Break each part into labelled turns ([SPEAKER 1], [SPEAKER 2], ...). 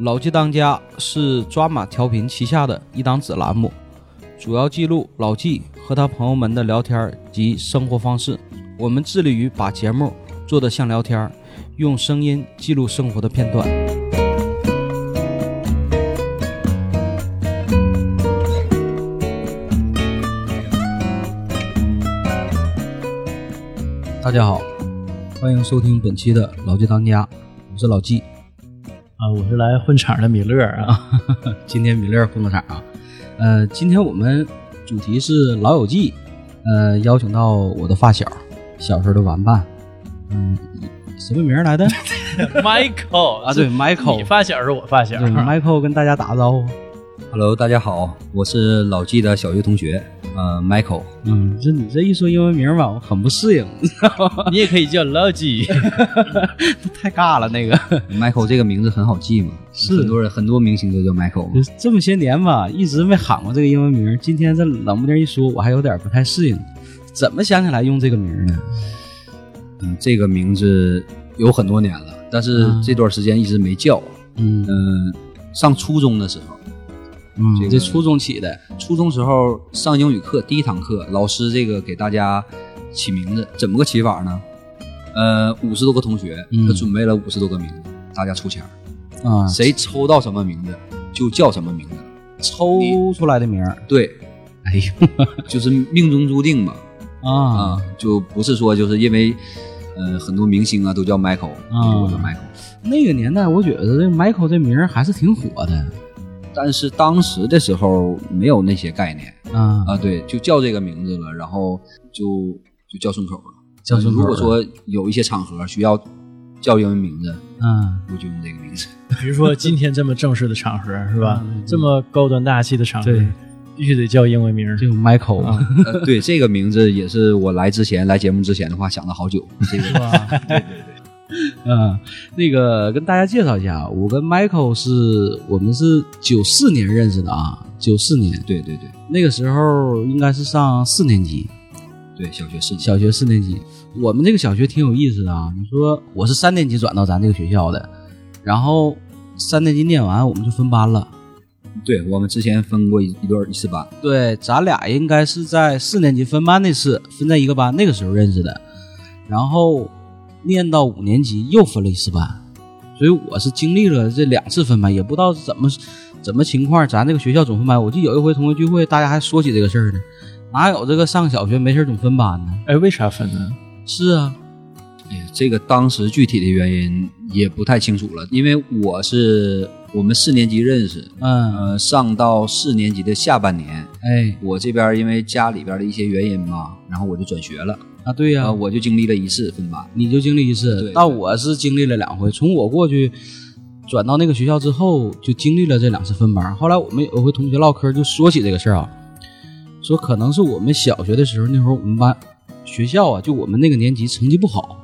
[SPEAKER 1] 老纪当家是抓马调频旗下的一档子栏目，主要记录老纪和他朋友们的聊天儿及生活方式。我们致力于把节目做得像聊天儿，用声音记录生活的片段。大家好，欢迎收听本期的老纪当家，我是老纪。
[SPEAKER 2] 啊，我是来混场的米勒啊，
[SPEAKER 1] 今天米勒工作场啊，呃，今天我们主题是《老友记》，呃，邀请到我的发小，小时候的玩伴，嗯，什么名儿来的
[SPEAKER 2] Michael
[SPEAKER 1] 啊？对
[SPEAKER 2] 你
[SPEAKER 1] ，Michael，
[SPEAKER 2] 发小是我发小
[SPEAKER 1] 对，，Michael 跟大家打个招呼。
[SPEAKER 3] Hello，大家好，我是老纪的小学同学，呃，Michael。
[SPEAKER 1] 嗯，这你这一说英文名吧，我很不适应，
[SPEAKER 2] 你也可以叫 Logi，
[SPEAKER 1] 太尬了那个。
[SPEAKER 3] Michael 这个名字很好记嘛，
[SPEAKER 1] 是
[SPEAKER 3] 很多人很多明星都叫 Michael 嘛
[SPEAKER 1] 就。是这么些年吧，一直没喊过这个英文名儿，今天这冷不丁一说，我还有点不太适应，怎么想起来用这个名儿呢？
[SPEAKER 3] 嗯，这个名字有很多年了，但是
[SPEAKER 1] 啊
[SPEAKER 3] 这段时间一直没叫。
[SPEAKER 1] 嗯
[SPEAKER 3] 嗯、上初中的时候，
[SPEAKER 1] 嗯，
[SPEAKER 3] 这个
[SPEAKER 1] 这初中起的，
[SPEAKER 3] 初中时候上英语课第一堂课，老师这个给大家起名字，怎么个起法呢？呃，五十多个同学，
[SPEAKER 1] 嗯
[SPEAKER 3] 他准备了五十多个名字，大家抽签儿，
[SPEAKER 1] 啊，
[SPEAKER 3] 谁抽到什么名字就叫什么名字。
[SPEAKER 1] 抽出来的名儿？
[SPEAKER 3] 对，
[SPEAKER 1] 哎呦。
[SPEAKER 3] 就是命中注定嘛。
[SPEAKER 1] 啊
[SPEAKER 3] 啊，，就不是说就是因为，呃，很多明星啊都叫 Michael，
[SPEAKER 1] 啊
[SPEAKER 3] 我叫 Michael。
[SPEAKER 1] 那个年代，我觉得这 Michael 这名儿还是挺火的
[SPEAKER 3] 但是当时的时候没有那些概念
[SPEAKER 1] 啊
[SPEAKER 3] 啊，对，就叫这个名字了，然后就就叫顺口了。
[SPEAKER 1] 叫顺口了
[SPEAKER 3] 如果说有一些场合需要叫英文名字，
[SPEAKER 1] 啊，
[SPEAKER 3] 我就用这个名字。
[SPEAKER 2] 比如说今天这么正式的场合是吧
[SPEAKER 1] 嗯？
[SPEAKER 2] 这么高端大气的场合
[SPEAKER 1] 对，
[SPEAKER 2] 必须得叫英文名儿。
[SPEAKER 1] 这个 Michael
[SPEAKER 2] 啊
[SPEAKER 3] 呃对，这个名字也是我来之前来节目之前的话想了好久。这个
[SPEAKER 1] 嗯，那个跟大家介绍一下，我跟 Michael 是我们是九四年认识的啊，九四年
[SPEAKER 3] 对对对
[SPEAKER 1] 那个时候应该是上四年级，
[SPEAKER 3] 对，小学四年，
[SPEAKER 1] 小学四年级。我们这个小学挺有意思的啊，你说我是三年级转到咱这个学校的，然后三年级念完我们就分班了。
[SPEAKER 3] 对我们之前分过一一段一次班，
[SPEAKER 1] 对，咱俩应该是在四年级分班那次分在一个班，那个时候认识的，然后念到五年级又分了一次班，所以我是经历了这两次分班，也不知道是怎么怎么情况，咱这个学校总分班。我记得有一回同学聚会，大家还说起这个事儿呢，哪有这个上小学没事儿总分班呢？
[SPEAKER 2] 哎，为啥分呢？
[SPEAKER 1] 是啊，
[SPEAKER 3] 哎呀，这个当时具体的原因也不太清楚了，因为我是我们四年级认识，
[SPEAKER 1] 嗯，
[SPEAKER 3] 呃，上到四年级的下半年，
[SPEAKER 1] 哎，
[SPEAKER 3] 我这边因为家里边的一些原因嘛，然后我就转学了，
[SPEAKER 1] 啊对呀、
[SPEAKER 3] 啊，我就经历了一次分班，
[SPEAKER 1] 你就经历一次
[SPEAKER 3] 对，
[SPEAKER 1] 但我是经历了两回。从我过去转到那个学校之后，就经历了这两次分班。后来我们有回同学唠嗑，就说起这个事儿啊，说可能是我们小学的时候，那会儿我们班学校啊，就我们那个年级成绩不好，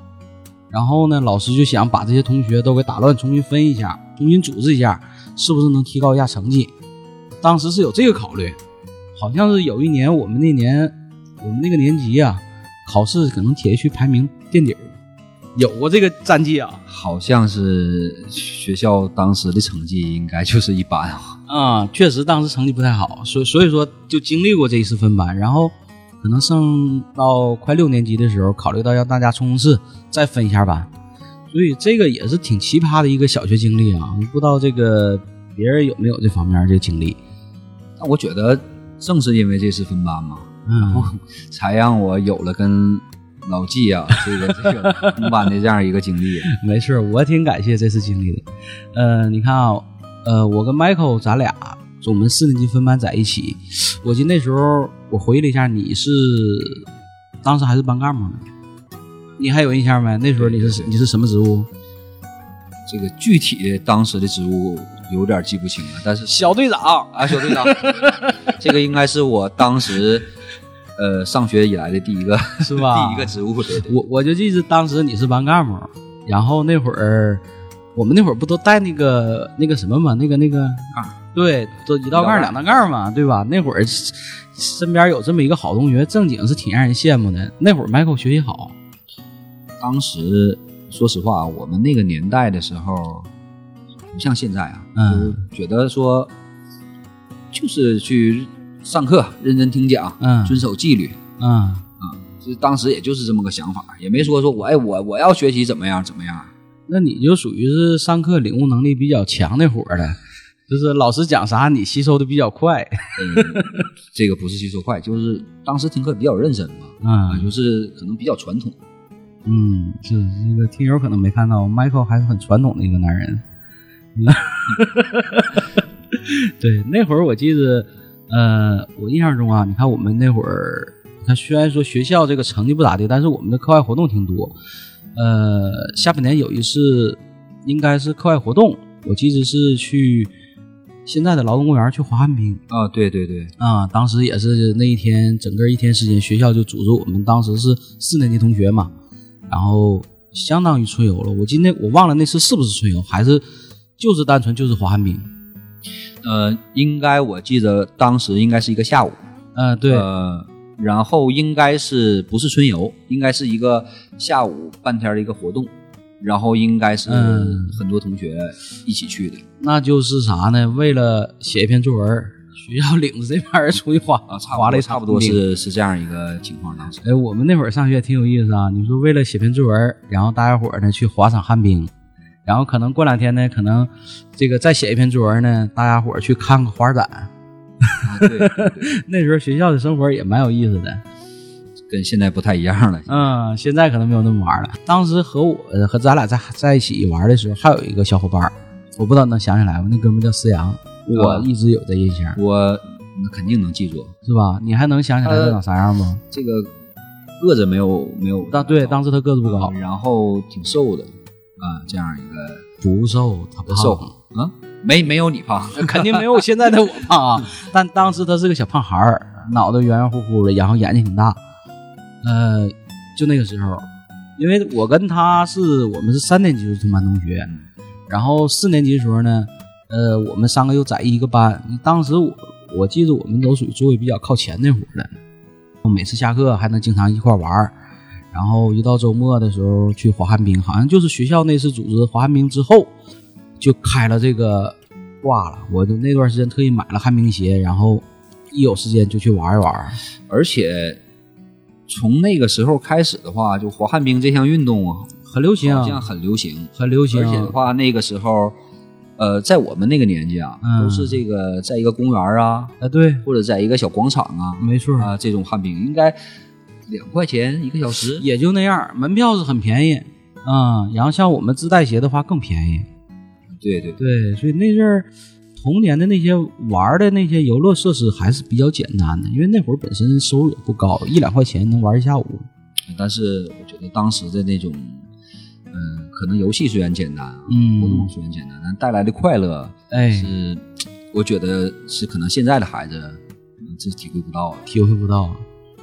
[SPEAKER 1] 然后呢，老师就想把这些同学都给打乱，重新分一下，重新组织一下，是不是能提高一下成绩？当时是有这个考虑，好像是有一年我们那年我们那个年级啊，考试可能铁一区排名垫底儿，有过这个战绩啊
[SPEAKER 3] 好像是学校当时的成绩应该就是一般啊，
[SPEAKER 1] 啊、确实当时成绩不太好，所以所以说就经历过这一次分班，然后可能上到快六年级的时候，考虑到让大家冲冲刺，再分一下班，所以这个也是挺奇葩的一个小学经历啊，不知道这个别人有没有这方面这个经历，
[SPEAKER 3] 但我觉得正是因为这次分班嘛，
[SPEAKER 1] 嗯
[SPEAKER 3] 才让我有了跟老纪啊这个这个同班的这样一个经历。啊
[SPEAKER 1] 没事儿，我挺感谢这次经历的。呃，你看啊，呃，我跟 Michael 咱俩我们四年级分班在一起，我记得那时候我回忆了一下，你是当时还是班干部呢，你还有印象没？那时候你是
[SPEAKER 3] 对对对
[SPEAKER 1] 你是什么职务？
[SPEAKER 3] 这个具体的当时的职务有点记不清了，但是
[SPEAKER 1] 小队长。
[SPEAKER 3] 啊，小 队长，这个应该是我当时呃上学以来的 第一个
[SPEAKER 1] 是吧
[SPEAKER 3] 第一个职务，对对
[SPEAKER 1] 我我就记得当时你是班干部，然后那会儿我们那会儿不都带那个那个什么嘛，那个那个
[SPEAKER 3] 杠，
[SPEAKER 1] 对，都啊一道
[SPEAKER 3] 一道
[SPEAKER 1] 杠
[SPEAKER 3] 杠
[SPEAKER 1] 两道杠嘛，对吧？那会儿身边有这么一个好同学，正经是挺让人羡慕的。那会儿 Michael 学习好，
[SPEAKER 3] 当时说实话，我们那个年代的时候，不像现在啊，
[SPEAKER 1] 嗯
[SPEAKER 3] 我觉得说就是去上课认真听讲，
[SPEAKER 1] 嗯
[SPEAKER 3] 遵守纪律，
[SPEAKER 1] 嗯
[SPEAKER 3] 就是当时也就是这么个想法，也没说说我哎我我要学习怎么样怎么样，啊
[SPEAKER 1] 那你就属于是上课领悟能力比较强那伙儿了，就是老师讲啥你吸收的比较快。
[SPEAKER 3] 嗯，这个不是吸收快，就是当时听课比较认真嘛，啊，
[SPEAKER 1] 嗯
[SPEAKER 3] 就是可能比较传统，
[SPEAKER 1] 嗯，是这个听友可能没看到，Michael 还是很传统的一个男人。 对，那会儿我记得，呃，我印象中啊，你看我们那会儿，他虽然说学校这个成绩不咋地，但是我们的课外活动挺多。呃，下半年有一次应该是课外活动，我记得是去现在的劳动公园去滑旱冰。
[SPEAKER 3] 啊，对对对，
[SPEAKER 1] 啊，当时也是那一天，整个一天时间，学校就组织我们当时是四年级同学嘛，然后相当于春游了。我今天我忘了那次是不是春游，还是就是单纯就是滑旱冰。
[SPEAKER 3] 呃，应该我记得当时应该是一个下午，
[SPEAKER 1] 嗯、对，
[SPEAKER 3] 呃，然后应该是不是春游，应该是一个下午半天儿的一个活动，然后应该是
[SPEAKER 1] 嗯
[SPEAKER 3] 很多同学一起去的、
[SPEAKER 1] 那就是啥呢？为了写一篇作文，学校领着这帮人出去滑
[SPEAKER 3] 啊，差不多
[SPEAKER 1] 滑了一场
[SPEAKER 3] 差不多
[SPEAKER 1] 旱冰。
[SPEAKER 3] 是是这样一个情况，当时
[SPEAKER 1] 哎，我们那会儿上学也挺有意思啊。你说为了写篇作文，然后大家伙儿呢去滑场旱冰，然后可能过两天呢，可能这个再写一篇作文呢，大家伙儿去看个花展。
[SPEAKER 3] 啊对，对对
[SPEAKER 1] 那时候学校的生活也蛮有意思的。
[SPEAKER 3] 跟现在不太一样了。
[SPEAKER 1] 嗯，现在可能没有那么玩了。当时和我呃和咱俩在在一起玩的时候，还有一个小伙伴儿，我不知道你能想起来吗？那哥们儿叫思阳，
[SPEAKER 3] 嗯
[SPEAKER 1] 我一直有这印象，
[SPEAKER 3] 啊我那肯定能记住，
[SPEAKER 1] 是吧？你还能想起来他长啥样吗？
[SPEAKER 3] 这个个子没有没有啊
[SPEAKER 1] 当啊对当时他个子不高，
[SPEAKER 3] 然后挺瘦的啊，这样一个
[SPEAKER 1] 不瘦，他胖，
[SPEAKER 3] 瘦啊，没没有 你胖，
[SPEAKER 1] 肯定没有现在的我胖啊。但当时他是个小胖孩儿，脑袋圆圆乎乎的，然后眼睛挺大。呃，就那个时候，因为我跟他是我们是三年级就是同班同学，然后四年级的时候呢，呃，我们三个又在一个班。当时我我记得我们都属于座位比较靠前那伙儿的，每次下课还能经常一块儿玩儿。然后一到周末的时候去滑旱冰，好像就是学校那次组织滑旱冰之后，就开了这个挂了。我就那段时间特意买了旱冰鞋，然后一有时间就去玩一玩儿。
[SPEAKER 3] 而且从那个时候开始的话，就滑旱冰这项运动啊，
[SPEAKER 1] 很流行啊
[SPEAKER 3] 好像很流行。
[SPEAKER 1] 很流行
[SPEAKER 3] 而且的话，那个时候，呃，在我们那个年纪啊，
[SPEAKER 1] 嗯
[SPEAKER 3] 都是这个在一个公园啊，
[SPEAKER 1] 啊，对，
[SPEAKER 3] 或者在一个小广场啊，
[SPEAKER 1] 没错，
[SPEAKER 3] 啊这种旱冰应该两块钱一个小时。
[SPEAKER 1] 也就那样儿。门票是很便宜，嗯，然后像我们自带鞋的话更便宜。
[SPEAKER 3] 对对对，
[SPEAKER 1] 对，所以那阵儿童年的那些玩儿的那些游乐设施还是比较简单的，因为那会儿本身收入也不高，一两块钱能玩一下午。
[SPEAKER 3] 但是我觉得当时的那种，嗯、可能游戏虽然简单啊，
[SPEAKER 1] 嗯
[SPEAKER 3] 活动虽然简单，但带来的快乐
[SPEAKER 1] 哎，
[SPEAKER 3] 是，我觉得是可能现在的孩子嗯这体会不到的。
[SPEAKER 1] 体会不到。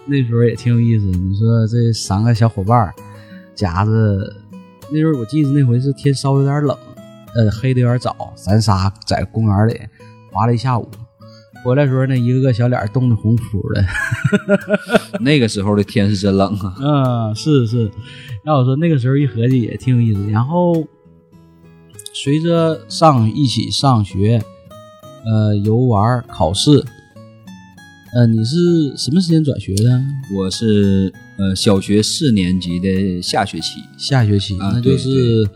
[SPEAKER 1] 那时候也挺有意思，你说这三个小伙伴儿夹着，那时候我记得那回是天稍微有点冷，呃，黑的有点早，咱仨在公园里滑了一下午，回来的时候那一个个小脸儿冻得红扑的。
[SPEAKER 3] 那个时候的天是真冷啊。
[SPEAKER 1] 嗯，是是。要我说那个时候一合计也挺有意思。然后随着上一起上学，呃，游玩、考试，呃，你是什么时间转学的？
[SPEAKER 3] 我是呃小学四年级的下学期，
[SPEAKER 1] 下学期，
[SPEAKER 3] 啊
[SPEAKER 1] 那就
[SPEAKER 3] 对
[SPEAKER 1] 是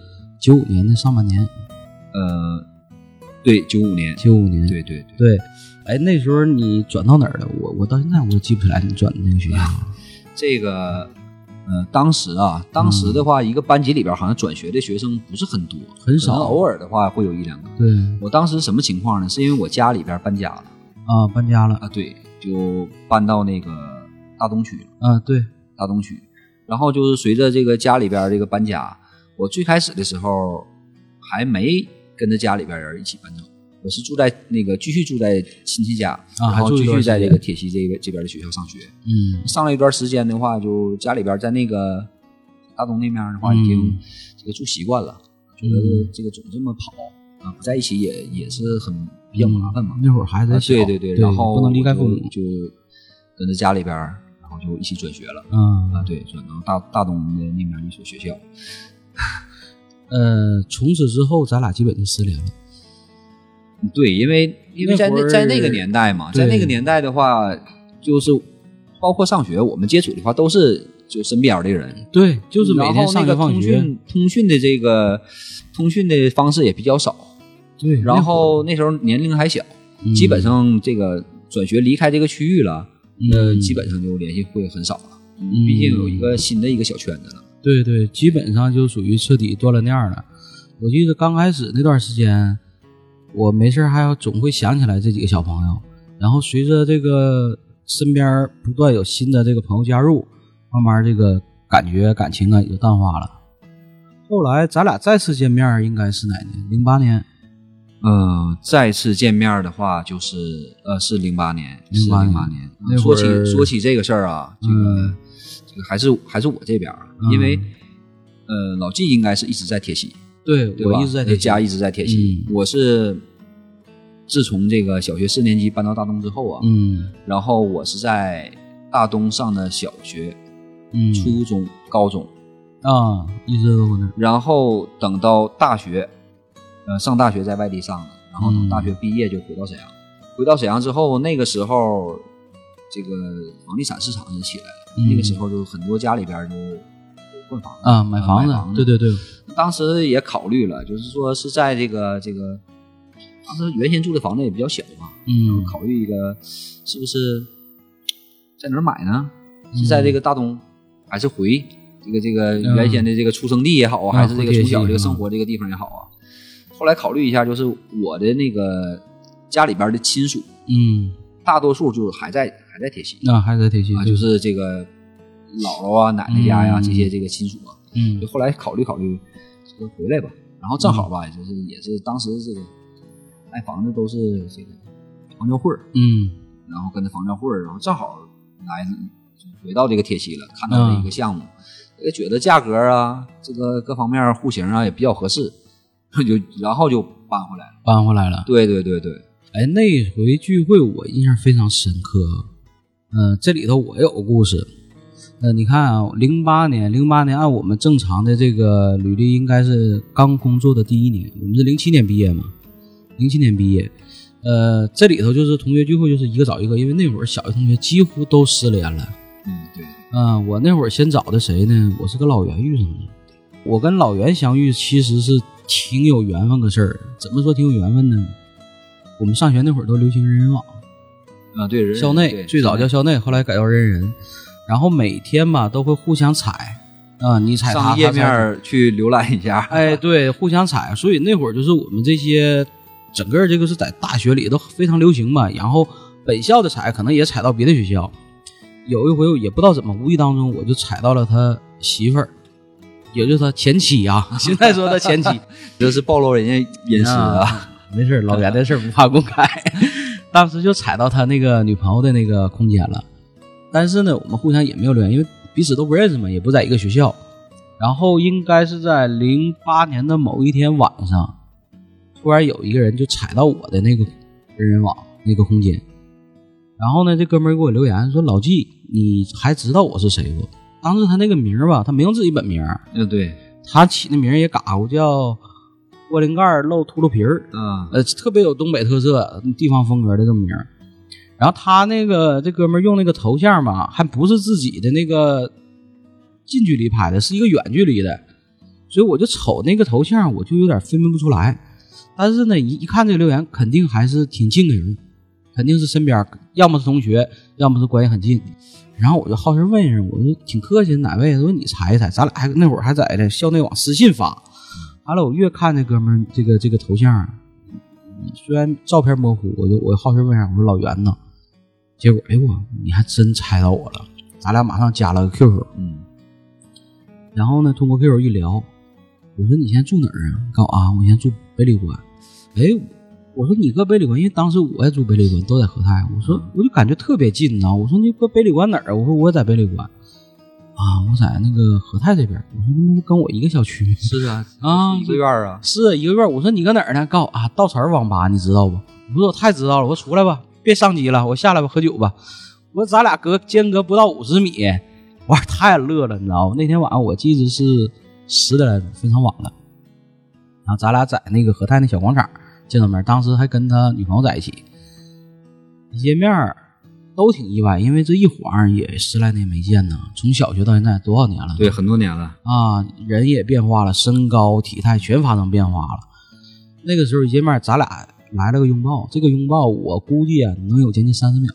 [SPEAKER 1] 九五年的上半年，
[SPEAKER 3] 呃，对，九五年，
[SPEAKER 1] 九五年。
[SPEAKER 3] 对对对，
[SPEAKER 1] 对，哎，那时候你转到哪儿了？我我到现在我也记不起来你转的那个学校。
[SPEAKER 3] 这个呃当时啊，当时的话，一个班级里边好像转学的学生不是很多，
[SPEAKER 1] 嗯很少
[SPEAKER 3] 可能偶尔的话会有一两个。
[SPEAKER 1] 对
[SPEAKER 3] 我当时什么情况呢？是因为我家里边搬家了
[SPEAKER 1] 啊，搬家了
[SPEAKER 3] 啊，对，就搬到那个大东区了。
[SPEAKER 1] 啊，对，
[SPEAKER 3] 大东区。然后就是随着这个家里边儿这个搬家，我最开始的时候还没跟着家里边儿人一起搬走，我是住在那个继续住在亲戚家，
[SPEAKER 1] 啊
[SPEAKER 3] 然
[SPEAKER 1] 还
[SPEAKER 3] 后
[SPEAKER 1] 住一
[SPEAKER 3] 继
[SPEAKER 1] 段
[SPEAKER 3] 续
[SPEAKER 1] 时
[SPEAKER 3] 在这
[SPEAKER 1] 间
[SPEAKER 3] 个铁西这个这边的学校上学。
[SPEAKER 1] 嗯
[SPEAKER 3] 上了一段时间的话，就家里边儿在那个大东那边儿的话，已经
[SPEAKER 1] 嗯
[SPEAKER 3] 这个住习惯了，觉
[SPEAKER 1] 嗯
[SPEAKER 3] 得这个总这么跑啊，不在一起也也是很比较麻烦嘛。
[SPEAKER 1] 那会儿还
[SPEAKER 3] 啊
[SPEAKER 1] 在小，
[SPEAKER 3] 对对对，然
[SPEAKER 1] 嗯
[SPEAKER 3] 后
[SPEAKER 1] 不能离开父
[SPEAKER 3] 我
[SPEAKER 1] 母
[SPEAKER 3] 就，就跟着家里边儿，然后就一起转学了。
[SPEAKER 1] 嗯
[SPEAKER 3] 啊，对，转到大大东的那边一所学校。
[SPEAKER 1] 呃，从此之后咱俩基本就失联了。嗯
[SPEAKER 3] 对，因为因为在
[SPEAKER 1] 那会
[SPEAKER 3] 那
[SPEAKER 1] 儿
[SPEAKER 3] 在那个年代嘛，
[SPEAKER 1] 对
[SPEAKER 3] 在那个年代的话，就是包括上学，我们接触的话都是就身边的人，
[SPEAKER 1] 对，就是每
[SPEAKER 3] 然
[SPEAKER 1] 天
[SPEAKER 3] 后
[SPEAKER 1] 上
[SPEAKER 3] 那
[SPEAKER 1] 学
[SPEAKER 3] 个
[SPEAKER 1] 放
[SPEAKER 3] 通
[SPEAKER 1] 学，
[SPEAKER 3] 讯通讯的这个通讯的方式也比较少，
[SPEAKER 1] 对，
[SPEAKER 3] 然后那时候年龄还小，
[SPEAKER 1] 嗯
[SPEAKER 3] 基本上这个转学离开这个区域了，那
[SPEAKER 1] 嗯
[SPEAKER 3] 基本上就联系会很少了，
[SPEAKER 1] 嗯
[SPEAKER 3] 毕竟有一个新的一个小圈子了。
[SPEAKER 1] 对对，基本上就属于彻底断了念儿了。我记得刚开始那段时间，我没事儿还要总会想起来这几个小朋友，然后随着这个身边儿不断有新的这个朋友加入，慢慢这个感觉感情啊也就淡化了。后来咱俩再次见面儿应该是哪年？零八年，
[SPEAKER 3] 呃，再次见面的话，就是呃，是零八年，
[SPEAKER 1] 08
[SPEAKER 3] 是零
[SPEAKER 1] 年
[SPEAKER 3] 八年。啊
[SPEAKER 1] 那
[SPEAKER 3] 说
[SPEAKER 1] 会
[SPEAKER 3] 起
[SPEAKER 1] 儿
[SPEAKER 3] 说起这个事儿啊，这个、
[SPEAKER 1] 嗯
[SPEAKER 3] 这个还是还是我这边儿，因为、呃，老纪应该是一直在铁西，
[SPEAKER 1] 对
[SPEAKER 3] 对吧？
[SPEAKER 1] 我一直在
[SPEAKER 3] 呃家
[SPEAKER 1] 一
[SPEAKER 3] 一直在铁西，
[SPEAKER 1] 嗯
[SPEAKER 3] 我是自从这个小学四年级搬到大东之后啊，
[SPEAKER 1] 嗯
[SPEAKER 3] 然后我是在大东上的小学、
[SPEAKER 1] 嗯
[SPEAKER 3] 初中、高中，
[SPEAKER 1] 啊，一直都搁那儿
[SPEAKER 3] 然后等到大学，呃，上大学在外地上的，
[SPEAKER 1] 嗯
[SPEAKER 3] 然后等大学毕业就回到沈阳。回到沈阳之后，那个时候，这个房地产市场就起来了。
[SPEAKER 1] 嗯
[SPEAKER 3] 那个时候就很多家里边就换房了
[SPEAKER 1] 啊，买
[SPEAKER 3] 呃
[SPEAKER 1] 房
[SPEAKER 3] 买
[SPEAKER 1] 子，
[SPEAKER 3] 房
[SPEAKER 1] 对对对，
[SPEAKER 3] 当时也考虑了，就是说是在这个这个，当时原先住的房子也比较小嘛，
[SPEAKER 1] 嗯，
[SPEAKER 3] 考虑一个是不是在哪儿买呢？是在这个大东，还是回这个这个
[SPEAKER 1] 嗯
[SPEAKER 3] 原先的这个出生地也好
[SPEAKER 1] 嗯
[SPEAKER 3] 啊，还是这个从小
[SPEAKER 1] 回
[SPEAKER 3] 这
[SPEAKER 1] 铁
[SPEAKER 3] 个
[SPEAKER 1] 西
[SPEAKER 3] 生活这个地方也好啊？后来考虑一下，就是我的那个家里边的亲属，
[SPEAKER 1] 嗯，
[SPEAKER 3] 大多数就是还在还在铁西
[SPEAKER 1] 那还在铁西
[SPEAKER 3] 啊，就是这个姥姥啊、奶奶家呀
[SPEAKER 1] 嗯
[SPEAKER 3] 这些这个亲属啊。
[SPEAKER 1] 嗯
[SPEAKER 3] 就后来考虑考虑，这个回来吧。然后正好吧，也就是也是当时这个卖房子都是这个房交会儿，
[SPEAKER 1] 嗯。
[SPEAKER 3] 然后跟着房交会儿，然后正好来回到这个铁西了，看到了一个项目，也、觉得价格啊，这个各方面户型啊也比较合适，就然后就搬回来了。
[SPEAKER 1] 搬回来了。
[SPEAKER 3] 对对对对，
[SPEAKER 1] 哎，那回聚会我印象非常深刻。嗯、这里头我也有个故事。呃，你看啊，零八年，零八年按我们正常的这个履历，应该是刚工作的第一年。我们是零七年毕业嘛，零七年毕业。呃，这里头就是同学聚会，就是一个找一个，因为那会儿小学同学几乎都失联了。
[SPEAKER 3] 嗯对，
[SPEAKER 1] 嗯，我那会儿先找的谁呢？我是跟老袁遇上的。我跟老袁相遇其实是挺有缘分个事儿。怎么说挺有缘分呢？我们上学那会儿都流行人人网，
[SPEAKER 3] 啊对人
[SPEAKER 1] 校
[SPEAKER 3] 对
[SPEAKER 1] 内最早叫校内，后来改叫人人。然后每天吧都会互相踩，啊、你踩他，
[SPEAKER 3] 上页
[SPEAKER 1] 他踩你
[SPEAKER 3] 面儿去浏览一下。
[SPEAKER 1] 哎，对，互相踩。所以那会儿就是我们这些整个这个是在大学里都非常流行嘛。然后本校的踩可能也踩到别的学校。有一回我也不知道怎么，无意当中我就踩到了他媳妇儿，也就是他前妻啊。 现在说他前妻，
[SPEAKER 3] 这是暴露人家隐私啊。
[SPEAKER 1] 啊，没事儿，老袁的事儿不怕公开。当时就踩到他那个女朋友的那个空间了，但是呢，我们互相也没有留言，因为彼此都不认识嘛，也不在一个学校。然后应该是在零八年的某一天晚上，突然有一个人就踩到我的那个人人网那个空间，然后呢，这哥们儿给我留言说：“老纪，你还知道我是谁不？”当时他那个名儿吧，他没用自己本名儿，
[SPEAKER 3] 嗯对，
[SPEAKER 1] 他起那名儿也嘎咕，叫锅灵盖儿露秃噜皮儿，
[SPEAKER 3] 啊
[SPEAKER 1] 呃，特别有东北特色、地方风格的这么名儿。然后他那个这哥们儿用那个头像吧，还不是自己的那个近距离拍的，是一个远距离的，所以我就瞅那个头像，我就有点分辨不出来。但是呢，一一看这个留言，肯定还是挺近的人，肯定是身边儿，要么是同学，要么是关系很近。然后我就好奇问一声，我就挺客气，哪位？他说你查一查，咱俩还那会儿还在这校内网私信发。完了，我越看这哥们儿这个这个头像啊，虽然照片模糊，我就我好奇问一下，我说老袁呢？结果哎呦我，你还真猜到我了，咱俩马上加了个 QQ。
[SPEAKER 3] 嗯
[SPEAKER 1] 然后呢，通过 QQ 一聊，我说你现在住哪儿啊？告诉我啊，我现在住北理关。哎，我说你搁北理关，因为当时我也住北理关，都在和泰。我说我就感觉特别近，你知道吗？我说你搁北理关哪儿啊？我说我在北理关。啊，我在那个和泰这边儿。我说那不跟我一个小区。
[SPEAKER 3] 是啊
[SPEAKER 1] 啊
[SPEAKER 3] 一个院儿啊，
[SPEAKER 1] 是一个月。我说你搁哪儿呢？告诉我啊，稻草人网吧，你知道不？我说我太知道了。我说出来吧，别上机了，我下来吧，喝酒吧。我说咱俩隔间隔不到五十米，我说太乐了，你知道吗？那天晚上我记得是十点来钟，非常晚了。然后咱俩在那个和泰那小广场见到面，当时还跟他女朋友在一起。一见面儿都挺意外，因为这一晃也十来年没见呢，从小学到现在多少年了？
[SPEAKER 3] 对，很多年了，
[SPEAKER 1] 啊，人也变化了，身高体态全发生变化了。那个时候一见面，咱俩来了个拥抱，这个拥抱我估计啊能有将近三十秒，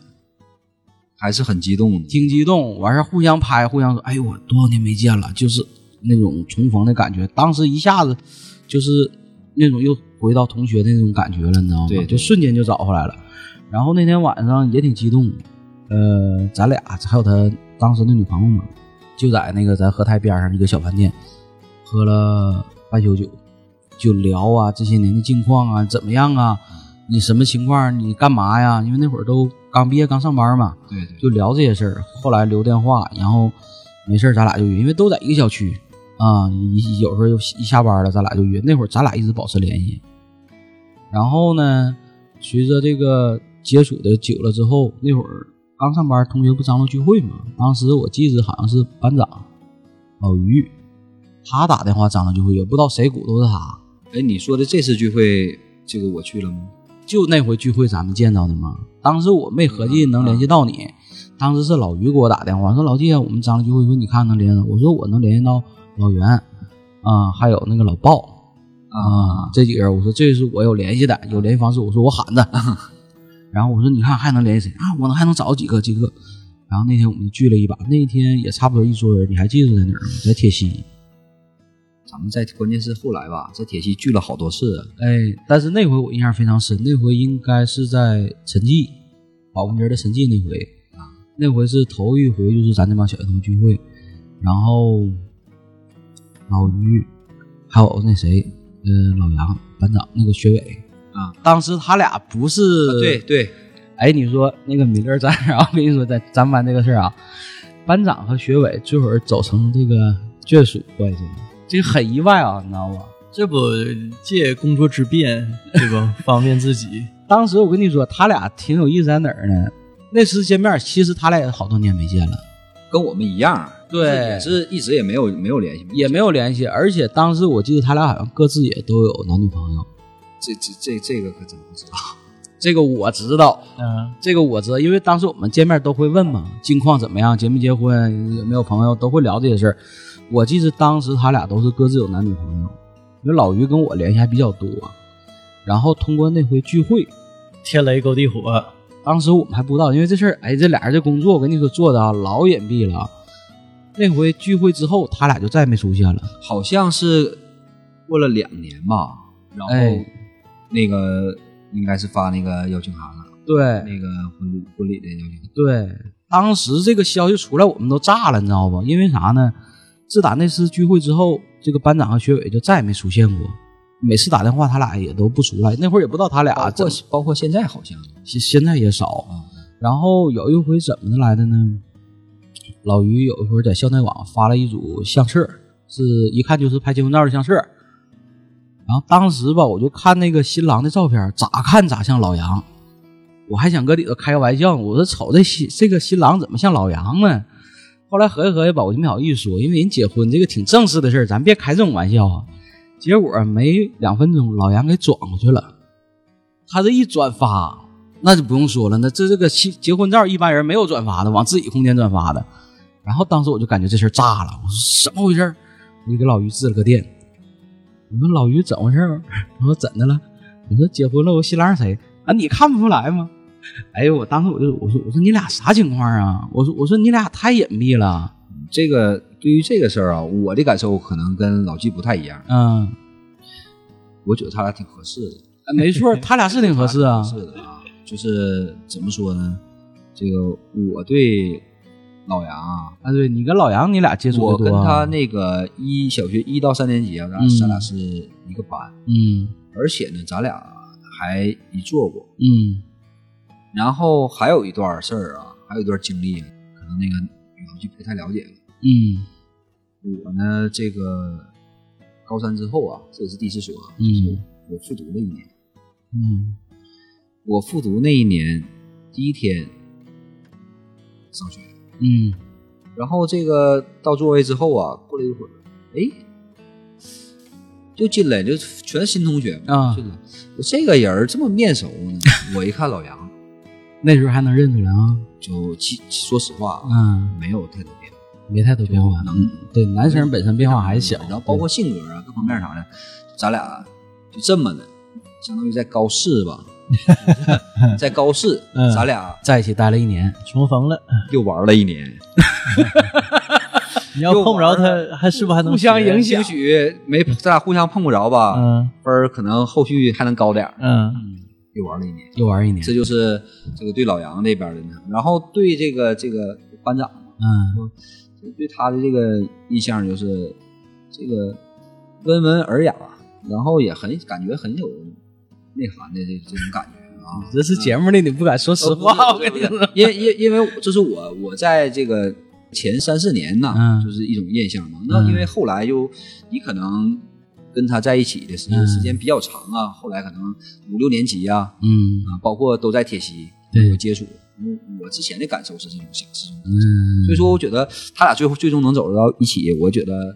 [SPEAKER 3] 还是很激动的。
[SPEAKER 1] 挺激动，完事儿互相拍，互相说：“哎呦，我多少年没见了，就是那种重逢的感觉。”当时一下子就是那种又回到同学的那种感觉了，你知道吗？
[SPEAKER 3] 对对
[SPEAKER 1] 就瞬间就找回来了。然后那天晚上也挺激动，呃，咱俩还有他当时的女朋友嘛，就在那个咱河泰边上一个小饭店喝了半宿酒，就聊啊这些年的近况啊，怎么样啊，你什么情况，你干嘛呀？因为那会儿都刚毕业刚上班嘛，
[SPEAKER 3] 对对，
[SPEAKER 1] 就聊这些事儿。后来留电话，然后没事儿咱俩就约，因为都在一个小区啊，一有时候一下班了咱俩就约。那会儿咱俩一直保持联系。然后呢，随着这个接触的久了之后，那会儿刚上班，同学不张罗聚会嘛。当时我记着好像是班长老于，他打电话张罗聚会，也不知道谁鼓捣的他。
[SPEAKER 3] 哎，你说的这次聚会，这个我去了吗？
[SPEAKER 1] 就那回聚会咱们见到的嘛，当时我没合计能联系到你，当时是老于给我打电话说老季啊，我们张罗聚会，说你看能联系到，我说我能联系到老袁，啊、还有那个老鲍啊、这几个人，我说这是我有联系的，有联系方式，我说我喊的， 然后我说你看还能联系谁啊？我能还能找几个几个，然后那天我们就聚了一把，那天也差不多一桌人，你还记得在哪儿吗？在铁西。
[SPEAKER 3] 咱们在关键是后来吧，在铁西聚了好多次，
[SPEAKER 1] 哎，但是那回我印象非常深，那回应该是在陈记，保温节的陈记那回啊，那回是头一回，就是咱这帮小学生聚会，然后老于，还有那谁，呃，老杨班长那个学伟
[SPEAKER 3] 啊，
[SPEAKER 1] 当时他俩不是、
[SPEAKER 3] 对，对，
[SPEAKER 1] 哎，你说那个米 勒在哪儿啊？我跟你说，在咱班这个事儿啊，班长和学伟最后走成这个眷属关系，这个很意外啊，你知道吗？
[SPEAKER 2] 这不借工作之便，对吧？ 方便自己。
[SPEAKER 1] 当时我跟你说，他俩挺有意思在哪儿呢？那次见面，其实他俩也好多年没见了，
[SPEAKER 3] 跟我们一样，
[SPEAKER 1] 对
[SPEAKER 3] 也是一直也没有没有联系，
[SPEAKER 1] 也没有联系。而且当时我记得他俩好像各自也都有男女朋友，
[SPEAKER 3] 这这这这个可真不知道。
[SPEAKER 1] 这个我知道，
[SPEAKER 2] 嗯，
[SPEAKER 1] 这个我知道，因为当时我们见面都会问嘛，近况怎么样，结没结婚，有没有朋友，都会聊这些事儿。我记得当时他俩都是各自有男女朋友，因为老于跟我联系还比较多，然后通过那回聚会，
[SPEAKER 2] 天雷勾地火，
[SPEAKER 1] 当时我们还不知道，因为这事儿，哎，这俩人这工作，我跟你说做的啊，老隐蔽了。那回聚会之后，他俩就再也没出现了。
[SPEAKER 3] 好像是过了两年吧，然后
[SPEAKER 1] 哎
[SPEAKER 3] 那个应该是发那个邀请函了，
[SPEAKER 1] 对
[SPEAKER 3] 那个婚婚礼的邀请函。
[SPEAKER 1] 对，当时这个消息出来，我们都炸了，你知道不？因为啥呢？自打那次聚会之后，这个班长和学委就再也没出现过。每次打电话，他俩也都不出来。那会儿也不知道他俩
[SPEAKER 3] 包
[SPEAKER 1] 啊怎
[SPEAKER 3] 括
[SPEAKER 1] 么，
[SPEAKER 3] 包括现在好像
[SPEAKER 1] 现现在也少。
[SPEAKER 3] 啊，
[SPEAKER 1] 然后有一回怎么的来的呢？老于有一回在校内网发了一组相册，是一看就是拍结婚照的相册。然后当时吧，我就看那个新郎的照片，咋看咋像老杨。我还想搁里头开个玩笑，我说瞅这新这个新郎怎么像老杨呢？后来合计合计吧，我就没好意思说，因为人结婚这个挺正式的事儿，咱别开这种玩笑啊。结果没两分钟，老杨给转过去了。他这一转发，那就不用说了，那这这个结结婚照一般人没有转发的，往自己空间转发的。然后当时我就感觉这事儿炸了，我说怎么回事儿？我就给老于致了个电，我说老于怎么回事儿？啊 我说怎的了？我说结婚了，我新郎是谁啊？你看不出来吗？哎呦，我当时我就我说我说你俩啥情况啊？我说我说你俩太隐蔽了，
[SPEAKER 3] 这个对于这个事儿啊，我的感受可能跟老纪不太一样，
[SPEAKER 1] 嗯，
[SPEAKER 3] 我觉得他俩挺合适的。
[SPEAKER 1] 没错，他俩是挺合适啊，
[SPEAKER 3] 是的啊，就是怎么说呢？这个我对老杨啊，
[SPEAKER 1] 啊，对你跟老杨你俩接触
[SPEAKER 3] 我
[SPEAKER 1] 的多
[SPEAKER 3] 跟
[SPEAKER 1] 啊，
[SPEAKER 3] 他那个一小学一到三年级啊，咱
[SPEAKER 1] 嗯
[SPEAKER 3] 俩咱俩是一个班，
[SPEAKER 1] 嗯
[SPEAKER 3] 而且呢，咱俩还一坐过。
[SPEAKER 1] 嗯
[SPEAKER 3] 然后还有一段事儿啊，还有一段经历，可能那个老纪不太了解了。
[SPEAKER 1] 嗯
[SPEAKER 3] 我呢，这个高三之后啊，这也是第一次说啊，
[SPEAKER 1] 嗯
[SPEAKER 3] 我复读了一年。
[SPEAKER 1] 嗯
[SPEAKER 3] 我复读那一年第一天上学，
[SPEAKER 1] 嗯
[SPEAKER 3] 然后这个到座位之后啊，过了一会儿，哎，就进来，就全新同学
[SPEAKER 1] 啊
[SPEAKER 3] 进来，我这个人儿这么面熟呢， 我一看老杨，
[SPEAKER 1] 那时候还能认出来啊，
[SPEAKER 3] 就其说实话啊，
[SPEAKER 1] 嗯，
[SPEAKER 3] 没有太多变化，
[SPEAKER 1] 没太多变化，
[SPEAKER 3] 能
[SPEAKER 1] 对，男生本身变化还小，
[SPEAKER 3] 然后包括性格啊各方面啥的，咱俩就这么的，相当于在高四 吧，在高四
[SPEAKER 1] 嗯，
[SPEAKER 3] 咱俩
[SPEAKER 1] 在一起待了一年，
[SPEAKER 2] 重逢了。
[SPEAKER 3] 又玩了一年，
[SPEAKER 2] 你要碰不着他，还是不是还能
[SPEAKER 1] 互相
[SPEAKER 2] 学
[SPEAKER 1] 影
[SPEAKER 3] 兴许没咱俩互相碰不着吧，
[SPEAKER 2] 嗯
[SPEAKER 3] 分儿可能后续还能高点儿，
[SPEAKER 2] 嗯
[SPEAKER 3] 又玩了一年，
[SPEAKER 1] 又玩一年，
[SPEAKER 3] 这就是这个对老杨这边的那什么，然后对这个这个班长。
[SPEAKER 1] 嗯
[SPEAKER 3] 就对他的这个印象就是这个温文尔雅，然后也很感觉很有内涵的这这种感觉啊。
[SPEAKER 1] 这是节目里你不敢说实话，我跟你说，
[SPEAKER 3] 因为因因为这是我我在这个前三四年呐，
[SPEAKER 1] 嗯
[SPEAKER 3] 就是一种印象嘛。那因为后来又你可能跟他在一起的时间
[SPEAKER 1] 嗯
[SPEAKER 3] 时间比较长啊，后来可能五六年级啊
[SPEAKER 1] 嗯
[SPEAKER 3] 啊，包括都在铁西
[SPEAKER 1] 对
[SPEAKER 3] 有接触。嗯我我之前的感受是这种形式。
[SPEAKER 1] 嗯，
[SPEAKER 3] 所以说，我觉得他俩最后最终能走到一起，我觉得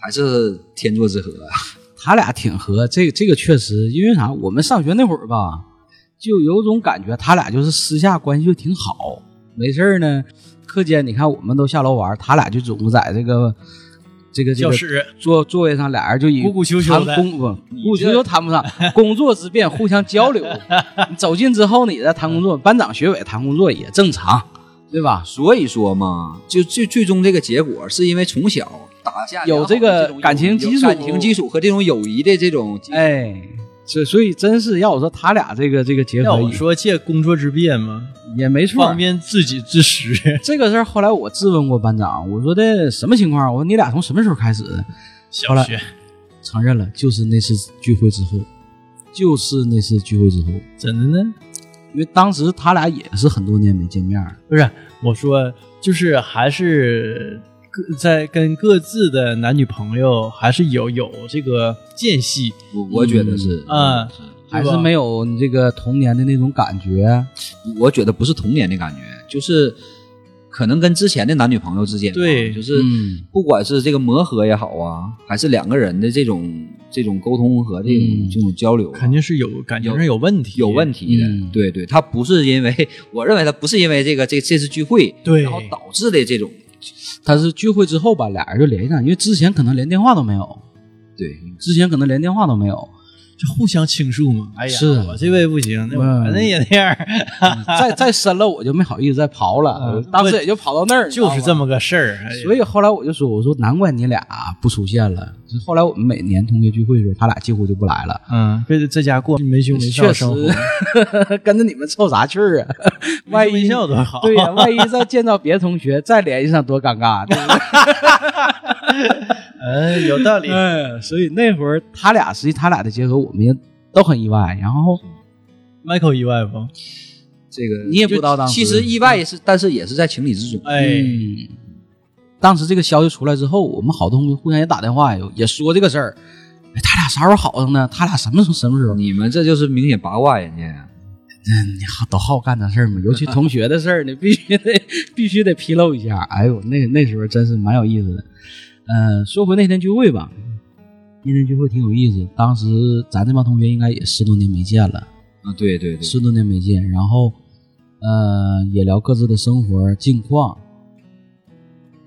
[SPEAKER 3] 还是天作之合。啊
[SPEAKER 1] 他俩挺合，这个这个确实，因为啥？我们上学那会儿吧，就有种感觉，他俩就是私下关系就挺好，没事儿呢。课间你看我们都下楼玩，他俩就总在这个这个这
[SPEAKER 2] 教
[SPEAKER 1] 个
[SPEAKER 2] 室
[SPEAKER 1] 座座位上，俩人就以
[SPEAKER 2] 鼓鼓羞羞
[SPEAKER 1] 谈
[SPEAKER 2] 的
[SPEAKER 1] 工不鼓鼓羞羞谈不上，工作之便互相交 流。你走近之后呢，也在谈工作，班长学委谈工作也正常，对吧？
[SPEAKER 3] 所以说嘛，就最最终这个结果，是因为从小打下
[SPEAKER 1] 有
[SPEAKER 3] 良好
[SPEAKER 1] 这
[SPEAKER 3] 的
[SPEAKER 1] 个
[SPEAKER 3] 这种友
[SPEAKER 1] 感情基础
[SPEAKER 3] 感情基础和这种友谊的这种基础
[SPEAKER 1] 哎，所所以真是要我说，他俩这个这个结
[SPEAKER 2] 要
[SPEAKER 1] 合
[SPEAKER 2] 我说借工作之便嘛，
[SPEAKER 1] 也没错儿
[SPEAKER 2] 方。便自己之时。
[SPEAKER 1] 这个事儿后来我质问过班长，我说的什么情况？我说你俩从什么时候开始的？
[SPEAKER 2] 小学
[SPEAKER 1] 承认了，就是那次聚会之后，就是那次聚会之后，
[SPEAKER 2] 怎的呢？
[SPEAKER 1] 因为当时他俩也是很多年没见面了。
[SPEAKER 2] 不是，我说就是还是各在跟各自的男女朋友还是有有这个间隙，
[SPEAKER 3] 我我觉得是，
[SPEAKER 2] 嗯
[SPEAKER 3] 是
[SPEAKER 1] 还是没有你这个童年的那种感觉，
[SPEAKER 3] 我觉得不是童年的感觉，就是可能跟之前的男女朋友之间吧，啊
[SPEAKER 2] 对
[SPEAKER 3] 就是
[SPEAKER 1] 嗯
[SPEAKER 3] 不管是这个磨合也好啊，还是两个人的这种这种沟通和这种、
[SPEAKER 1] 嗯
[SPEAKER 3] 这种交流啊，
[SPEAKER 2] 肯定是有感情上有问题，
[SPEAKER 3] 有问题的。
[SPEAKER 1] 嗯
[SPEAKER 3] 对对，他不是因为，我认为他不是因为这个这这次聚会，
[SPEAKER 2] 对
[SPEAKER 3] 然后导致的这种，
[SPEAKER 1] 他是聚会之后吧，俩人就联系上，因为之前可能连电话都没有，
[SPEAKER 3] 对，
[SPEAKER 1] 之前可能连电话都没 有。
[SPEAKER 2] 就互相倾诉嘛。哎呀，
[SPEAKER 1] 是
[SPEAKER 2] 我这位不行，那
[SPEAKER 1] 嗯
[SPEAKER 2] 我那也那样，
[SPEAKER 1] 再再深了，我就没好意思再刨了，
[SPEAKER 2] 嗯
[SPEAKER 1] 当时也就刨到那儿，你知道
[SPEAKER 2] 就
[SPEAKER 1] 吗
[SPEAKER 2] 是这么个事儿。哎呀
[SPEAKER 1] 所以后来我就说，我说难怪你俩不出现了。就后来我们每年同学聚会的时候，他俩几乎就不来了，
[SPEAKER 2] 嗯，非得在家过没羞没臊
[SPEAKER 1] 确
[SPEAKER 2] 的
[SPEAKER 1] 实
[SPEAKER 2] 生活，
[SPEAKER 1] 跟着你们凑啥趣 儿啊？万一
[SPEAKER 2] 没羞没笑多好。
[SPEAKER 1] 对呀、万一再见到别的同学，再联系上多尴尬，对不对？
[SPEAKER 2] 嗯，有道理。
[SPEAKER 1] 哎，所以那会儿他俩实际他俩的结合，我们也都很意外。然后
[SPEAKER 2] Michael 意外不？
[SPEAKER 3] 这个
[SPEAKER 1] 你也不知道
[SPEAKER 3] 就
[SPEAKER 1] 当时
[SPEAKER 3] 其实意外也是，但是也是在情理之中。
[SPEAKER 2] 哎，
[SPEAKER 1] 嗯，当时这个消息出来之后，我们好多同学互相也打电话，也也说这个事儿。哎他俩啥时候好上呢？他俩什么时候什么时候？
[SPEAKER 3] 你们这就是明显八卦人家，
[SPEAKER 1] 嗯，你好，都好干这事儿嘛，尤其同学的事儿，你必须得 必须得披露一下。哎呦，那那时候真是蛮有意思的。呃，说回那天聚会吧，那天聚会挺有意思。当时咱这帮同学应该也十多年没见了，
[SPEAKER 3] 啊，对对对，
[SPEAKER 1] 十多年没见，然后呃也聊各自的生活近况。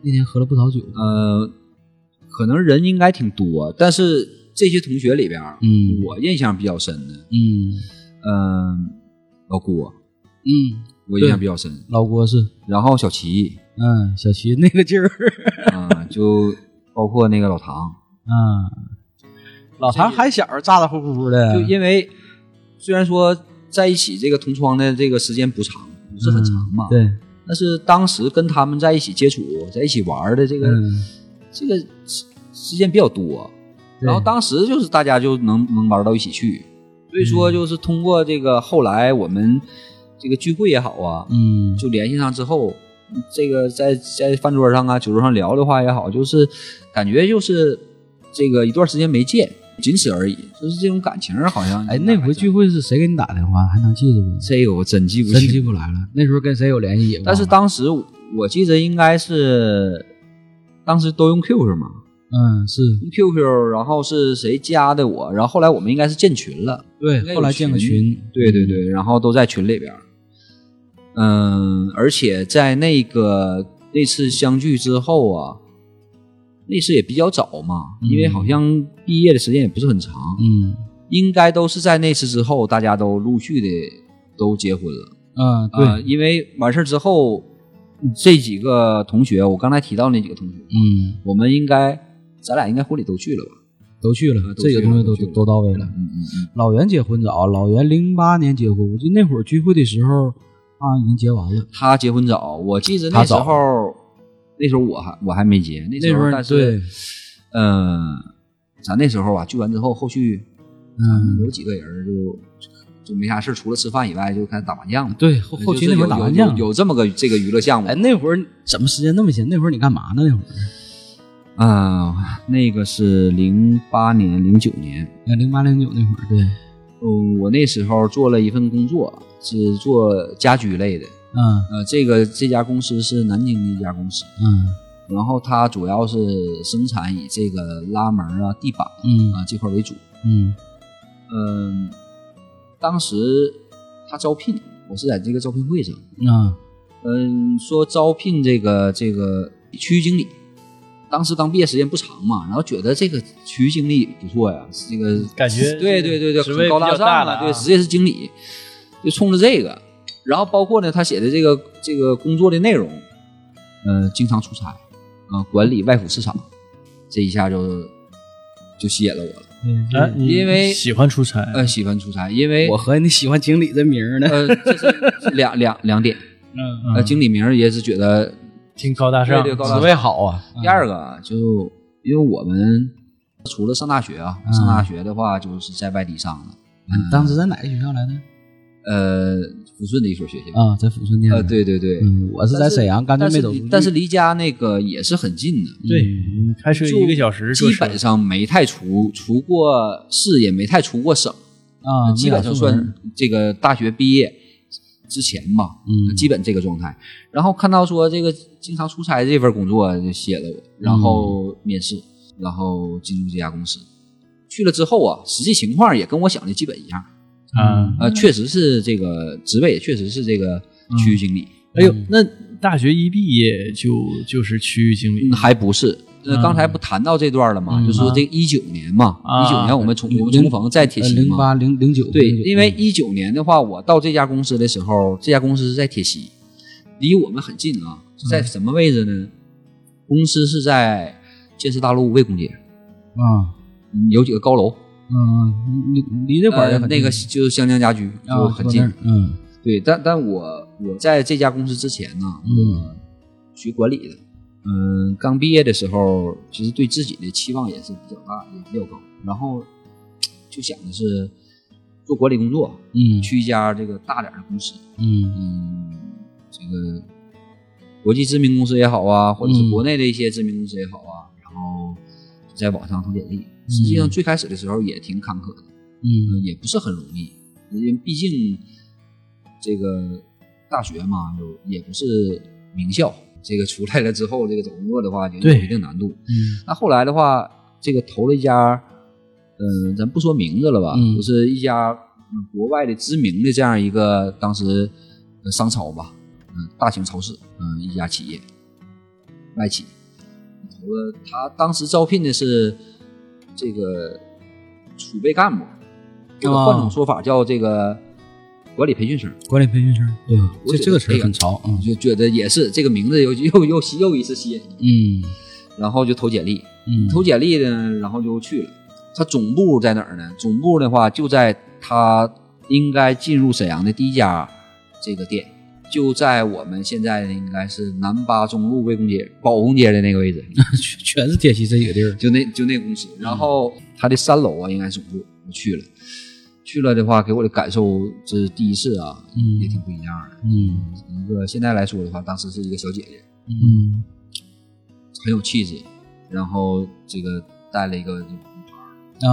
[SPEAKER 1] 那天喝了不少酒，
[SPEAKER 3] 呃，可能人应该挺多，但是这些同学里边，
[SPEAKER 1] 嗯
[SPEAKER 3] 我印象比较深的，
[SPEAKER 1] 嗯
[SPEAKER 3] 嗯、老郭，
[SPEAKER 1] 嗯，
[SPEAKER 3] 我印象
[SPEAKER 1] 对
[SPEAKER 3] 比较深，
[SPEAKER 1] 老郭是，
[SPEAKER 3] 然后小齐，
[SPEAKER 1] 嗯，小齐那个劲儿，
[SPEAKER 3] 啊、就包括那个老唐，
[SPEAKER 1] 嗯，老唐还小，咋咋呼呼的，
[SPEAKER 3] 就因为虽然说在一起这个同窗的这个时间不长，不是很长嘛，
[SPEAKER 1] 嗯对，
[SPEAKER 3] 但是当时跟他们在一起接触，在一起玩的这个、
[SPEAKER 1] 嗯。
[SPEAKER 3] 这个时时间比较多，
[SPEAKER 1] 对
[SPEAKER 3] 然后当时就是大家就能能玩到一起去，所以
[SPEAKER 1] 嗯
[SPEAKER 3] 说就是通过这个后来我们这个聚会也好啊，
[SPEAKER 1] 嗯，
[SPEAKER 3] 就联系上之后。这个在在饭桌上啊、酒桌上聊的话也好，就是感觉就是这个一段时间没见，仅此而已，就是这种感情好像
[SPEAKER 1] 哎，那回聚会是谁给你打电话？还能记得不？
[SPEAKER 3] 这个我真记不
[SPEAKER 1] 真
[SPEAKER 3] 清
[SPEAKER 1] 记不啊来了。那时候跟谁有联系也忘了
[SPEAKER 3] 但是当时我记得应该是，当时都用 QQ 嘛，
[SPEAKER 1] 嗯，是
[SPEAKER 3] QQ，然后是谁加的我，然后后来我们应该是建群了，应该
[SPEAKER 1] 对。
[SPEAKER 3] 有
[SPEAKER 1] 后来建个
[SPEAKER 3] 群
[SPEAKER 1] 群，
[SPEAKER 3] 对对对，然后都在群里边儿。嗯，而且在那个那次相聚之后啊，那次也比较早嘛，因为
[SPEAKER 1] 嗯
[SPEAKER 3] 好像毕业的时间也不是很长，
[SPEAKER 1] 嗯
[SPEAKER 3] 应该都是在那次之后，大家都陆续的都结婚了。
[SPEAKER 1] 嗯，对，
[SPEAKER 3] 啊，因为完事儿之后，这几个同学，我刚才提到那几个同学，
[SPEAKER 1] 嗯，
[SPEAKER 3] 我们应该，咱俩应该婚礼都去了吧？
[SPEAKER 1] 都去了，
[SPEAKER 3] 啊都
[SPEAKER 1] 这
[SPEAKER 3] 去
[SPEAKER 1] 个东西
[SPEAKER 3] 了都
[SPEAKER 1] 都
[SPEAKER 3] 去了
[SPEAKER 1] 都到位了。
[SPEAKER 3] 嗯嗯嗯，
[SPEAKER 1] 老袁结婚早，老袁零八年结婚，我记得那会儿聚会的时候啊，已经结完了。
[SPEAKER 3] 他结婚早，我记得那
[SPEAKER 1] 他
[SPEAKER 3] 时
[SPEAKER 1] 早
[SPEAKER 3] 候，那时候我还我还没结，那时
[SPEAKER 1] 那会
[SPEAKER 3] 候
[SPEAKER 1] 儿
[SPEAKER 3] 但
[SPEAKER 1] 对
[SPEAKER 3] 是，嗯、咱那时候啊，聚完之后，后续
[SPEAKER 1] 嗯，
[SPEAKER 3] 有几个人儿就就没啥事儿，除了吃饭以外，就开始打麻将嘛。
[SPEAKER 1] 对，后后期那会儿打麻将
[SPEAKER 3] 有，有有这么个这个娱乐项目
[SPEAKER 1] 哎，。那会儿怎么时间那么闲？那会儿你干嘛呢？那会儿，
[SPEAKER 3] 啊、那个是零八年、零九年，
[SPEAKER 1] 那零八零九那会儿，对，
[SPEAKER 3] 嗯，我那时候做了一份工作，是做家居类的。
[SPEAKER 1] 嗯
[SPEAKER 3] 呃，这个这家公司是南京的一家公司，
[SPEAKER 1] 嗯
[SPEAKER 3] 然后它主要是生产以这个拉门啊、地板
[SPEAKER 1] 嗯
[SPEAKER 3] 啊这块为主。
[SPEAKER 1] 嗯
[SPEAKER 3] 嗯，当时他招聘，我是在这个招聘会上，
[SPEAKER 1] 啊
[SPEAKER 3] 嗯，说招聘这个这个区域经理。当时刚毕业时间不长嘛，然后觉得这个区域经理不错呀，这个
[SPEAKER 2] 感觉
[SPEAKER 3] 对对对对，
[SPEAKER 2] 职位
[SPEAKER 3] 很高大
[SPEAKER 2] 比较
[SPEAKER 3] 上
[SPEAKER 2] 大了
[SPEAKER 3] 了，
[SPEAKER 2] 啊
[SPEAKER 3] 对，职业是经理，就冲着这个，然后包括呢，他写的这个这个工作的内容，呃，经常出差，呃，管理外府市场，这一下就就吸引了我了，
[SPEAKER 2] 啊
[SPEAKER 1] 嗯，
[SPEAKER 2] 你
[SPEAKER 3] 因为
[SPEAKER 2] 喜欢出差，
[SPEAKER 3] 呃，喜欢出差，因为
[SPEAKER 1] 我合计你喜欢经理这名儿呢。
[SPEAKER 3] 呃，这是两两两点，
[SPEAKER 1] 嗯，
[SPEAKER 3] 呃，
[SPEAKER 2] 嗯
[SPEAKER 3] 经理名儿也是觉得
[SPEAKER 2] 挺高大上，
[SPEAKER 3] 对对高大上
[SPEAKER 2] 职位好啊，
[SPEAKER 3] 第二个啊就因为我们除了上大学啊，上大学的话就是在外地上的，
[SPEAKER 1] 当时在哪个学校来着？
[SPEAKER 3] 呃，抚顺的一所学校，
[SPEAKER 1] 啊，在抚顺念的。
[SPEAKER 3] 呃，对对对，
[SPEAKER 1] 嗯，我是在
[SPEAKER 3] 但是
[SPEAKER 1] 沈阳，干脆
[SPEAKER 3] 但
[SPEAKER 1] 没
[SPEAKER 3] 是
[SPEAKER 1] 走
[SPEAKER 3] 离
[SPEAKER 1] 出去。
[SPEAKER 3] 但是离家那个也是很近的，
[SPEAKER 2] 对
[SPEAKER 1] 嗯，
[SPEAKER 2] 开车一个小时坐
[SPEAKER 3] 基
[SPEAKER 2] 车，
[SPEAKER 3] 本上没太出出过市，也没太出过省，
[SPEAKER 1] 啊，
[SPEAKER 3] 基本上
[SPEAKER 1] 没咋出门
[SPEAKER 3] 算这个大学毕业之前吧，
[SPEAKER 1] 嗯
[SPEAKER 3] 基本这个状态。然后看到说这个经常出差这份工作就写了我，然
[SPEAKER 1] 嗯
[SPEAKER 3] 后面试，然后进入这家公司。去了之后啊，实际情况也跟我想的基本一样，
[SPEAKER 1] 嗯
[SPEAKER 2] 啊，
[SPEAKER 3] 呃，确实是这个职位，也确实是这个区域经理，
[SPEAKER 2] 哎呦，那大学一毕业就就是区域经理
[SPEAKER 3] 嗯，还不是。那刚才不谈到这段了吗？
[SPEAKER 1] 嗯
[SPEAKER 3] 就是说这一九年嘛，
[SPEAKER 2] 啊
[SPEAKER 3] 一九年我们重
[SPEAKER 1] 零
[SPEAKER 3] 我们重逢在铁
[SPEAKER 1] 呃
[SPEAKER 3] 西
[SPEAKER 1] 零
[SPEAKER 3] 嘛，
[SPEAKER 1] 八零零九
[SPEAKER 3] 对，因
[SPEAKER 1] 嗯
[SPEAKER 3] 为一九年的话，我到这家公司的时候，这家公司是在铁西，离我们很近啊，是
[SPEAKER 1] 嗯
[SPEAKER 3] 在什么位置呢？公司是在建设大路魏公街，
[SPEAKER 1] 啊
[SPEAKER 3] 嗯有几个高楼，
[SPEAKER 1] 嗯，离离这块儿也
[SPEAKER 3] 呃，
[SPEAKER 1] 很
[SPEAKER 3] 那个
[SPEAKER 1] 近
[SPEAKER 3] 就是湘江家居就
[SPEAKER 1] 啊
[SPEAKER 3] 很近。
[SPEAKER 1] 坐那儿嗯
[SPEAKER 3] 对，但但我我在这家公司之前呢，
[SPEAKER 1] 嗯
[SPEAKER 3] 学管理的，嗯，刚毕业的时候，其实对自己的期望也是比较大，也比较高，然后就想的是做管理工作，
[SPEAKER 1] 嗯
[SPEAKER 3] 去一家这个大点儿的公司，
[SPEAKER 1] 嗯
[SPEAKER 3] 嗯，这个国际知名公司也好啊，或者是国内的一些知名公司也好啊，然后在网上投简历。实际上最开始的时候也挺坎坷的，
[SPEAKER 1] 嗯
[SPEAKER 3] 也不是很容易，因为毕竟这个大学嘛，有也不是名校，这个出来了之后，这个找工作的话也有
[SPEAKER 2] 对
[SPEAKER 3] 一定难度。
[SPEAKER 1] 嗯
[SPEAKER 3] 那后来的话，这个投了一家，嗯、咱不说名字了吧，
[SPEAKER 1] 嗯
[SPEAKER 3] 就是一家嗯国外的知名的这样一个当时呃商超吧，嗯、大型超市，嗯、一家企业，外企，投了。他当时招聘的是这个储备干部，这个
[SPEAKER 1] 啊
[SPEAKER 3] 换种说法叫这个管理培训生。
[SPEAKER 1] 管理培训生对
[SPEAKER 3] 我
[SPEAKER 1] 这
[SPEAKER 3] 觉
[SPEAKER 1] 这
[SPEAKER 3] 得
[SPEAKER 1] 个词
[SPEAKER 3] 哎
[SPEAKER 1] 儿
[SPEAKER 3] 呀
[SPEAKER 1] 很潮嗯
[SPEAKER 3] 就觉得也是这个名字又 又又吸又一次吸引你，
[SPEAKER 1] 嗯
[SPEAKER 3] 然后就投简历，
[SPEAKER 1] 嗯
[SPEAKER 3] 投简历呢，然后就去了。他总部在哪儿呢？总部的话就在他应该进入沈阳的第一家这个店，就在我们现在应该是南八中路魏公街、宝公街的那个位置，
[SPEAKER 1] 全全是铁西这几个地儿
[SPEAKER 3] 就那就那公司。然后他的三楼啊，应该是总部，我去了。去了的话，给我的感受这是第一次啊，
[SPEAKER 1] 嗯
[SPEAKER 3] 也挺不一样的。
[SPEAKER 1] 嗯
[SPEAKER 3] 一个现在来说的话，当时是一个小姐姐，
[SPEAKER 1] 嗯
[SPEAKER 3] 很有气质，然后这个带了一个
[SPEAKER 1] 啊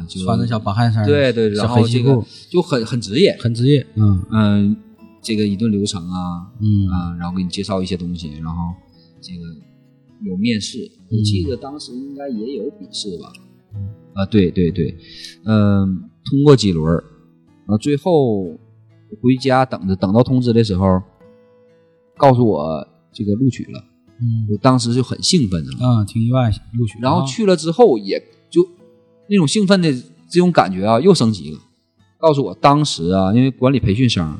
[SPEAKER 3] 啊就
[SPEAKER 1] 穿着小白汗衫儿
[SPEAKER 3] 对对，然
[SPEAKER 1] 嗯小
[SPEAKER 3] 后
[SPEAKER 1] 黑
[SPEAKER 3] 这
[SPEAKER 1] 西
[SPEAKER 3] 个
[SPEAKER 1] 裤
[SPEAKER 3] 就很很职业，
[SPEAKER 1] 很职业嗯
[SPEAKER 3] 嗯，这个一顿流程啊
[SPEAKER 1] 嗯
[SPEAKER 3] 啊，然后给你介绍一些东西，然后这个有面试，我记得当时应该也有笔试吧？啊，对对对，嗯，通过几轮儿，啊，最后回家等着，等到通知的时候，告诉我这个录取了，
[SPEAKER 1] 嗯
[SPEAKER 3] 我当时就很兴奋啊。
[SPEAKER 1] 啊，挺意外录取，
[SPEAKER 3] 然
[SPEAKER 2] 啊
[SPEAKER 3] 后去了之后，也就那种兴奋的这种感觉啊，又升级了。告诉我当时啊，因为管理培训生，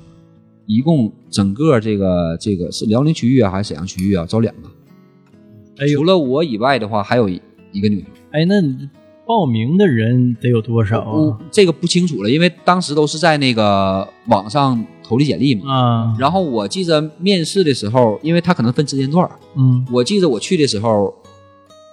[SPEAKER 3] 一共整个这个这个是辽宁区域啊，还是沈阳区域啊，招两个。
[SPEAKER 2] 哎呦
[SPEAKER 3] 除了我以外的话，还有一一个女孩。
[SPEAKER 2] 哎，那你报名的人得有多少
[SPEAKER 3] 我
[SPEAKER 2] 啊？
[SPEAKER 3] 这个不清楚了，因为当时都是在那个网上投递简历嘛。
[SPEAKER 2] 啊，
[SPEAKER 3] 然后我记着面试的时候，因为他可能分时间段儿，
[SPEAKER 2] 嗯，
[SPEAKER 3] 我记得我去的时候，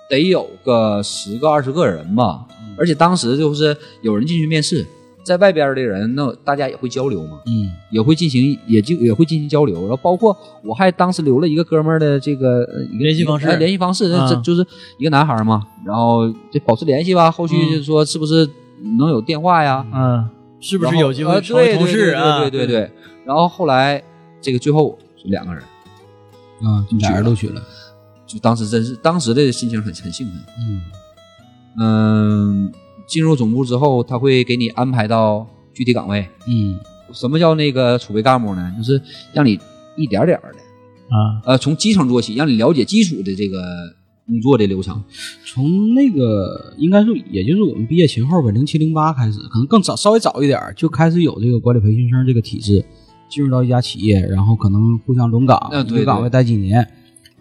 [SPEAKER 3] 得有个十个二十个人吧，
[SPEAKER 2] 嗯
[SPEAKER 3] 而且当时就是有人进去面试，在外边的人，那大家也会交流嘛，
[SPEAKER 1] 嗯
[SPEAKER 3] 也会进行也就也会进行交流，然后包括我还当时留了一个哥们儿的这个呃一个
[SPEAKER 2] 联系方式
[SPEAKER 3] 哎联系方式，那这
[SPEAKER 2] 嗯
[SPEAKER 3] 就是一个男孩嘛，然后就保持联系吧，后续
[SPEAKER 2] 嗯
[SPEAKER 3] 就说是不是能有电话呀？
[SPEAKER 2] 嗯，是不是
[SPEAKER 3] 然后
[SPEAKER 2] 有机
[SPEAKER 3] 呃
[SPEAKER 2] 会成为
[SPEAKER 3] 对
[SPEAKER 2] 同事啊？
[SPEAKER 3] 对对对对对，然后后来这个最后是两个人，
[SPEAKER 1] 啊，就俩人录取了，
[SPEAKER 3] 就当时真是当时的心情很很兴奋。
[SPEAKER 1] 嗯
[SPEAKER 3] 嗯，进入总部之后，他会给你安排到具体岗位。
[SPEAKER 1] 嗯
[SPEAKER 3] 什么叫那个储备干部呢？就是让你一点点的，
[SPEAKER 2] 啊，
[SPEAKER 3] 呃，从基层做起，让你了解基础的这个工作的流程。
[SPEAKER 1] 从那个应该是也就是我们毕业前后吧，零七零八开始，可能更早稍微早一点儿就开始有这个管理培训生这个体制，进入到一家企业，然后可能互相轮岗，
[SPEAKER 3] 嗯对
[SPEAKER 1] 一个岗位待几年，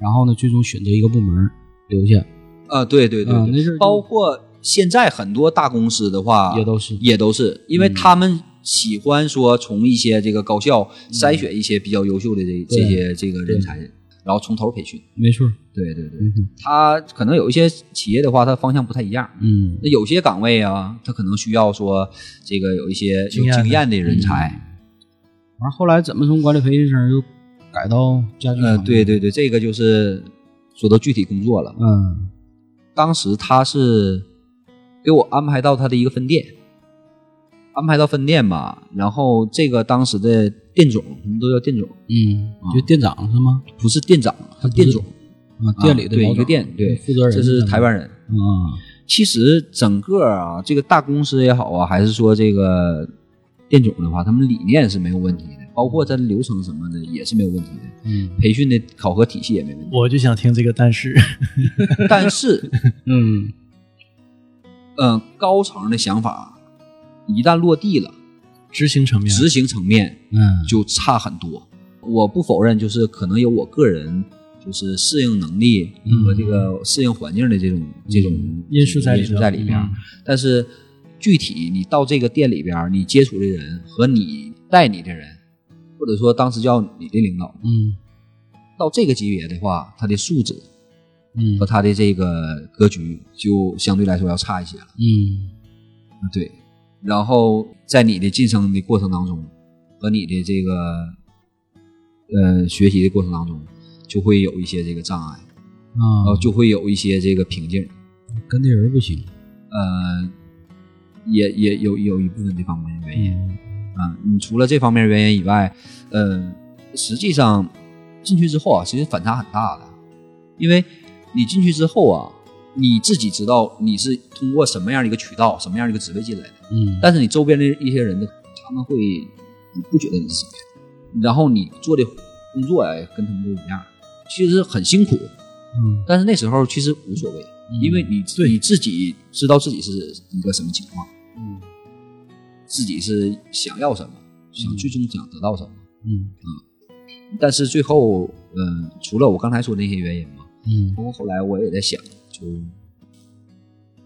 [SPEAKER 1] 然后呢，最终选择一个部门留下，
[SPEAKER 3] 啊，对对对
[SPEAKER 1] 嗯
[SPEAKER 3] 对
[SPEAKER 1] 那阵儿就
[SPEAKER 3] 包括现在很多大公司的话，
[SPEAKER 1] 也都是
[SPEAKER 3] 也都是，因为他们喜欢说从一些这个高校筛选一些比较优秀的这这些这个人才，然后从头培训。
[SPEAKER 1] 没错，嗯
[SPEAKER 3] 对对对，
[SPEAKER 1] 没错，
[SPEAKER 3] 他可能有一些企业的话，它方向不太一样。
[SPEAKER 1] 嗯
[SPEAKER 3] 那有些岗位啊，他可能需要说这个有一些有
[SPEAKER 2] 经验的
[SPEAKER 3] 经验的人才。
[SPEAKER 1] 完后来怎么从管理培训生又改到家具行
[SPEAKER 3] 呃，
[SPEAKER 1] 业
[SPEAKER 3] 对，对对，这个就是说到具体工作了。
[SPEAKER 1] 嗯
[SPEAKER 3] 当时他是给我安排到他的一个分店，安排到分店吧。然后这个当时的店总，我们都叫店总，
[SPEAKER 1] 嗯
[SPEAKER 3] 啊，
[SPEAKER 1] 就店长是吗？
[SPEAKER 3] 不是店长，是店总，
[SPEAKER 1] 啊，店里的
[SPEAKER 3] 对
[SPEAKER 1] 老
[SPEAKER 3] 一个
[SPEAKER 1] 总
[SPEAKER 3] 店，对，
[SPEAKER 1] 负责人
[SPEAKER 3] 这是台湾人。
[SPEAKER 1] 啊，
[SPEAKER 3] 其实整个啊，这个大公司也好啊，还是说这个店总的话，他们理念是没有问题的，包括咱流程什么的也是没有问题的，
[SPEAKER 1] 嗯
[SPEAKER 3] 培训的考核体系也 没问题。
[SPEAKER 2] 我就想听这个，但是，
[SPEAKER 3] 但是，
[SPEAKER 1] 嗯
[SPEAKER 3] 嗯、高层的想法一旦落地了，
[SPEAKER 2] 执行层面，
[SPEAKER 3] 执行层面
[SPEAKER 1] 嗯，
[SPEAKER 3] 就差很多。我不否认，就是可能有我个人就是适应能力和这个适应环境的这种、这种
[SPEAKER 2] 嗯因素在里
[SPEAKER 3] 因
[SPEAKER 2] 头
[SPEAKER 3] 素在里边儿。
[SPEAKER 2] 嗯
[SPEAKER 3] 但是具体你到这个店里边儿，你接触的人和你带你的人，或者说当时叫你的领导，
[SPEAKER 1] 嗯
[SPEAKER 3] 到这个级别的话，他的素质
[SPEAKER 1] 嗯
[SPEAKER 3] 和他的这个格局就相对来说要差一些了。
[SPEAKER 1] 嗯
[SPEAKER 3] 对，然后在你的晋升的过程当中，和你的这个呃学习的过程当中，就会有一些这个障碍，然
[SPEAKER 1] 啊
[SPEAKER 3] 后，就会有一些这个瓶颈，
[SPEAKER 1] 跟那人不行，
[SPEAKER 3] 呃，也也有有一部分这方面的原因
[SPEAKER 1] 嗯
[SPEAKER 3] 啊。你除了这方面原因以外，呃，实际上进去之后啊，其实反差很大的，因为你进去之后啊，你自己知道你是通过什么样的一个渠道、什么样的一个职位进来的。
[SPEAKER 1] 嗯
[SPEAKER 3] 但是你周边的一些人呢，他们会不觉得你是谁，然后你做的工作呀，跟他们不一样，其实很辛苦，
[SPEAKER 1] 嗯，
[SPEAKER 3] 但是那时候其实无所谓，因为你
[SPEAKER 2] 对
[SPEAKER 3] 你自己知道自己是一个什么情况，
[SPEAKER 1] 嗯
[SPEAKER 3] 自己是想要什么，想最终想得到什么，
[SPEAKER 1] 嗯
[SPEAKER 3] 但是最后，嗯、除了我刚才说的那些原因嘛，
[SPEAKER 1] 嗯
[SPEAKER 3] 包括后来我也在想，就，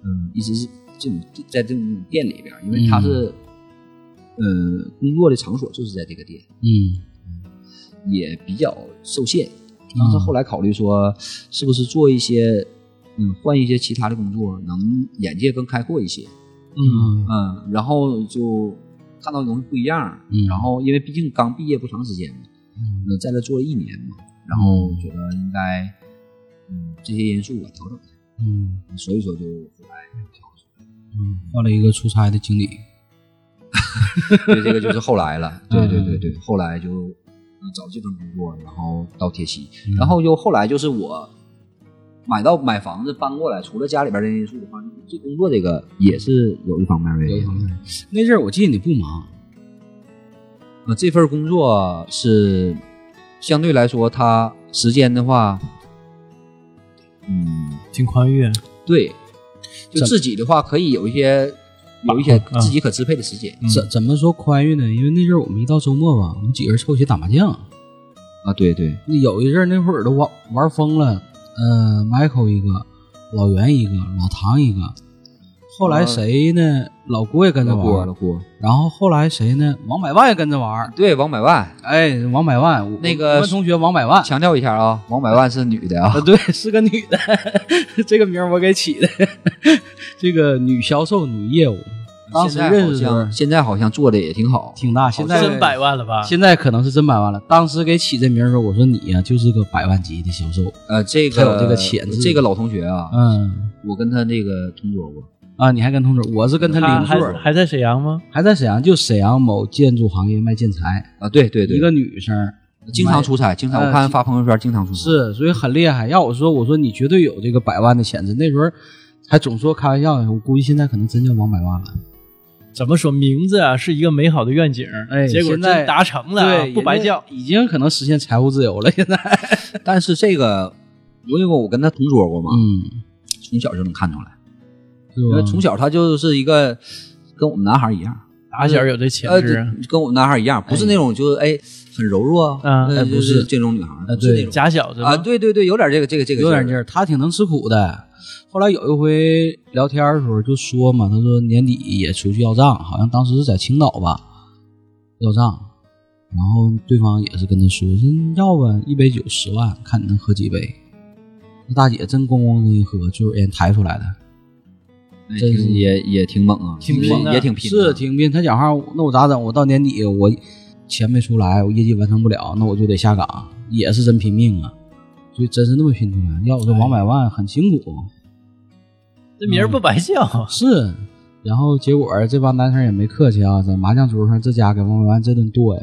[SPEAKER 3] 嗯，一直是这种在这种店里边儿，因为它是，嗯、工作的场所就是在这个店，
[SPEAKER 1] 嗯
[SPEAKER 3] 也比较受限。但是后来考虑说，是不是做一些，嗯，换一些其他的工作，能眼界更开阔一些。
[SPEAKER 2] 嗯，
[SPEAKER 3] 嗯，然后就看到的东西不一样。
[SPEAKER 1] 嗯
[SPEAKER 3] 然后因为毕竟刚毕业不长时间嘛，
[SPEAKER 1] 嗯
[SPEAKER 3] 嗯，在这做了一年嘛，然后觉得应该，嗯，这些因素啊调整一下。
[SPEAKER 1] 嗯
[SPEAKER 3] 所以说就后来调整
[SPEAKER 1] 嗯，换了一个出差的经理，
[SPEAKER 3] 对，这个就是后来了。对
[SPEAKER 1] 嗯
[SPEAKER 3] 对对对，后来就嗯找这份工作，然后到铁西，
[SPEAKER 1] 嗯
[SPEAKER 3] 然后又后来就是我买到买房子搬过来，除了家里边的因素的话，这工作这个也是有一方面的
[SPEAKER 1] 有
[SPEAKER 3] 原
[SPEAKER 1] 一
[SPEAKER 3] 因
[SPEAKER 1] 方。面，那阵儿我记得你不忙，
[SPEAKER 3] 呃，这份工作是相对来说，它时间的话，嗯，
[SPEAKER 2] 挺宽裕，啊
[SPEAKER 3] 对，就
[SPEAKER 1] 怎
[SPEAKER 3] 自己的话可以有一些有一些
[SPEAKER 2] 嗯
[SPEAKER 3] 自己可支配的时间、
[SPEAKER 2] 嗯
[SPEAKER 1] 怎怎么说宽裕呢？因为那阵儿我们一到周末吧，我们几个人凑齐打麻将。
[SPEAKER 3] 啊，对对，
[SPEAKER 1] 那有一阵儿那会儿都玩玩疯了，呃，Michael 一个，老袁一个，老唐一个。后来谁呢？啊老郭也跟着
[SPEAKER 3] 老郭
[SPEAKER 1] 玩
[SPEAKER 3] 老，郭，
[SPEAKER 1] 然后后来谁呢？王百万也跟着玩。
[SPEAKER 3] 对王百万，
[SPEAKER 1] 哎，王百万，我
[SPEAKER 3] 那个
[SPEAKER 1] 我们同学王百万，
[SPEAKER 3] 强调一下啊，王百万是女的啊
[SPEAKER 1] 啊，，对， 是个女的，这个名儿我给起的。 这个女销售、女业务，当时
[SPEAKER 3] 现在
[SPEAKER 1] 认
[SPEAKER 3] 好
[SPEAKER 1] 识的时候
[SPEAKER 3] 像现在好像做的也挺好，
[SPEAKER 1] 挺大，现在
[SPEAKER 2] 真百万了吧？
[SPEAKER 1] 现在可能是真百万了。当时给起这名儿的时候，我说你呀、就是个百万级的销售。
[SPEAKER 3] 呃，这个呃
[SPEAKER 1] 还有这个潜质
[SPEAKER 3] 这个老同学啊，
[SPEAKER 1] 嗯
[SPEAKER 3] 我跟他那个同桌过，
[SPEAKER 1] 啊，你还跟同桌，我是跟他
[SPEAKER 2] 他
[SPEAKER 1] 邻座
[SPEAKER 2] 还
[SPEAKER 1] 儿，
[SPEAKER 2] 还在沈阳吗？
[SPEAKER 1] 还在沈阳，就沈阳某建筑行业卖建材，
[SPEAKER 3] 啊，对对对，
[SPEAKER 1] 一个女生，
[SPEAKER 3] 经常出嗯差，经常
[SPEAKER 1] 呃
[SPEAKER 3] 我看发朋友圈经常出差，
[SPEAKER 1] 是，所以很厉害。要我说，我说你绝对有这个百万的潜质。那时候还总说开玩笑，我估计现在可能真叫王百万了。
[SPEAKER 2] 怎么说名字啊是一个美好的愿景，
[SPEAKER 1] 哎
[SPEAKER 2] 结果
[SPEAKER 1] 现在
[SPEAKER 2] 真达成了啊，不白叫。，
[SPEAKER 1] 已经可能实现财务自由了。 现在，
[SPEAKER 3] 但是这个因为我跟他同桌过嘛，
[SPEAKER 1] 嗯，
[SPEAKER 3] 从小就能看出来，
[SPEAKER 1] 是
[SPEAKER 3] 因
[SPEAKER 1] 吧
[SPEAKER 3] 为？从小他就是一个跟我们男孩一样，
[SPEAKER 2] 打小有这潜
[SPEAKER 3] 呃，
[SPEAKER 1] 啊
[SPEAKER 2] 质，啊
[SPEAKER 3] 跟我们男孩一样，不是那种就是哎很柔弱，
[SPEAKER 2] 嗯
[SPEAKER 3] 呃
[SPEAKER 1] 哎不
[SPEAKER 3] 就是
[SPEAKER 1] 是
[SPEAKER 3] 这种女孩，
[SPEAKER 1] 呃
[SPEAKER 3] 不是
[SPEAKER 1] 对
[SPEAKER 3] 那种
[SPEAKER 2] 假小子吗
[SPEAKER 3] 啊，，对对对，有点这个这个这个
[SPEAKER 1] 有点
[SPEAKER 3] 劲
[SPEAKER 1] 劲
[SPEAKER 3] 儿，
[SPEAKER 1] 儿，他挺能吃苦的。后来有一回聊天的时候就说嘛，他说年底也出去要账，好像当时是在青岛吧要账，然后对方也是跟他说说要吧，一杯酒十万，看你能喝几杯。那大姐真咣咣的一喝，就是人抬出来的，
[SPEAKER 3] 哎挺也也挺猛啊，
[SPEAKER 2] 挺
[SPEAKER 3] 也
[SPEAKER 2] 拼的
[SPEAKER 3] 也挺拼的，
[SPEAKER 1] 是挺斌。他讲话，那我咋整？我到年底我钱没出来，我业绩完成不了，那我就得下岗，也是真拼命啊。所以真是那么拼出来，要我说王百万很辛苦。
[SPEAKER 2] 这名儿不白叫。
[SPEAKER 1] 是，然后结果这帮男生也没客气啊，在麻将桌上这家给王百万这顿剁呀，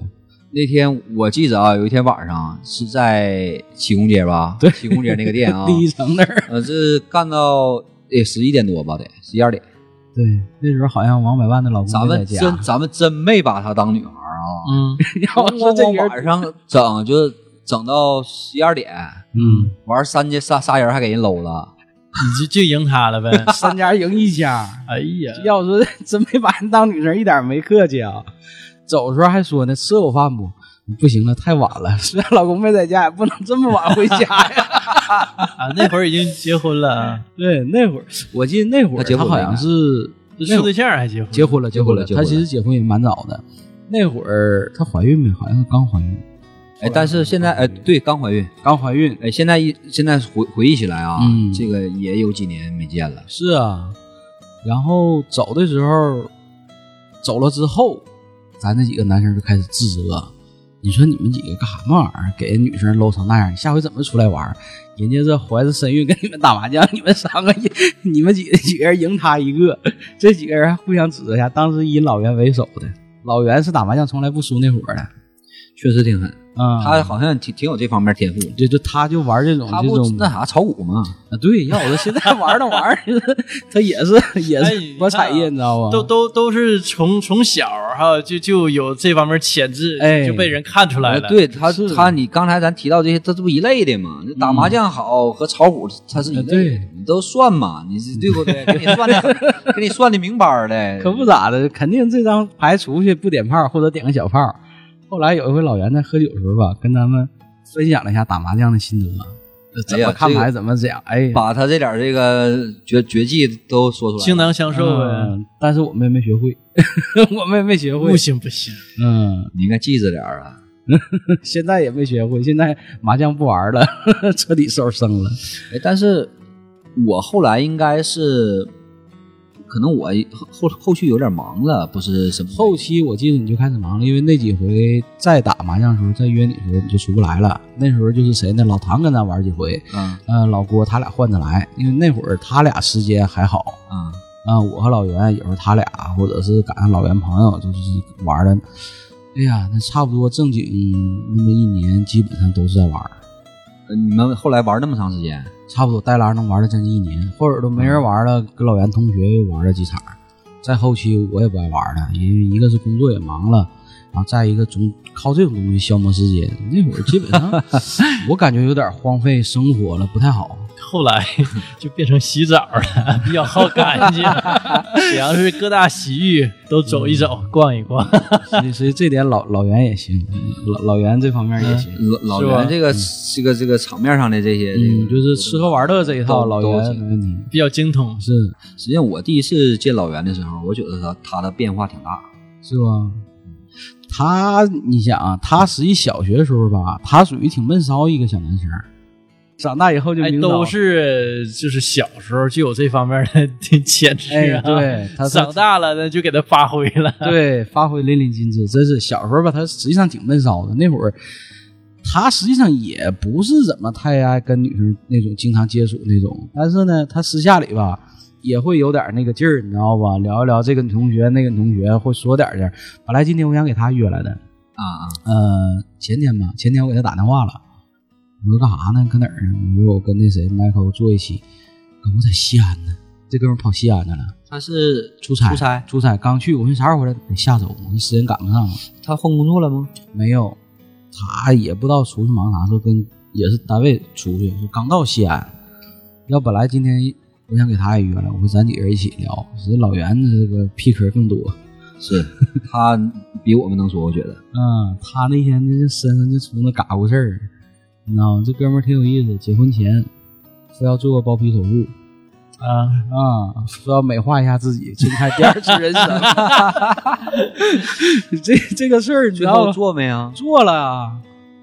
[SPEAKER 3] 那天我记着啊，有一天晚上是在启功街吧，对，启功街那个店啊，
[SPEAKER 1] 第一层那儿。
[SPEAKER 3] 呃，这干到得十一点多吧，得十一二点。
[SPEAKER 1] 对，那时候好像王百万的老
[SPEAKER 3] 咱
[SPEAKER 1] 公没在
[SPEAKER 3] 们
[SPEAKER 1] 家，
[SPEAKER 3] 真咱们真没把她当 女孩儿啊，
[SPEAKER 2] 嗯，
[SPEAKER 1] 要说这
[SPEAKER 3] 咣咣
[SPEAKER 1] 人
[SPEAKER 3] 咣晚上整就是整到十一二点，
[SPEAKER 1] 嗯，
[SPEAKER 3] 完三家仨仨人还给人搂了，
[SPEAKER 2] 你就就赢他了呗。
[SPEAKER 1] 三家赢一家。
[SPEAKER 2] 哎呀，
[SPEAKER 1] 要说 真没把人当女生，一点没客气啊。走的时候还说呢，吃我饭不？不行了，太晚了。 虽然老公没在家，也不能这么晚回家呀。
[SPEAKER 2] 啊，那会儿已经结婚了啊，
[SPEAKER 1] 对，那会儿我记得那会
[SPEAKER 3] 他
[SPEAKER 1] 儿
[SPEAKER 3] 结
[SPEAKER 1] 他
[SPEAKER 3] 婚
[SPEAKER 1] 好
[SPEAKER 3] 了
[SPEAKER 1] 像
[SPEAKER 3] 应该
[SPEAKER 1] 是那
[SPEAKER 2] 处
[SPEAKER 1] 会儿
[SPEAKER 2] 对象还结婚，
[SPEAKER 1] 结婚了，结婚了。
[SPEAKER 3] 结
[SPEAKER 1] 她
[SPEAKER 3] 婚了
[SPEAKER 1] 其实结婚也蛮早的，那会儿她怀孕没？好像刚怀孕，
[SPEAKER 3] 哎，但是现在哎，对，刚怀孕，
[SPEAKER 1] 刚怀孕。
[SPEAKER 3] 哎，现在一现在回回忆起来啊，
[SPEAKER 1] 嗯
[SPEAKER 3] 这个也有几年没见了，
[SPEAKER 1] 是啊，然后走的时候，走了之后，咱这几个男生就开始自责。你说你们几个干什么玩意儿？给人女生搂成那样，你下回怎么出来玩儿？人家这怀着身孕跟你们打麻将，你们三个，你们几几个人赢他一个，这几个人还互相指责一下。当时以老袁为首的，老袁是打麻将从来不输那伙儿的。
[SPEAKER 3] 确实挺狠。
[SPEAKER 1] 啊、
[SPEAKER 3] 她好像挺挺有这方面天赋，
[SPEAKER 1] 对，就他就玩这种
[SPEAKER 3] 她
[SPEAKER 1] 这
[SPEAKER 3] 不
[SPEAKER 1] 种
[SPEAKER 3] 那啥炒股吗？
[SPEAKER 1] 啊，对，要我说现在玩儿那玩意儿，他也是也
[SPEAKER 2] 哎
[SPEAKER 1] 是
[SPEAKER 2] 你
[SPEAKER 1] 博彩
[SPEAKER 2] 看啊
[SPEAKER 1] 业，你知道吗？
[SPEAKER 2] 都都都是从从小哈、就就有这方面潜质，
[SPEAKER 1] 哎
[SPEAKER 2] 就被人看出来
[SPEAKER 3] 呃
[SPEAKER 2] 了。，
[SPEAKER 3] 对他
[SPEAKER 1] 是，嗯
[SPEAKER 3] 他你刚才咱提到这些，这这不一类的嘛？那打麻将好和炒股，它是一类
[SPEAKER 1] 呃
[SPEAKER 3] 的，
[SPEAKER 1] 对
[SPEAKER 3] 你都算嘛，你是对不对？给你算的，给你算的明白儿 的，
[SPEAKER 1] 可不咋的，肯定这张牌出去不点炮或者点个小炮。后来有一回老袁在喝酒的时候吧，跟咱们分享了一下打麻将的心得，呃怎
[SPEAKER 3] 哎呀
[SPEAKER 1] 么看
[SPEAKER 3] 这个
[SPEAKER 1] 牌怎么讲，哎，
[SPEAKER 3] 把他这点儿这个绝绝技都说出来了。
[SPEAKER 2] 倾囊相授呗。
[SPEAKER 1] 嗯，但是我们也没学会， 我们也没学会
[SPEAKER 2] 不，行不行，
[SPEAKER 1] 嗯，
[SPEAKER 3] 你应该记着点儿啊。
[SPEAKER 1] 现在也没学会，现在麻将不玩了， 彻底收生了。
[SPEAKER 3] 哎，但是我后来应该是，可能我后后续有点忙了，不是什么
[SPEAKER 1] 后期我记得你就开始忙了，因为那几回再打麻将的时候，再约你的时候你就出不来了。那时候就是谁呢？老唐跟咱玩几回，
[SPEAKER 3] 啊
[SPEAKER 1] 呃，老郭他俩换着来，因为那会儿他俩时间还好
[SPEAKER 3] 啊，
[SPEAKER 1] 啊、我和老袁有时候他俩，或者是赶上老袁朋友，就是玩的。哎呀，那差不多正经那么一年，基本上都是在玩儿。
[SPEAKER 3] 呃你们后来玩那么长时间，
[SPEAKER 1] 差不多带拉能玩了将近一年，后边都没人玩了，跟老袁同学又玩了几场。再后期我也不爱玩了，因为一个是工作也忙了，然后再一个总靠这种东西消磨时间。那会儿基本 上我感觉有点荒废生活了，不太好。
[SPEAKER 2] 后来 就变成洗澡了，比较好干净。只要是各大洗浴都走一走，逛一逛。
[SPEAKER 1] 所以所以这点老老袁也行，老老袁这方面也行。
[SPEAKER 3] 老老
[SPEAKER 2] 是吧
[SPEAKER 3] 袁这个这个这个场面上的这些，这
[SPEAKER 1] 嗯，
[SPEAKER 3] 个
[SPEAKER 1] 就是吃喝玩乐这一套，
[SPEAKER 3] 都
[SPEAKER 1] 老
[SPEAKER 3] 都
[SPEAKER 1] 袁
[SPEAKER 3] 行
[SPEAKER 1] 没问题。
[SPEAKER 2] 比较精通，
[SPEAKER 1] 是
[SPEAKER 3] 实际上我第一次见老袁的时候，我觉得他他的变化挺大。
[SPEAKER 1] 是吧？他，你想啊，他实际小学的时候吧，他属于挺闷骚一个小男生，长大以后就
[SPEAKER 2] 哎，
[SPEAKER 1] 明导
[SPEAKER 2] 都是就是小时候就有这方面的 潜质啊。
[SPEAKER 1] 哎 对他是
[SPEAKER 2] 长大了呢就给他发挥了。
[SPEAKER 1] 对，发挥淋漓尽致，真是小时候吧，他实际上挺闷骚的。那会儿，他实际上也不是怎么太爱跟女生那种经常接触那种，但是呢，他私下里吧也会有点那个劲儿，你知道吧？聊一聊这个女同学，那个女同学，会说点儿这儿。本来今天我想给他约来的，
[SPEAKER 3] 啊啊，
[SPEAKER 1] 呃，前天吧，前天我给他打电话了，我说干啥呢？搁哪儿呢？我说我跟那谁 Michael 做一期，哥们在西安呢，这哥们跑西安去了，
[SPEAKER 3] 他是
[SPEAKER 1] 出差，
[SPEAKER 3] 出差，
[SPEAKER 1] 出差刚去，我说啥时候回来？得下周，我说时间赶不上了。
[SPEAKER 3] 他换工作了吗？
[SPEAKER 1] 没有，他也不知道出去忙啥，说跟也是单位出去，就刚到西安。要本来今天我想给他也约了，我说咱几个人一起聊，实际老袁的这个屁壳更多。
[SPEAKER 3] 是，他比我们能说，我觉得。
[SPEAKER 1] 嗯，他那天那身上就出那嘎咕事儿，你知道吗？这哥们儿挺有意思，结婚前非要做个包皮手术
[SPEAKER 2] 啊，
[SPEAKER 1] 啊、说要美化一下自己，重开第 二次人生。这这个事儿你知
[SPEAKER 3] 最
[SPEAKER 1] 道
[SPEAKER 3] 后
[SPEAKER 1] 吗？
[SPEAKER 3] 做没啊？
[SPEAKER 1] 做了啊，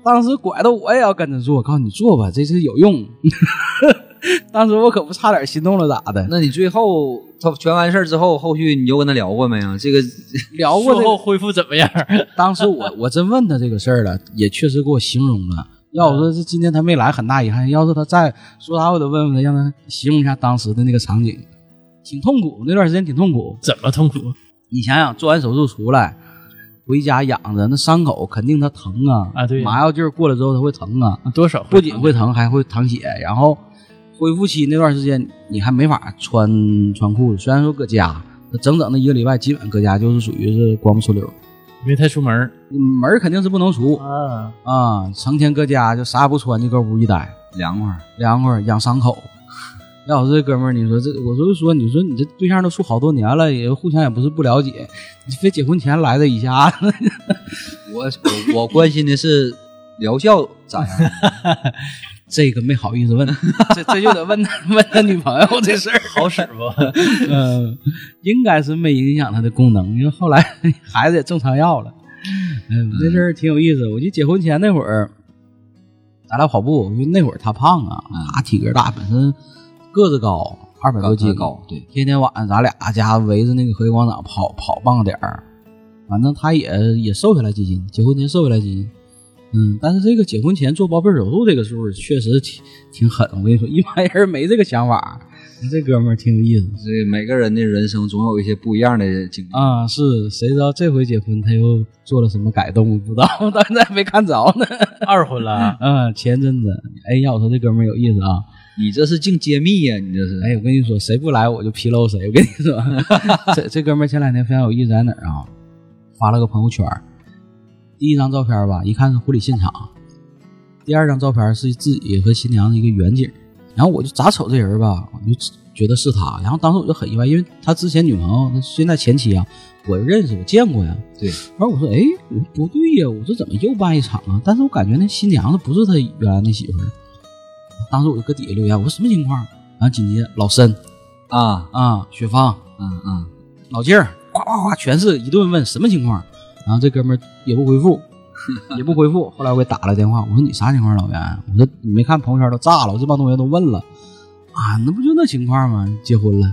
[SPEAKER 1] 当时拐的我也要跟着做，我告诉你做吧，这是有用。 当时我可不差点心动了咋的？
[SPEAKER 3] 那你最后他全完事儿之后，后续你又跟他聊过没啊？这个
[SPEAKER 1] 聊过
[SPEAKER 2] 术
[SPEAKER 1] 这
[SPEAKER 2] 后
[SPEAKER 1] 个，
[SPEAKER 2] 恢复怎么样？
[SPEAKER 1] 当时我我真问他这个事儿了， 也确实给我形容了。要我说是今天他没来，很大遗憾。要是他在，说啥我得问问他，让他形容一下当时的那个场景，挺痛苦，那段时间挺痛苦。
[SPEAKER 2] 怎么痛苦
[SPEAKER 1] 你想想，做完手术出来，回家养着，那伤口肯定它疼啊，
[SPEAKER 2] 啊对呀
[SPEAKER 1] 麻药劲儿过了之后它会疼啊，
[SPEAKER 2] 啊？多少会
[SPEAKER 1] 不仅会疼，还会淌血。然后恢复期那段时间，你还没法穿穿裤子。虽然说搁家，那整整的一个礼拜，基本上搁家就是属于是光不出溜，
[SPEAKER 2] 没太出门儿
[SPEAKER 1] 门儿肯定是不能出
[SPEAKER 2] 啊，
[SPEAKER 1] 啊、成天搁家就啥也不穿，就搁屋一待，
[SPEAKER 3] 凉快儿，
[SPEAKER 1] 凉快儿养伤口。要我这哥们儿，你说这，我就说，你说你这对象都处好多年了，也互相也不是不了解，你非结婚前来这一下，
[SPEAKER 3] 我我我关心的是疗效咋样？
[SPEAKER 1] 这个没好意思问，这这就得问他 问他女朋友这事儿。
[SPEAKER 2] 好使不？
[SPEAKER 1] 嗯，应该是没影响他的功能，因为后来 孩子也正常要了。嗯，这事儿挺有意思。我记得结婚前那会儿，咱俩跑步，因为那会儿他胖啊，他体格大，本身个子高，二百多斤，
[SPEAKER 3] 高，对，
[SPEAKER 1] 天天晚上咱俩家围着那个和谐广场跑跑半个点儿，反正他也也瘦下来几斤，结婚前瘦下来几斤。嗯，但是这个结婚前做包皮手术这个数确实挺挺狠，我跟你说，一般人没这个想法。这哥们儿挺有意思
[SPEAKER 3] 所以每个人的人生总有一些不一样的经历。
[SPEAKER 1] 啊，是谁知道这回结婚他又做了什么改动？不知道， 到现在没看着呢。
[SPEAKER 2] 二婚了，
[SPEAKER 1] 嗯，前阵子，哎呀，我说这哥们儿有意思啊。
[SPEAKER 3] 你这是净揭秘呀、你这是。
[SPEAKER 1] 哎，我跟你说，谁不来我就披露谁。我跟你说，这这哥们儿前两天非常有意思，在哪儿啊？发了个朋友圈儿，第一张照片吧，一看是婚礼现场；第二张照片是自己和新娘的一个远景。然后我就咋瞅这人吧，我就觉得是他。然后当时我就很意外，因为他之前女朋友，他现在前妻啊，我认识，我见过呀。
[SPEAKER 3] 对，
[SPEAKER 1] 然后我说，哎，我不对呀，我这怎么又办一场啊？但是我感觉那新娘子不是他原来那媳妇儿。当时我就搁底下留言，我说什么情况？啊然后紧接着老申
[SPEAKER 3] 啊，
[SPEAKER 1] 啊、雪芳、
[SPEAKER 3] 嗯嗯，
[SPEAKER 1] 老静儿，呱呱呱，全是一顿问什么情况。然后这哥们儿也不回复，也不回复。后来我给打了电话，我说你啥情况，老袁？我说你没看朋友圈都炸了，我这帮同学都问了啊，那不就那情况吗？结婚了。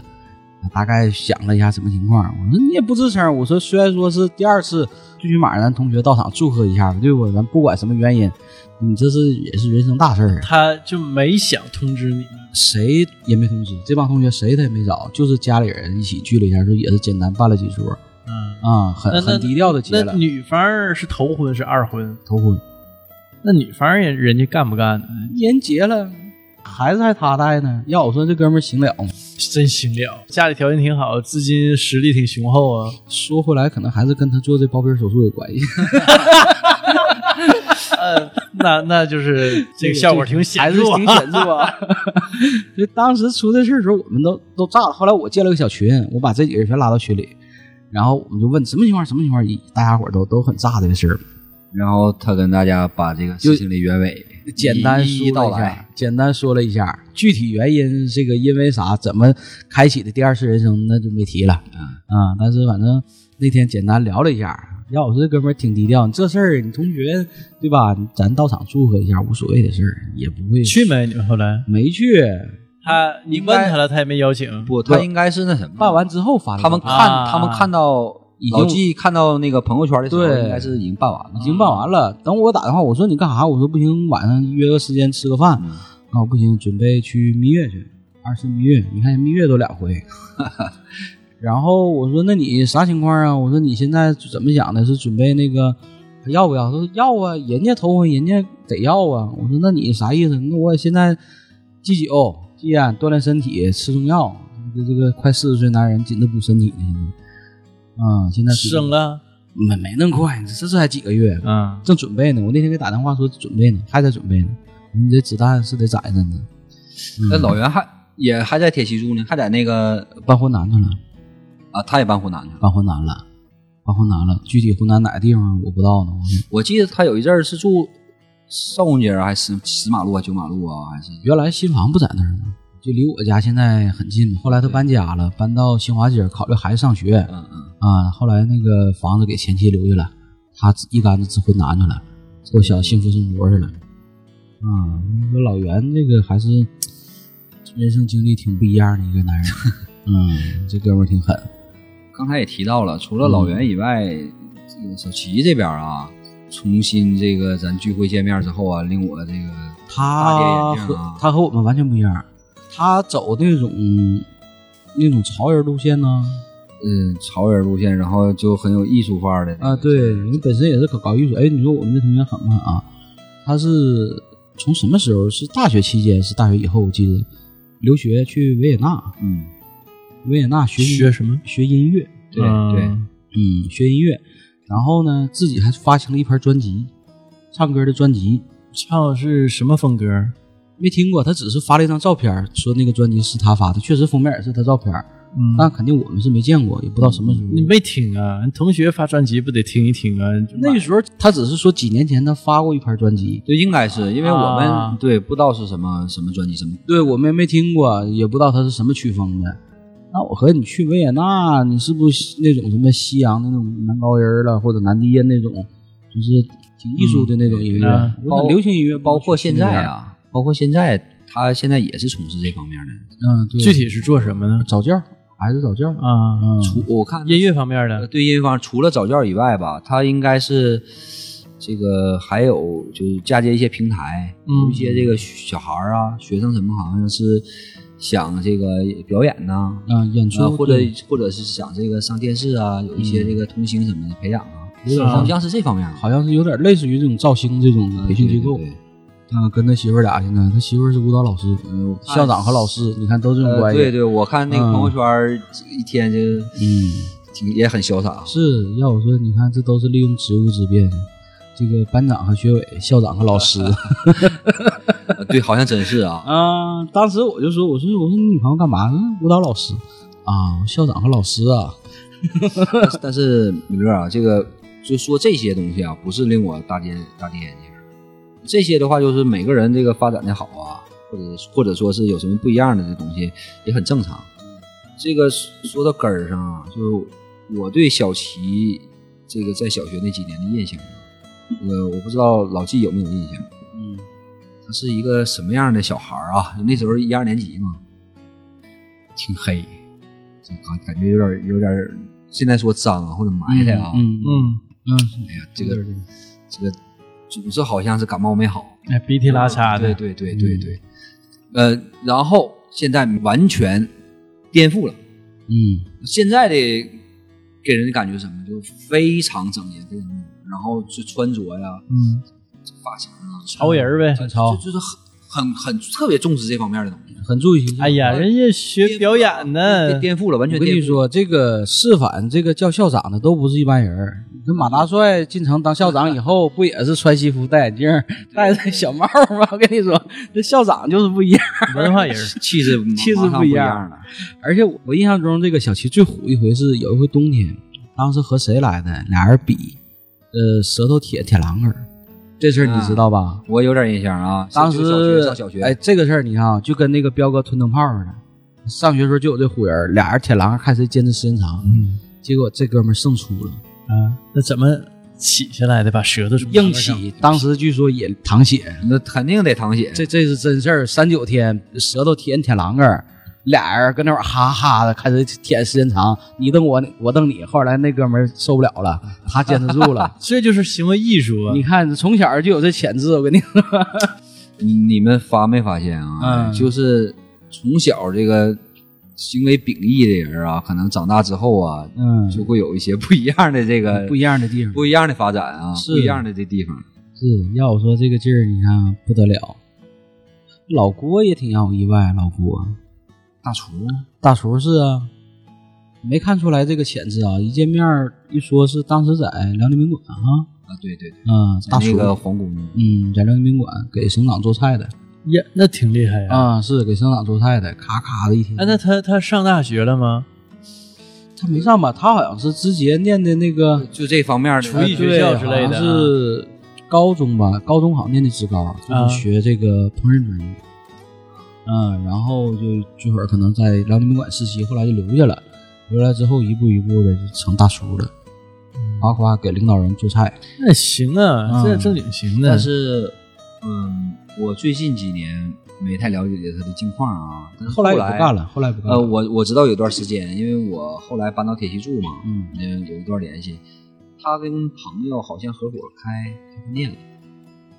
[SPEAKER 1] 大概想了一下什么情况，我说你也不吱声。我说虽然说是第二次，最起码咱同学到场祝贺一下吧，对不？咱不管什么原因，你这是也是人生大事儿啊。
[SPEAKER 2] 他就没想通知你，
[SPEAKER 1] 谁也没通知，这帮同学谁他也没找，就是家里人一起聚了一下，说也是简单办了几桌
[SPEAKER 2] 嗯，
[SPEAKER 1] 啊，很
[SPEAKER 2] 那那
[SPEAKER 1] 很低调的结
[SPEAKER 2] 那
[SPEAKER 1] 了
[SPEAKER 2] 女方是头婚是二婚？
[SPEAKER 1] 头婚。
[SPEAKER 2] 那女方人人家干不干呢？
[SPEAKER 1] 一人结了，孩子还他带呢。要我说，这哥们儿行了嗯吗？
[SPEAKER 2] 真心了，家里条件挺好，资金实力挺雄厚啊。
[SPEAKER 1] 说回来，可能还是跟他做这包皮手术有 关系。
[SPEAKER 2] 呃，那那就是这个效果挺显
[SPEAKER 1] 还是
[SPEAKER 2] 著啊，
[SPEAKER 1] 挺显著啊。 就当时出这事儿的时候，我们都都炸了。后来我建了个小群，我把这几个人全拉到群里，然后我们就问什么情况，什么情况，一大家伙儿都都很炸这个事儿。
[SPEAKER 3] 然后他跟大家把这个事情的原委
[SPEAKER 1] 简单
[SPEAKER 3] 一
[SPEAKER 1] 说
[SPEAKER 3] 一
[SPEAKER 1] 了
[SPEAKER 3] 道
[SPEAKER 1] 一
[SPEAKER 3] 来
[SPEAKER 1] 下。，简单说了一下具体原因，这个因为啥，怎么开启的第二次人生，那就没提了啊、但是反正那天简单聊了一下，要我说这哥们儿挺低调，你这事儿你同学对吧？咱到场祝贺一下，无所谓的事儿，也不会
[SPEAKER 2] 去没？你们后来
[SPEAKER 1] 没去。
[SPEAKER 2] 他你
[SPEAKER 3] 应该
[SPEAKER 2] 问他了，他也没邀请。
[SPEAKER 3] 不，他应该是那什么
[SPEAKER 1] 办完之后发了
[SPEAKER 3] 他们
[SPEAKER 1] 个
[SPEAKER 3] 看、
[SPEAKER 1] 朋友圈
[SPEAKER 2] 啊
[SPEAKER 3] 他们看到
[SPEAKER 1] 已经
[SPEAKER 3] 老纪看到那个朋友圈的时候，
[SPEAKER 1] 对
[SPEAKER 3] 应该是已经办完了，
[SPEAKER 1] 已经办完
[SPEAKER 2] 哦
[SPEAKER 1] 了。等我打电话，我说你干啥？我说不行，晚上约个时间吃个饭。
[SPEAKER 3] 嗯
[SPEAKER 1] 啊，不行，准备去蜜月去，二次蜜月。你看蜜月都两回。 然后我说那你啥情况啊？我说你现在怎么想的？是准备那个还要不要？他说要啊，人家头婚人家得要啊。我说那你啥意思？那我现在忌酒忌烟，锻炼身体，吃中药。这这个快四十岁男人紧着补身体呢。啊、现在
[SPEAKER 2] 生了，
[SPEAKER 1] 没没那么快，这这才几个月，
[SPEAKER 2] 嗯，
[SPEAKER 1] 正准备呢。我那天给打电话说准备呢，还在准备呢。你这子弹是得攒着呢。
[SPEAKER 3] 那、老袁还也还在铁西住呢，还在那个
[SPEAKER 1] 办湖南去了，
[SPEAKER 3] 啊，他也办湖南去了。
[SPEAKER 1] 办湖南了，办湖南了。具体湖南哪个地方我不知道呢。
[SPEAKER 3] 我记得他有一阵儿是住邵公街儿，还是石马路啊、九马路啊，还是
[SPEAKER 1] 原来新房不在那儿呢，就离我家现在很近嘛。后来他搬家了，搬到新华街，考虑孩子上学
[SPEAKER 3] 嗯嗯，
[SPEAKER 1] 啊。后来那个房子给前妻留下了，他一竿子直回南去了，过小幸福生活去了。啊，你说老袁这个还是人生经历挺不一样的一个男 人。嗯，这哥们儿挺狠。
[SPEAKER 3] 刚才也提到了，除了老袁以外，这个小齐这边儿啊，重新这个咱聚会见面之后啊，令我这个大跌
[SPEAKER 1] 他
[SPEAKER 3] 眼
[SPEAKER 1] 和
[SPEAKER 3] 镜啊，
[SPEAKER 1] 他和我们完全不一样，他走那种那种潮人路线呢。
[SPEAKER 3] 嗯，潮人路线，然后就很有艺术范儿的
[SPEAKER 1] 啊，对，人本身也是搞搞艺术。哎，你说我们这同学狠不狠啊？他是从什么时候？是大学期间，是大学以后，我记得留学去维也纳，
[SPEAKER 3] 嗯，
[SPEAKER 1] 维也纳学音
[SPEAKER 2] 学什么？
[SPEAKER 1] 学音乐，
[SPEAKER 3] 对
[SPEAKER 2] 嗯
[SPEAKER 3] 对，
[SPEAKER 1] 嗯，学音乐。然后呢，自己还发行了一盘专辑，唱歌的专辑。
[SPEAKER 2] 唱的是什么风格？
[SPEAKER 1] 没听过，他只是发了一张照片儿，说那个专辑是他发的，确实封面也是他照片儿。
[SPEAKER 2] 嗯
[SPEAKER 1] 那肯定我们是没见过，也不知道什么时候。
[SPEAKER 2] 你没听啊？你同学发专辑不得听一听啊？你就买
[SPEAKER 1] 那时候他只是说几年前他发过一盘专辑，
[SPEAKER 3] 对，应该是因为我们、
[SPEAKER 2] 啊
[SPEAKER 3] 对不知道是什么什么专辑什么，
[SPEAKER 1] 对我们也没听过，也不知道他是什么曲风的。那我和你去维也纳，你是不是那种什么西洋的那种男高音儿了，或者南低音那种，就是挺艺术的那种音乐，
[SPEAKER 2] 嗯啊
[SPEAKER 1] 我很流行音乐，
[SPEAKER 3] 包括现在，啊，包括现在他现在也是从事这方面的。
[SPEAKER 1] 嗯，对
[SPEAKER 2] 具体是做什么呢？
[SPEAKER 1] 早教还是早教啊？
[SPEAKER 2] 啊，
[SPEAKER 1] 嗯，
[SPEAKER 3] 除我看
[SPEAKER 2] 音乐方面
[SPEAKER 3] 呃
[SPEAKER 2] 的，
[SPEAKER 3] 对音乐方除了早教以外吧，他应该是这个还有就是嫁接一些平台，
[SPEAKER 2] 嗯
[SPEAKER 3] 有一些这个小孩儿啊、学生什么，好像是想这个表演呐、
[SPEAKER 1] 嗯，演
[SPEAKER 3] 呃
[SPEAKER 1] 出
[SPEAKER 3] 或者
[SPEAKER 1] 对
[SPEAKER 3] 或者是想这个上电视啊，有一些这个童星什么的培养啊，
[SPEAKER 1] 有点
[SPEAKER 2] 啊
[SPEAKER 3] 好
[SPEAKER 1] 像，
[SPEAKER 3] 像是这方面。
[SPEAKER 1] 好像是有点类似于这种造星这种培训机构。
[SPEAKER 3] 对对对
[SPEAKER 1] 嗯，跟他媳妇儿俩现在，他媳妇儿是舞蹈老师，
[SPEAKER 3] 嗯我看
[SPEAKER 1] 校长和老师，你看都这种
[SPEAKER 3] 呃，
[SPEAKER 1] 关系。
[SPEAKER 3] 对对，我看那个
[SPEAKER 1] 嗯
[SPEAKER 3] 朋友圈儿一天就
[SPEAKER 1] 嗯，
[SPEAKER 3] 挺也很潇洒。啊
[SPEAKER 1] 是要我说，你看这都是利用职务之便。这个班长和学委、校长和老师
[SPEAKER 3] 呃对，好像真是啊。
[SPEAKER 1] 啊，当时我就说，我说我说你女朋友干嘛？嗯舞蹈老师啊，校长和老师啊，
[SPEAKER 3] 但是但是米勒啊，这个就说这些东西啊，不是令我大跌大跌眼镜儿。这些的话，就是每个人这个发展的好啊，或者或者说是有什么不一样的这东西，也很正常。这个说到根儿上啊，就是我对小齐这个在小学那几年的印象啊，呃，我不知道老纪有没有印象，啊
[SPEAKER 1] 嗯，
[SPEAKER 3] 他是一个什么样的小孩儿啊？那时候一二年级嘛，挺黑，就感感觉有点有点，现在说脏啊或者埋汰啊，
[SPEAKER 1] 嗯
[SPEAKER 2] 嗯，
[SPEAKER 1] 嗯，
[SPEAKER 3] 哎呀，这个这个总是好像是感冒没好，
[SPEAKER 2] 哎，鼻涕拉碴的，
[SPEAKER 3] 对对对对对，呃，然后现在完全颠覆了，
[SPEAKER 1] 嗯
[SPEAKER 3] 现在的给人的感觉是什么？就非常整洁，非常然后就穿着呀，
[SPEAKER 2] 嗯，
[SPEAKER 3] 发型啊，
[SPEAKER 2] 潮人儿呗。
[SPEAKER 1] 很潮，
[SPEAKER 3] 就就是很很很特别重视这方面的东西，
[SPEAKER 1] 很注意形象。
[SPEAKER 2] 哎呀，人家学表演
[SPEAKER 3] 颠
[SPEAKER 2] 的，
[SPEAKER 3] 颠覆了，完全
[SPEAKER 1] 我跟
[SPEAKER 3] 颠
[SPEAKER 1] 你
[SPEAKER 3] 覆了。
[SPEAKER 1] 说，这个示范，这个叫校长的都不是一般人儿。这马大帅进城当校长以后，不也是穿西服、戴眼镜儿、戴着小帽儿吗？我跟你说，这校长就是不一样。
[SPEAKER 2] 文化人儿。
[SPEAKER 3] 气质
[SPEAKER 1] 气质
[SPEAKER 3] 马上
[SPEAKER 1] 不
[SPEAKER 3] 不
[SPEAKER 1] 一样
[SPEAKER 3] 样了，
[SPEAKER 1] 而且我印象中，这个小齐最虎一回是有一回冬天，当时和谁来的？俩人比，呃，舌头铁铁栏杆儿，这事儿你知道吧？
[SPEAKER 3] 我有点印象啊。
[SPEAKER 1] 当时
[SPEAKER 3] 上啊小学上小学，
[SPEAKER 1] 哎，，这个事儿你看啊，就跟那个彪哥吞灯泡似的。上学时候就有这虎人儿，俩人铁栏杆儿，看谁坚持时间长。
[SPEAKER 2] 嗯
[SPEAKER 1] 结果这哥们儿胜出了。
[SPEAKER 2] 啊，那怎么起下来的？把舌
[SPEAKER 3] 嗯
[SPEAKER 2] 头。
[SPEAKER 1] 硬起，当时据说也淌血，
[SPEAKER 3] 那肯定得淌血。
[SPEAKER 1] 这这是真事儿。三九天舌头舔舔栏杆儿，俩人跟那玩意儿哈哈的，开始舔时间长，你瞪我，我瞪你。后来那哥们儿受不了了，他坚持住了
[SPEAKER 2] 这就是行为艺术啊
[SPEAKER 1] 你！看，从小就有这潜质，我跟你说，
[SPEAKER 3] 你你们发没发现啊？
[SPEAKER 1] 嗯
[SPEAKER 3] 就是从小这个行为秉义的人啊，可能长大之后啊，
[SPEAKER 1] 嗯
[SPEAKER 3] 就会有一些不一样的这个
[SPEAKER 1] 呃不一样的地方。
[SPEAKER 3] 不一样的发展啊，
[SPEAKER 1] 是
[SPEAKER 3] 不一样的这地方。
[SPEAKER 1] 是要我说这个劲儿，你看不得了。老郭也挺让我意外，老郭
[SPEAKER 3] 大厨
[SPEAKER 1] 大厨是啊，没看出来这个潜质啊。一见面儿一说是当时在辽宁宾馆啊，
[SPEAKER 3] 啊，对对对，
[SPEAKER 1] 嗯，
[SPEAKER 3] 在
[SPEAKER 1] 大厨
[SPEAKER 3] 那个皇宫
[SPEAKER 1] 嗯，在辽宁宾馆给省长做菜的
[SPEAKER 2] 呀，那挺厉害呀！
[SPEAKER 1] 啊，是给省长做菜的，咔咔的一天。
[SPEAKER 2] 哎，那他他上大学了吗？
[SPEAKER 1] 他没上吧？他好像是直接念的那个
[SPEAKER 3] 就这方面的呃啊
[SPEAKER 2] 厨艺学校之类的
[SPEAKER 1] 好像是高中吧？高中好像念的职高，就
[SPEAKER 2] 啊
[SPEAKER 1] 是学这个烹饪专业。嗯，然后就这会儿可能在辽宁宾馆实习，后来就留下了。留下来之后，一步一步的就成大厨了，夸夸给领导人做菜。
[SPEAKER 2] 那行
[SPEAKER 1] 嗯
[SPEAKER 2] 啊，这正经行的。
[SPEAKER 3] 但是，嗯，我最近几年没太了解他的近况啊。但是
[SPEAKER 1] 后
[SPEAKER 3] 来
[SPEAKER 1] 来也不干。了，后来不干了。
[SPEAKER 3] 呃，我我知道有一段时间，因为我后来搬到铁西住嘛，
[SPEAKER 1] 嗯，
[SPEAKER 3] 嗯，有一段联系。他跟朋友好像合伙开开饭店了，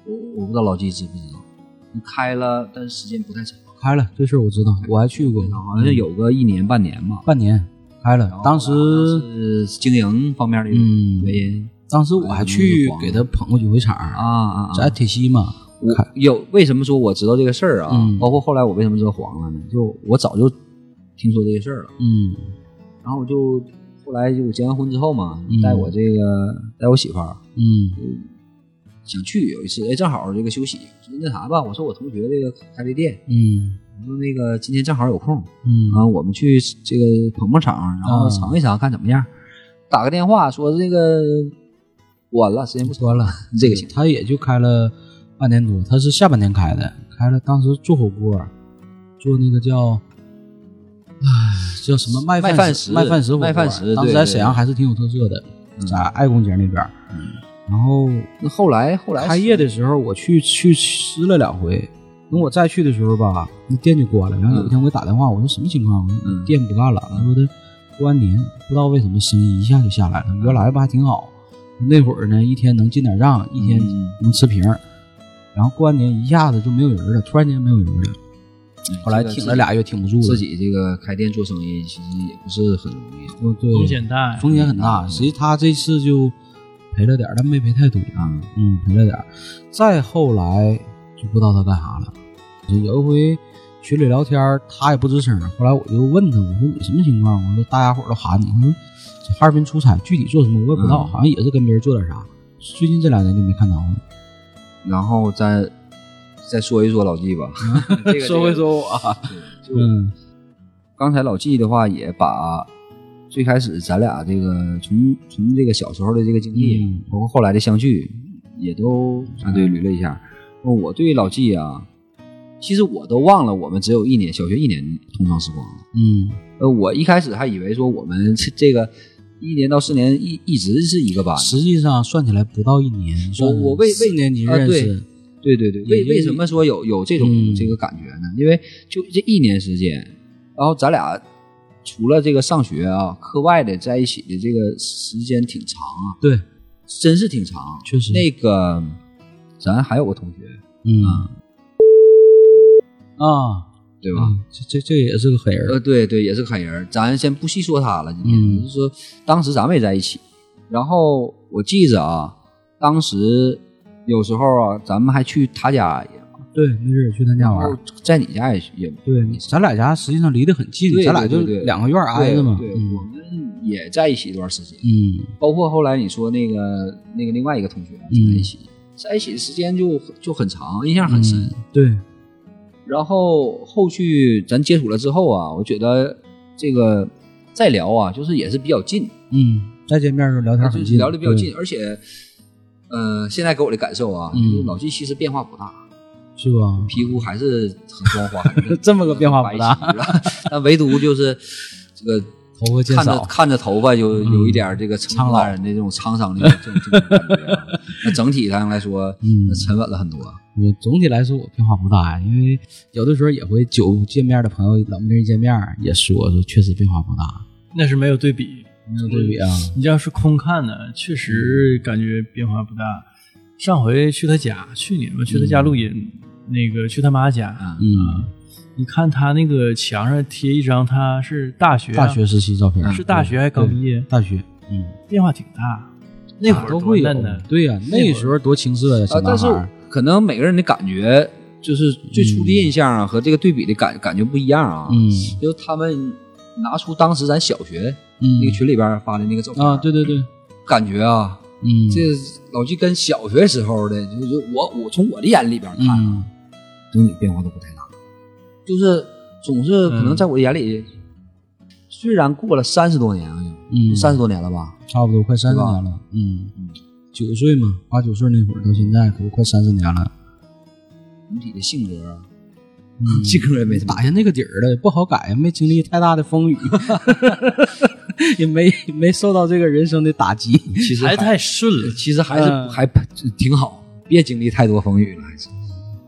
[SPEAKER 3] 我我不知道老季知不知道。嗯开了，但是时间不太长，
[SPEAKER 1] 开了这事儿我知道，我还去过，
[SPEAKER 3] 好像有个一年半年吧。
[SPEAKER 1] 半年开
[SPEAKER 3] 然
[SPEAKER 1] 了
[SPEAKER 3] 后。
[SPEAKER 1] 当时
[SPEAKER 3] 是经营方面的
[SPEAKER 1] 嗯
[SPEAKER 3] 原因
[SPEAKER 1] 当时我还去给他捧过几回场儿，
[SPEAKER 3] 啊啊
[SPEAKER 1] 在铁西嘛。
[SPEAKER 3] 我
[SPEAKER 1] 看
[SPEAKER 3] 有为什么说我知道这个事儿啊？
[SPEAKER 1] 嗯
[SPEAKER 3] 包括后来我为什么知道黄了呢？就我早就听说这个事儿了，
[SPEAKER 1] 嗯
[SPEAKER 3] 然后我就后来就我结完婚之后嘛，
[SPEAKER 1] 嗯
[SPEAKER 3] 带我这个带我媳妇儿
[SPEAKER 1] 嗯
[SPEAKER 3] 想去，有一次哎正好这个休息，我说那啥吧，我说我同学这个开这店，
[SPEAKER 1] 嗯
[SPEAKER 3] 我说那个今天正好有空，
[SPEAKER 1] 嗯
[SPEAKER 3] 然后我们去这个捧捧场，然后
[SPEAKER 1] 啊
[SPEAKER 3] 尝一尝看怎么样。打个电话说这个关了，时间不长
[SPEAKER 1] 关了，
[SPEAKER 3] 这个行。
[SPEAKER 1] 他也就开了半年多，他是下半年开的，开了当时做火锅，做那个叫，唉，叫什么麦
[SPEAKER 3] 麦
[SPEAKER 1] 饭
[SPEAKER 3] 饭
[SPEAKER 1] 石
[SPEAKER 3] 石
[SPEAKER 1] 麦饭石火锅
[SPEAKER 3] 麦饭石
[SPEAKER 1] 当时
[SPEAKER 3] 对
[SPEAKER 1] 在
[SPEAKER 3] 对
[SPEAKER 1] 沈阳还是挺有特色的，
[SPEAKER 3] 嗯
[SPEAKER 1] 在爱公街那边儿。然后
[SPEAKER 3] 那后来后来
[SPEAKER 1] 开业的时候，我去去吃了两回。等我再去的时候吧，那店就关了。然后有一天我给打电话，我说什么情况？我说
[SPEAKER 3] 嗯
[SPEAKER 1] 店不干了。他说的过完年，不知道为什么生意一下就下来了。原来吧还挺好，那会儿呢一天能进点账，一天
[SPEAKER 3] 嗯
[SPEAKER 1] 能持平儿。然后过完年一下子就没有人了，突然间没有人了。
[SPEAKER 3] 嗯
[SPEAKER 1] 后来挺了俩月，挺不住了，
[SPEAKER 3] 自己这个开店做生意其实也不是很容易
[SPEAKER 1] 就对
[SPEAKER 2] 风险大呀。
[SPEAKER 1] 风险很
[SPEAKER 3] 嗯
[SPEAKER 1] 大。实际他这次就赔了点儿，但没赔太多。
[SPEAKER 3] 啊。
[SPEAKER 1] 嗯，赔了点儿。再后来就不知道他干啥了。就有一回群里聊天儿，他也不吱声儿。后来我就问他，我说你什么情况？我说大家伙儿都喊你。他说这哈尔滨出差，具体做什么我也不知道，
[SPEAKER 3] 嗯
[SPEAKER 1] 好像也是跟别人做点啥。最近这两年就没看着了。
[SPEAKER 3] 然后再再说一说老纪吧， 这
[SPEAKER 1] 嗯
[SPEAKER 3] 个
[SPEAKER 1] 说回说我啊，
[SPEAKER 3] 这个就
[SPEAKER 1] 嗯
[SPEAKER 3] 刚才老纪的话也把最开始咱俩这个从从这个小时候的这个经历，
[SPEAKER 1] 嗯
[SPEAKER 3] 包括后来的相聚，也都啊对捋了一下。那我对老纪啊，其实我都忘了我们只有一年小学一年同窗时光了。
[SPEAKER 1] 嗯，
[SPEAKER 3] 呃，我一开始还以为说我们这这个一年到四年一一直是一个班，
[SPEAKER 1] 实际上算起来不到一年。算
[SPEAKER 3] 我为为
[SPEAKER 1] 四年级
[SPEAKER 3] 啊
[SPEAKER 1] 认
[SPEAKER 3] 对
[SPEAKER 1] 识，
[SPEAKER 3] 对对对，
[SPEAKER 1] 也
[SPEAKER 3] 为
[SPEAKER 1] 就
[SPEAKER 3] 为
[SPEAKER 1] 是
[SPEAKER 3] 什么说有有这种、
[SPEAKER 1] 嗯
[SPEAKER 3] 这个感觉呢？因为就这一年时间，然后咱俩除了这个上学啊，课外的在一起的这个时间挺长啊，
[SPEAKER 1] 对，
[SPEAKER 3] 真是挺长。啊
[SPEAKER 1] 确实
[SPEAKER 3] 那个，咱还有个同学，
[SPEAKER 1] 嗯
[SPEAKER 3] 啊
[SPEAKER 1] 啊
[SPEAKER 3] 对吧？
[SPEAKER 1] 啊，这这这也是个黑人
[SPEAKER 3] 呃，
[SPEAKER 1] 儿。
[SPEAKER 3] 对对，也是个狠人儿，咱先不细说他了。今天
[SPEAKER 1] 嗯
[SPEAKER 3] 就是说，当时咱们也在一起，然后我记着啊，当时有时候啊，咱们还去他家也
[SPEAKER 1] 对，那阵儿也去他家玩儿。
[SPEAKER 3] 在你家也也
[SPEAKER 1] 对，咱俩家实际上离得很近，
[SPEAKER 3] 对
[SPEAKER 1] 咱俩就
[SPEAKER 3] 对对对
[SPEAKER 1] 两个院儿挨着嘛。
[SPEAKER 3] 对，对我
[SPEAKER 1] 嗯
[SPEAKER 3] 们也在一起一段时间，
[SPEAKER 1] 嗯，
[SPEAKER 3] 包括后来你说那个那个另外一个同学在一起，在一起的时间就就很长，印象很深。
[SPEAKER 1] 嗯对，
[SPEAKER 3] 然后后续咱接触了之后啊，我觉得这个再聊啊，就是也是比较近，
[SPEAKER 1] 嗯，再见面儿就聊天儿
[SPEAKER 3] 就
[SPEAKER 1] 很
[SPEAKER 3] 是
[SPEAKER 1] 近，
[SPEAKER 3] 聊的比较
[SPEAKER 1] 对
[SPEAKER 3] 近，，而且，呃，现在给我的感受啊，
[SPEAKER 1] 嗯
[SPEAKER 3] 就是老纪其实变化不大，
[SPEAKER 1] 是吧？，
[SPEAKER 3] 皮肤还是很光滑
[SPEAKER 1] 这么个变化不大
[SPEAKER 3] 很白皙， 但唯独就是这个
[SPEAKER 1] 头发渐
[SPEAKER 3] 看着
[SPEAKER 1] 少，
[SPEAKER 3] 看着头发有
[SPEAKER 1] 嗯
[SPEAKER 3] 有一点这个成
[SPEAKER 1] 苍
[SPEAKER 3] 年
[SPEAKER 1] 老
[SPEAKER 3] 大人的这种沧桑的这种这种感 觉啊。那整体上来说，
[SPEAKER 1] 嗯
[SPEAKER 3] 沉稳了很多。啊
[SPEAKER 1] 我嗯总体来说我变化不大，因为有的时候也会久见面的朋友，冷不丁一见面儿也说说，确实变化不大，
[SPEAKER 2] 那是没有对比，
[SPEAKER 3] 嗯
[SPEAKER 1] 没有对比啊。
[SPEAKER 2] 你这要是空看呢，确实感觉变化不大。上回去他家，去年吧，去他家录音，那个去他妈家，
[SPEAKER 3] 嗯，
[SPEAKER 1] 嗯，
[SPEAKER 2] 你看他那个墙上贴一张，他是大学、啊
[SPEAKER 1] 大学时期照片儿
[SPEAKER 2] 是大学还刚毕业，
[SPEAKER 1] 大学，嗯，
[SPEAKER 2] 变化挺大。那会儿
[SPEAKER 1] 都
[SPEAKER 2] 多
[SPEAKER 1] 会有
[SPEAKER 2] 嫩呢，
[SPEAKER 1] 对呀，
[SPEAKER 2] 那
[SPEAKER 1] 那
[SPEAKER 2] 会儿
[SPEAKER 1] 时候多青涩呀，小
[SPEAKER 3] 啊，
[SPEAKER 1] 男
[SPEAKER 3] 但是
[SPEAKER 1] 孩儿。
[SPEAKER 3] 可能每个人的感觉就是最初的印象啊，和这个对比的感感觉不一样啊。
[SPEAKER 1] 嗯
[SPEAKER 3] 就是他们拿出当时咱小学
[SPEAKER 1] 嗯
[SPEAKER 3] 那个群里边发的那个照片
[SPEAKER 1] 啊，对对对，
[SPEAKER 3] 感觉啊，
[SPEAKER 1] 嗯，
[SPEAKER 3] 这老纪跟小学时候的，就是我我从我的眼里边看啊，
[SPEAKER 1] 嗯
[SPEAKER 3] 整体变化都不太大，就是总是可能
[SPEAKER 1] 嗯
[SPEAKER 3] 在我的眼里，虽然过了三十多年啊，
[SPEAKER 1] 嗯，
[SPEAKER 3] 三十多年了吧，
[SPEAKER 1] 差不多快三十
[SPEAKER 3] 对吧
[SPEAKER 1] 年了，嗯，九岁嘛，八九岁那会儿到现在，可不快三十年了。
[SPEAKER 3] 整体的性格啊，
[SPEAKER 1] 嗯
[SPEAKER 3] 性格也没怎么
[SPEAKER 1] 打下那个底儿了，也不好改，没经历太大的风雨， 也没没受到这个人生的打击。
[SPEAKER 3] 其实呃
[SPEAKER 2] 还太顺了。
[SPEAKER 3] 其实还是、
[SPEAKER 1] 嗯
[SPEAKER 3] 还挺好，别经历太多风雨了，还是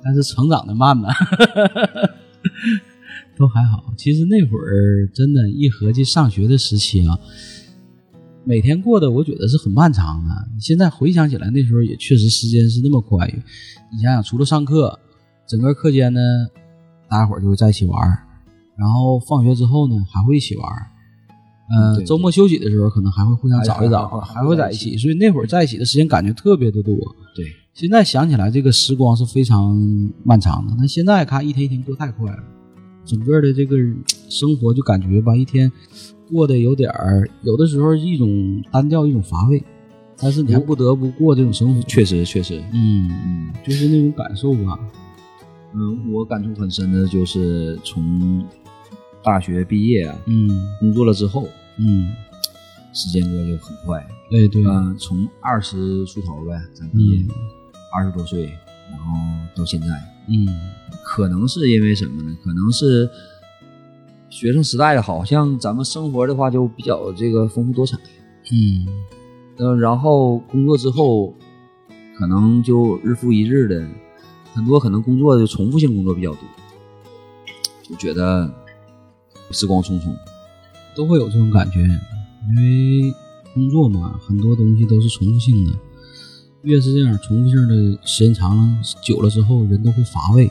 [SPEAKER 1] 但是成长的慢呢， 都还好。其实那会儿真的，一合计上学的时期啊，每天过得我觉得是很漫长的。你现在回想起来，那时候也确实时间是那么宽裕。你想想，除了上课，整个课间呢，大家伙儿就会在一起玩儿然后放学之后呢，还会一起玩儿呃，
[SPEAKER 3] 嗯对
[SPEAKER 1] 周末休息的时候，可能还会互相
[SPEAKER 3] 还
[SPEAKER 1] 找一找，
[SPEAKER 3] 还还
[SPEAKER 1] 还会在一起。所以那会儿在一起的时间感觉特别的多。
[SPEAKER 3] 对。
[SPEAKER 1] 现在想起来，这个时光是非常漫长的。那现在看，一天一天过太快了，整个的这个嗯生活就感觉吧，一天过得有点儿，有的时候是一种单调，一种乏味。但是你还不得不过这种生活，
[SPEAKER 3] 确实确实，
[SPEAKER 1] 嗯，
[SPEAKER 3] 嗯
[SPEAKER 1] 就是那种感受吧。
[SPEAKER 3] 嗯，我感触很深的就是从大学毕业啊，
[SPEAKER 1] 嗯
[SPEAKER 3] 工作了之后，
[SPEAKER 1] 嗯，
[SPEAKER 3] 时间过得就很快，
[SPEAKER 1] 哎对，
[SPEAKER 3] 嗯，从二十出头呗，咱毕业
[SPEAKER 1] 嗯
[SPEAKER 3] 二十多岁，然后到现在，
[SPEAKER 1] 嗯
[SPEAKER 3] 可能是因为什么呢？可能是学生时代好像咱们生活的话就比较这个丰富多彩，
[SPEAKER 1] 嗯
[SPEAKER 3] 嗯、然后工作之后，可能就日复一日的，很多可能工作就重复性工作比较多，就觉得时光匆匆。
[SPEAKER 1] 都会有这种感觉，因为工作嘛，很多东西都是重复性的，越是这样重复性的时间长了久了之后，人都会乏味，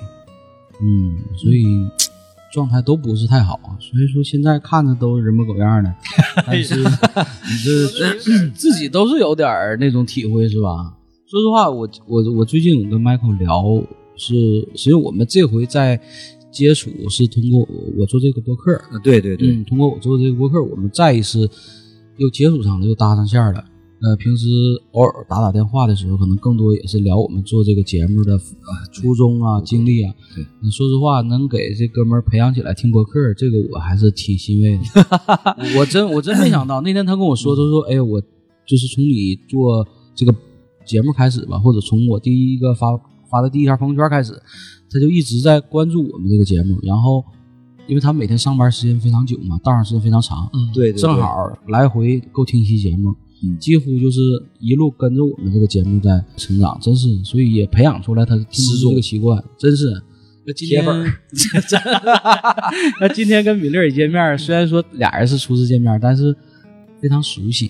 [SPEAKER 1] 嗯，所以嘖状态都不是太好啊。所以说现在看着都人模狗样的，但是你这自己都是有点儿那种体会是吧？说实话，我我我最近我跟 Michael 聊是，实际上我们这回在接触是通过我我做这个播客，
[SPEAKER 3] 啊，对对对，
[SPEAKER 1] 嗯，通过我做这个播客，我们再一次又接触上了，又搭上线了。呃，平时偶尔打打电话的时候，可能更多也是聊我们做这个节目的呃初衷啊、经历啊。
[SPEAKER 3] 对
[SPEAKER 1] 嗯，说实话，能给这哥们儿培养起来听播客，这个我还是挺欣 慰的。我真我真没想到，那天他跟我说，他
[SPEAKER 3] 嗯
[SPEAKER 1] 说：“哎，我就是从你做这个节目开始吧，或者从我第一个发发的第一条朋友圈开始，他就一直在关注我们这个节目。然后，因为他每天上班时间非常久嘛，道上时间非常长，
[SPEAKER 2] 嗯，
[SPEAKER 3] 对对对
[SPEAKER 1] 正好来回够听一期节目，
[SPEAKER 3] 嗯
[SPEAKER 1] 几乎就是一路跟着我们这个节目在成长，真是，所以也培养出来他听书这个习惯，真是。那今天
[SPEAKER 3] 铁粉，
[SPEAKER 1] 那今天跟米粒儿也见面，虽然说俩人是初次见面，但是非常熟悉，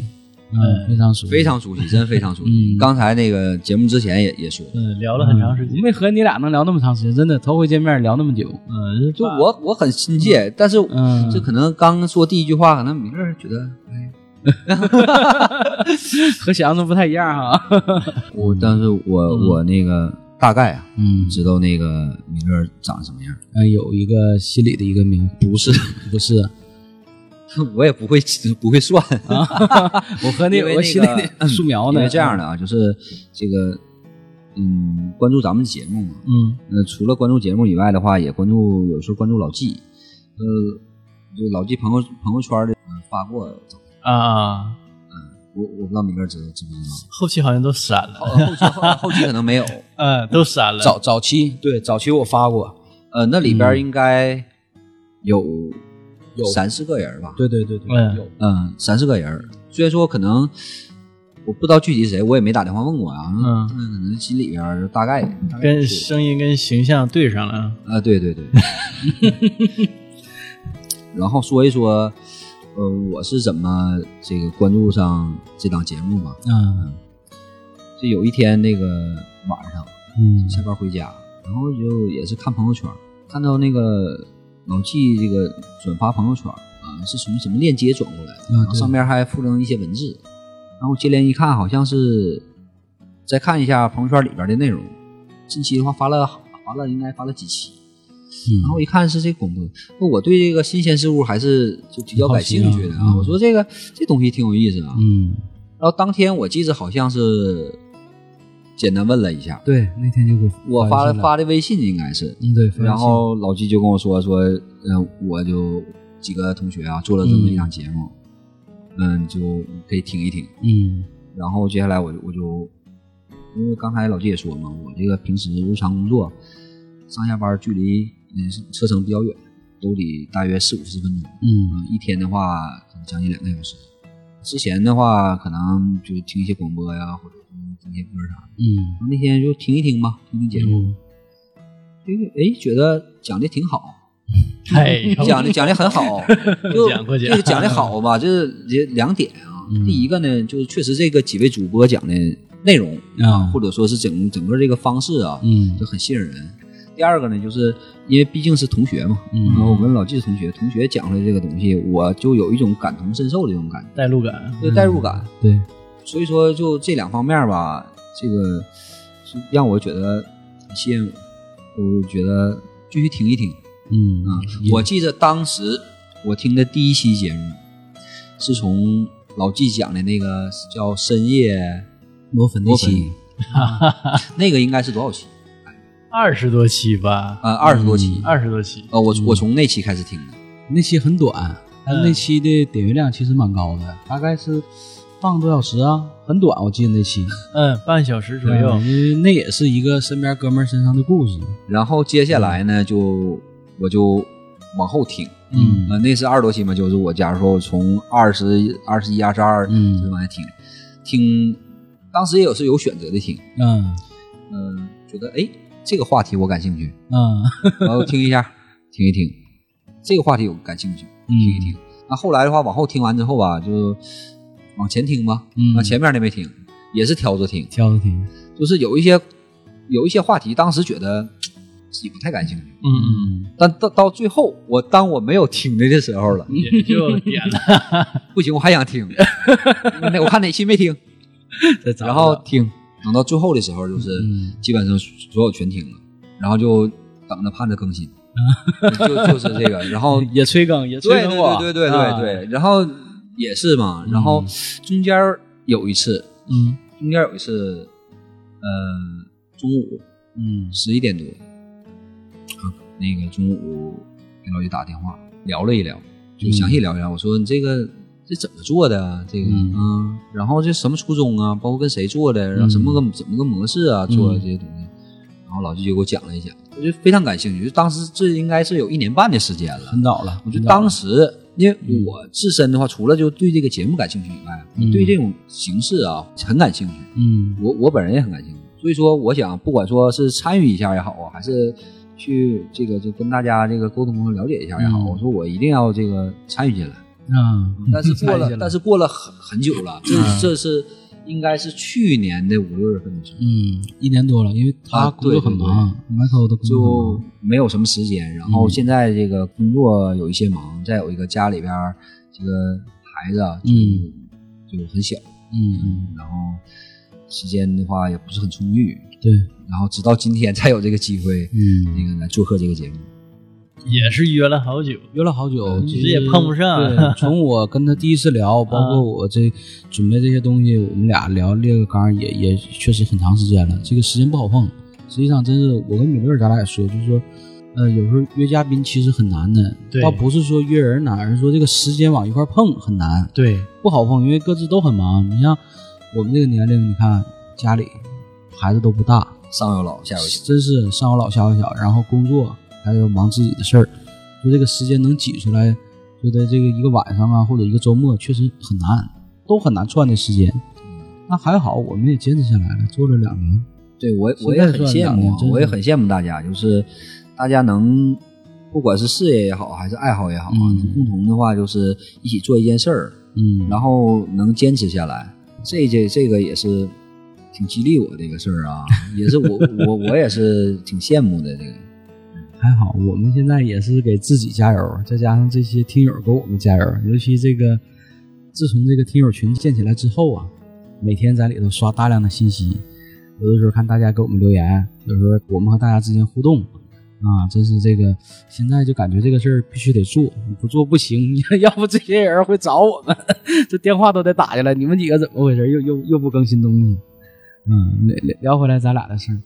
[SPEAKER 1] 嗯，
[SPEAKER 2] 嗯
[SPEAKER 1] 非常熟悉，
[SPEAKER 3] 非常熟悉，真非常熟悉。
[SPEAKER 1] 嗯
[SPEAKER 3] 刚才那个节目之前也也说，
[SPEAKER 2] 嗯，聊了很长时
[SPEAKER 1] 我
[SPEAKER 2] 间，
[SPEAKER 1] 没合你俩能聊那么长时间，真的，头回见面聊那么久，
[SPEAKER 2] 嗯，
[SPEAKER 3] 就我我很亲切，但是
[SPEAKER 1] 嗯，
[SPEAKER 3] 这可能刚说第一句话，可能米勒觉得哎
[SPEAKER 1] 和想象中不太一样哈。
[SPEAKER 3] 我但是我、
[SPEAKER 1] 嗯
[SPEAKER 3] 我那个大概啊，
[SPEAKER 1] 嗯
[SPEAKER 3] 知道那个米勒长什么样，
[SPEAKER 1] 呃，有一个心理的一个名，不是 不是，
[SPEAKER 3] 我也不会不会算啊。
[SPEAKER 1] 我和 那嗯
[SPEAKER 3] 因为
[SPEAKER 1] 我
[SPEAKER 3] 那
[SPEAKER 1] 心里
[SPEAKER 3] 个
[SPEAKER 1] 的素描
[SPEAKER 3] 因
[SPEAKER 1] 呢嗯
[SPEAKER 3] 为这样的，啊，就是这个嗯，关注咱们的节目嘛，
[SPEAKER 1] 嗯
[SPEAKER 3] 呃，除了关注节目以外的话，也关注有时候关注老纪，呃，就老纪朋友朋友圈里呃发过照片，
[SPEAKER 2] 啊，
[SPEAKER 3] 我我不知道米勒知道知不知道，
[SPEAKER 2] 后期好像都删了，
[SPEAKER 3] 后后期后后期可能没有，
[SPEAKER 2] 嗯，都删了。
[SPEAKER 1] 早早期对早期我发过，
[SPEAKER 3] 呃，那里边应该有
[SPEAKER 1] 有
[SPEAKER 3] 三四个人吧，
[SPEAKER 1] 对对对对，
[SPEAKER 2] 嗯
[SPEAKER 1] 有
[SPEAKER 3] 嗯，三四个人，虽然说可能我不知道具体谁，我也没打电话问过啊，
[SPEAKER 2] 嗯
[SPEAKER 3] 但可能心里边儿大概大概
[SPEAKER 2] 跟
[SPEAKER 3] 是
[SPEAKER 2] 声音跟形象对上了，
[SPEAKER 3] 啊，对对对。 然后说一说，呃，我是怎么这个关注上这档节目嘛？
[SPEAKER 1] 嗯
[SPEAKER 3] 就有一天那个晚上
[SPEAKER 1] 嗯
[SPEAKER 3] 下班回家，然后就也是看朋友圈，看到那个老纪这个转发朋友圈啊，是从什么链接转过来的，
[SPEAKER 1] 啊
[SPEAKER 3] 然后
[SPEAKER 1] 对
[SPEAKER 3] 上面还附赠一些文字，然后接连一看，好像是再看一下朋友圈里边的内容，近期的话发了发了应该发了几期，然后我一看是这广播，那我对这个新鲜事物还是就比较感兴趣的
[SPEAKER 1] 好奇啊
[SPEAKER 3] 啊。我说这个这东西挺有意思啊。
[SPEAKER 1] 嗯，
[SPEAKER 3] 然后当天我记着好像是简单问了一下，
[SPEAKER 1] 对，那天就给
[SPEAKER 3] 我发
[SPEAKER 1] 了
[SPEAKER 3] 了，发的微信应该是，
[SPEAKER 1] 嗯对，发微信
[SPEAKER 3] 然后老季就跟我说说，嗯，我就几个同学啊做了这么一档节目，嗯，就可以听一听。
[SPEAKER 1] 嗯
[SPEAKER 3] 然后接下来我就我就，因为刚才老季也说嘛，我这个平时日常工作上下班距离嗯车程比较远，都得大约四五十分钟，
[SPEAKER 1] 嗯
[SPEAKER 3] 嗯，一天的话可能将近两个小时。之前的话可能就听一些广播呀，或者是听一些歌啥的。
[SPEAKER 1] 嗯
[SPEAKER 3] 那天就听一听吧，听听节目，
[SPEAKER 1] 嗯
[SPEAKER 3] 哎、哎，觉得讲的挺好，
[SPEAKER 2] 哎呦，
[SPEAKER 3] 讲的讲的很好，就
[SPEAKER 2] 讲过
[SPEAKER 3] 这
[SPEAKER 2] 讲
[SPEAKER 3] 个讲的好吧，就是这两点啊。
[SPEAKER 1] 嗯
[SPEAKER 3] 第一个呢，就是确实这个几位主播讲的内容啊，
[SPEAKER 1] 啊
[SPEAKER 3] 或者说是整整个这个方式啊，
[SPEAKER 1] 嗯
[SPEAKER 3] 就很吸引人。第二个呢，就是因为毕竟是同学嘛，
[SPEAKER 1] 嗯
[SPEAKER 3] 然后我们老季同学，同学讲出来这个东西，我就有一种感同身受的这种感觉，
[SPEAKER 2] 代入感，
[SPEAKER 3] 就代入感。
[SPEAKER 1] 对，
[SPEAKER 3] 所以说，就这两方面吧，这个是让我觉得很吸引我，我觉得继续听一听。
[SPEAKER 1] 嗯
[SPEAKER 3] 啊，我记得当时我听的第一期节目，是从老纪讲的那个叫深夜
[SPEAKER 1] 磨粉那
[SPEAKER 3] 那
[SPEAKER 1] 期
[SPEAKER 3] 期， 那个应该是多少期？
[SPEAKER 2] 二十多期吧，
[SPEAKER 3] 呃，二十多期。
[SPEAKER 1] 嗯
[SPEAKER 2] 二十多期，
[SPEAKER 3] 呃，我我从那期开始听的。
[SPEAKER 1] 那期很短，但
[SPEAKER 2] 嗯
[SPEAKER 1] 那期的点阅量其实蛮高的，大概是半个多小时啊，很短，我记得那期
[SPEAKER 2] 嗯，半小时左右，
[SPEAKER 1] 因为那也是一个身边哥们儿身上的故事，
[SPEAKER 3] 然后接下来呢，就我就往后听。
[SPEAKER 1] 嗯
[SPEAKER 3] 呃，那是二十多期嘛，就是我假如说我从二十二十一、二十二，
[SPEAKER 1] 嗯
[SPEAKER 3] 就往下听，听，当时也有是有选择的听，
[SPEAKER 1] 嗯
[SPEAKER 3] 嗯、觉得哎这个话题我感兴趣，
[SPEAKER 1] 嗯
[SPEAKER 3] 然后听一下，听一听，这个话题我感兴趣，听一
[SPEAKER 1] 嗯
[SPEAKER 3] 听。那后来的话，往后听完之后吧，就往前听吧。
[SPEAKER 1] 嗯
[SPEAKER 3] 那前面的没听，也是挑着听，
[SPEAKER 1] 挑着听，
[SPEAKER 3] 就是有一些有一些话题，当时觉得嘖自己不太感兴趣，
[SPEAKER 2] 嗯嗯，
[SPEAKER 1] 嗯
[SPEAKER 3] 但到到最后，我当我没有听的的时候了，
[SPEAKER 2] 也就点了，
[SPEAKER 3] 不行，我还 想听。那我看哪期没听，
[SPEAKER 1] 再找
[SPEAKER 3] 然后
[SPEAKER 1] 找
[SPEAKER 3] 听，等到最后的时候，就是
[SPEAKER 1] 嗯
[SPEAKER 3] 基本上所有全听了，然后就等着盼着更新，就就是这个，然后
[SPEAKER 1] 也催更，也催
[SPEAKER 3] 对对
[SPEAKER 1] 更我，
[SPEAKER 3] 对对对
[SPEAKER 1] 啊
[SPEAKER 3] 对对，，然后也是嘛，然后中间儿有一次，
[SPEAKER 1] 嗯
[SPEAKER 3] 中间儿有一次，呃，中午
[SPEAKER 1] 嗯
[SPEAKER 3] 十一点多，啊那个中午给老姐打电话聊了一聊，
[SPEAKER 1] 嗯
[SPEAKER 3] 就详细聊一聊，我说你这个。这怎么做的啊？这个
[SPEAKER 1] 嗯
[SPEAKER 3] 嗯，然后这什么初衷啊？包括跟谁做的，然后什么
[SPEAKER 1] 嗯
[SPEAKER 3] 个怎么个模式啊？做的这些东西，然后老季就给我讲了一讲，我就非常感兴趣。就当时这应该是有一年半的时间了，
[SPEAKER 1] 很早了，很
[SPEAKER 2] 嗯
[SPEAKER 3] 我就
[SPEAKER 1] 早
[SPEAKER 3] 当
[SPEAKER 1] 了
[SPEAKER 3] 时，因为我自身的话，除了就对这个节目感兴趣以外，
[SPEAKER 1] 嗯
[SPEAKER 3] 我对这种形式啊很感兴趣。
[SPEAKER 1] 嗯
[SPEAKER 3] 我我本人也很感兴趣，所以说我想，不管说是参与一下也好啊，还是去这个就跟大家这个沟通和了解一下也好，
[SPEAKER 1] 嗯
[SPEAKER 3] 我说我一定要这个参与进来。
[SPEAKER 1] 啊，
[SPEAKER 3] 但是过
[SPEAKER 2] 嗯 参与
[SPEAKER 3] 了
[SPEAKER 2] 进，来嗯
[SPEAKER 3] 但是过了很很久了，这这是应该是去年的五六月份的时候，
[SPEAKER 1] 嗯，一年多了，因为他
[SPEAKER 3] 啊
[SPEAKER 1] 工作
[SPEAKER 3] 对对
[SPEAKER 1] 很忙，Michael 的工作
[SPEAKER 3] 就
[SPEAKER 1] 很忙
[SPEAKER 3] 没有什么时间。然
[SPEAKER 1] 嗯
[SPEAKER 3] 后现在这个工作有一些忙，再有一个家里边儿这个孩子啊，
[SPEAKER 1] 嗯，
[SPEAKER 3] 就很小，
[SPEAKER 1] 嗯嗯，
[SPEAKER 3] 然后时间的话也不是很充裕，
[SPEAKER 1] 对，
[SPEAKER 3] 然后直到今天才有这个机会，
[SPEAKER 1] 嗯，
[SPEAKER 3] 那个来做客这个节目。
[SPEAKER 2] 也是约了好久，
[SPEAKER 1] 约了好久，
[SPEAKER 2] 一
[SPEAKER 1] 其
[SPEAKER 2] 嗯直也
[SPEAKER 1] 实
[SPEAKER 2] 碰不上
[SPEAKER 1] 对，
[SPEAKER 2] 啊
[SPEAKER 1] 从我跟他第一次聊，包括我这准备这些东西，我们俩聊列个纲也也确实很长时间了。这个时间不好碰，实际上真是我跟米勒咱俩也说，就是说，呃，有时候约嘉宾其实很难的
[SPEAKER 2] 对，
[SPEAKER 1] 倒不是说约人难，而是说这个时间往一块碰很难，
[SPEAKER 2] 对，
[SPEAKER 1] 不好碰，因为各自都很忙。你像我们这个年龄，你看家里孩子都不大，
[SPEAKER 3] 上有老，下有小，
[SPEAKER 1] 真是上有老下有小，然后工作还有忙自己的事儿，就这个时间能挤出来，就在这个一个晚上啊，或者一个周末，确实很难，都很难串的时间。那还好，我们也坚持下来了，做了两年。
[SPEAKER 3] 对我
[SPEAKER 1] 现在
[SPEAKER 3] 我也很羡慕
[SPEAKER 1] 算两年真
[SPEAKER 3] 啊，
[SPEAKER 1] 的
[SPEAKER 3] 我也很羡慕大家，就是大家能不管是事业也好，还是爱好也好啊，
[SPEAKER 1] 嗯
[SPEAKER 3] 能共同的话就是一起做一件事儿，
[SPEAKER 1] 嗯，
[SPEAKER 3] 然后能坚持下来，这这这个也是挺激励我的一个事儿 啊，也是我我我也是挺羡慕的这个。
[SPEAKER 1] 还好，我们现在也是给自己加油，再加上这些听友给我们加油，尤其这个，自从这个听友群建起来之后啊，每天在里头刷大量的信息，有的时候看大家给我们留言，有时候我们和大家之间互动，啊，真是这个现在就感觉这个事儿必须得做，你不做不行， 要不这些人会找我们， 这电话都得打下来，你们几个怎么回事？又又又不更新东西，嗯，聊聊回来咱俩的事儿，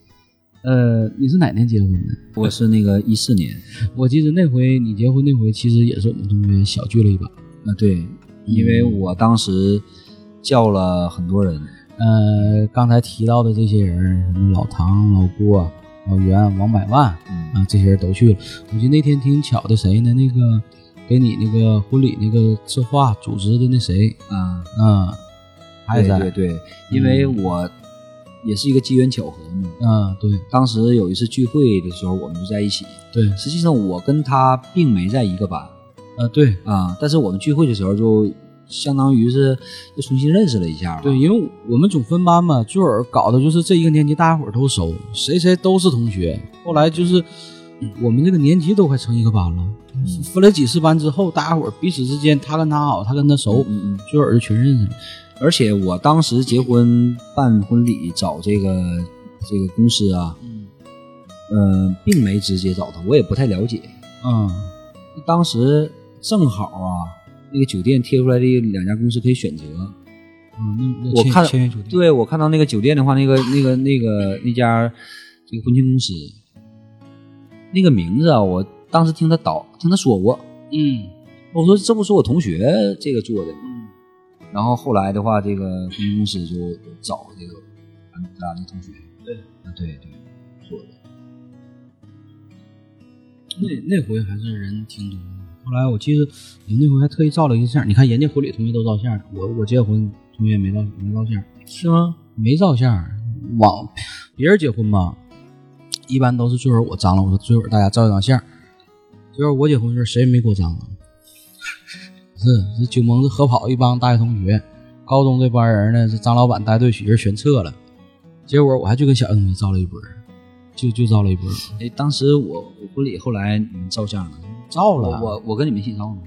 [SPEAKER 1] 呃，你是哪年结婚的？
[SPEAKER 3] 我是那个一四年，
[SPEAKER 1] 我记得那回你结婚那回，其实也是我们中间小聚了一把。
[SPEAKER 3] 啊对，因为
[SPEAKER 1] 嗯
[SPEAKER 3] 我当时叫了很多人，
[SPEAKER 1] 呃，刚才提到的这些人，什么老唐、老郭、老袁、王百万
[SPEAKER 3] 嗯
[SPEAKER 1] 啊，这些人都去了。我记得那天挺巧的，谁呢？那个给你那个婚礼那个策划组织的那谁
[SPEAKER 3] 啊，
[SPEAKER 1] 啊，他也
[SPEAKER 3] 对
[SPEAKER 1] 在。嗯
[SPEAKER 3] 对对，因为我也是一个机缘巧合嘛。
[SPEAKER 1] 啊，对
[SPEAKER 3] 当时有一次聚会的时候，我们就在一起。
[SPEAKER 1] 对，
[SPEAKER 3] 实际上我跟他并没在一个班
[SPEAKER 1] 啊对
[SPEAKER 3] 啊，但是我们聚会的时候就相当于是又重新认识了一下吧。
[SPEAKER 1] 对，因为我们总分班嘛，最后搞的就是这一个年级大家伙儿都熟，谁谁都是同学。后来就是我们这个年级都快成一个班了。
[SPEAKER 3] 嗯
[SPEAKER 1] 分了几次班之后，大家伙儿彼此之间，他跟他好，他跟他熟，
[SPEAKER 3] 嗯嗯，
[SPEAKER 1] 最后就全认识了。
[SPEAKER 3] 而且我当时结婚办婚礼找这个这个公司啊，
[SPEAKER 1] 嗯
[SPEAKER 3] 嗯，并没直接找他，我也不太了解。
[SPEAKER 1] 嗯
[SPEAKER 3] 当时正好啊，那个酒店贴出来的两家公司可以选择。
[SPEAKER 1] 嗯那那
[SPEAKER 3] 嗯我
[SPEAKER 1] 签
[SPEAKER 3] 看
[SPEAKER 1] 签约酒店，
[SPEAKER 3] 对我看到那个酒店的话，那个那个那个那家这个婚庆公司，那个名字啊，我当时听他导听他说过，
[SPEAKER 1] 嗯
[SPEAKER 3] 我说这不是我同学这个做的吗？然后后来的话，这个婚庆公司就找这个俺俺那同学，
[SPEAKER 2] 对
[SPEAKER 3] 啊对对做的，
[SPEAKER 1] 那那回还是人挺多的。后来我记得人那回还特意照了一个相，你看人家婚礼同学都照相，我我结婚同学没照没照相，
[SPEAKER 2] 是吗？
[SPEAKER 1] 没照相。往别人结婚吧，一般都是最后我张罗，我说最后大家照一张相。最后我结婚的时候谁也没给我张罗， 是这九蒙子合跑一帮大学同学，高中这帮人呢，这张老板带队许人全撤了，结果我还就跟小学同学照了一波，就就照了一波，
[SPEAKER 3] 哎，当时我我婚礼后来你们照相了，啊
[SPEAKER 1] 照
[SPEAKER 3] 我
[SPEAKER 1] 了，
[SPEAKER 3] 我我跟你们一起照吗？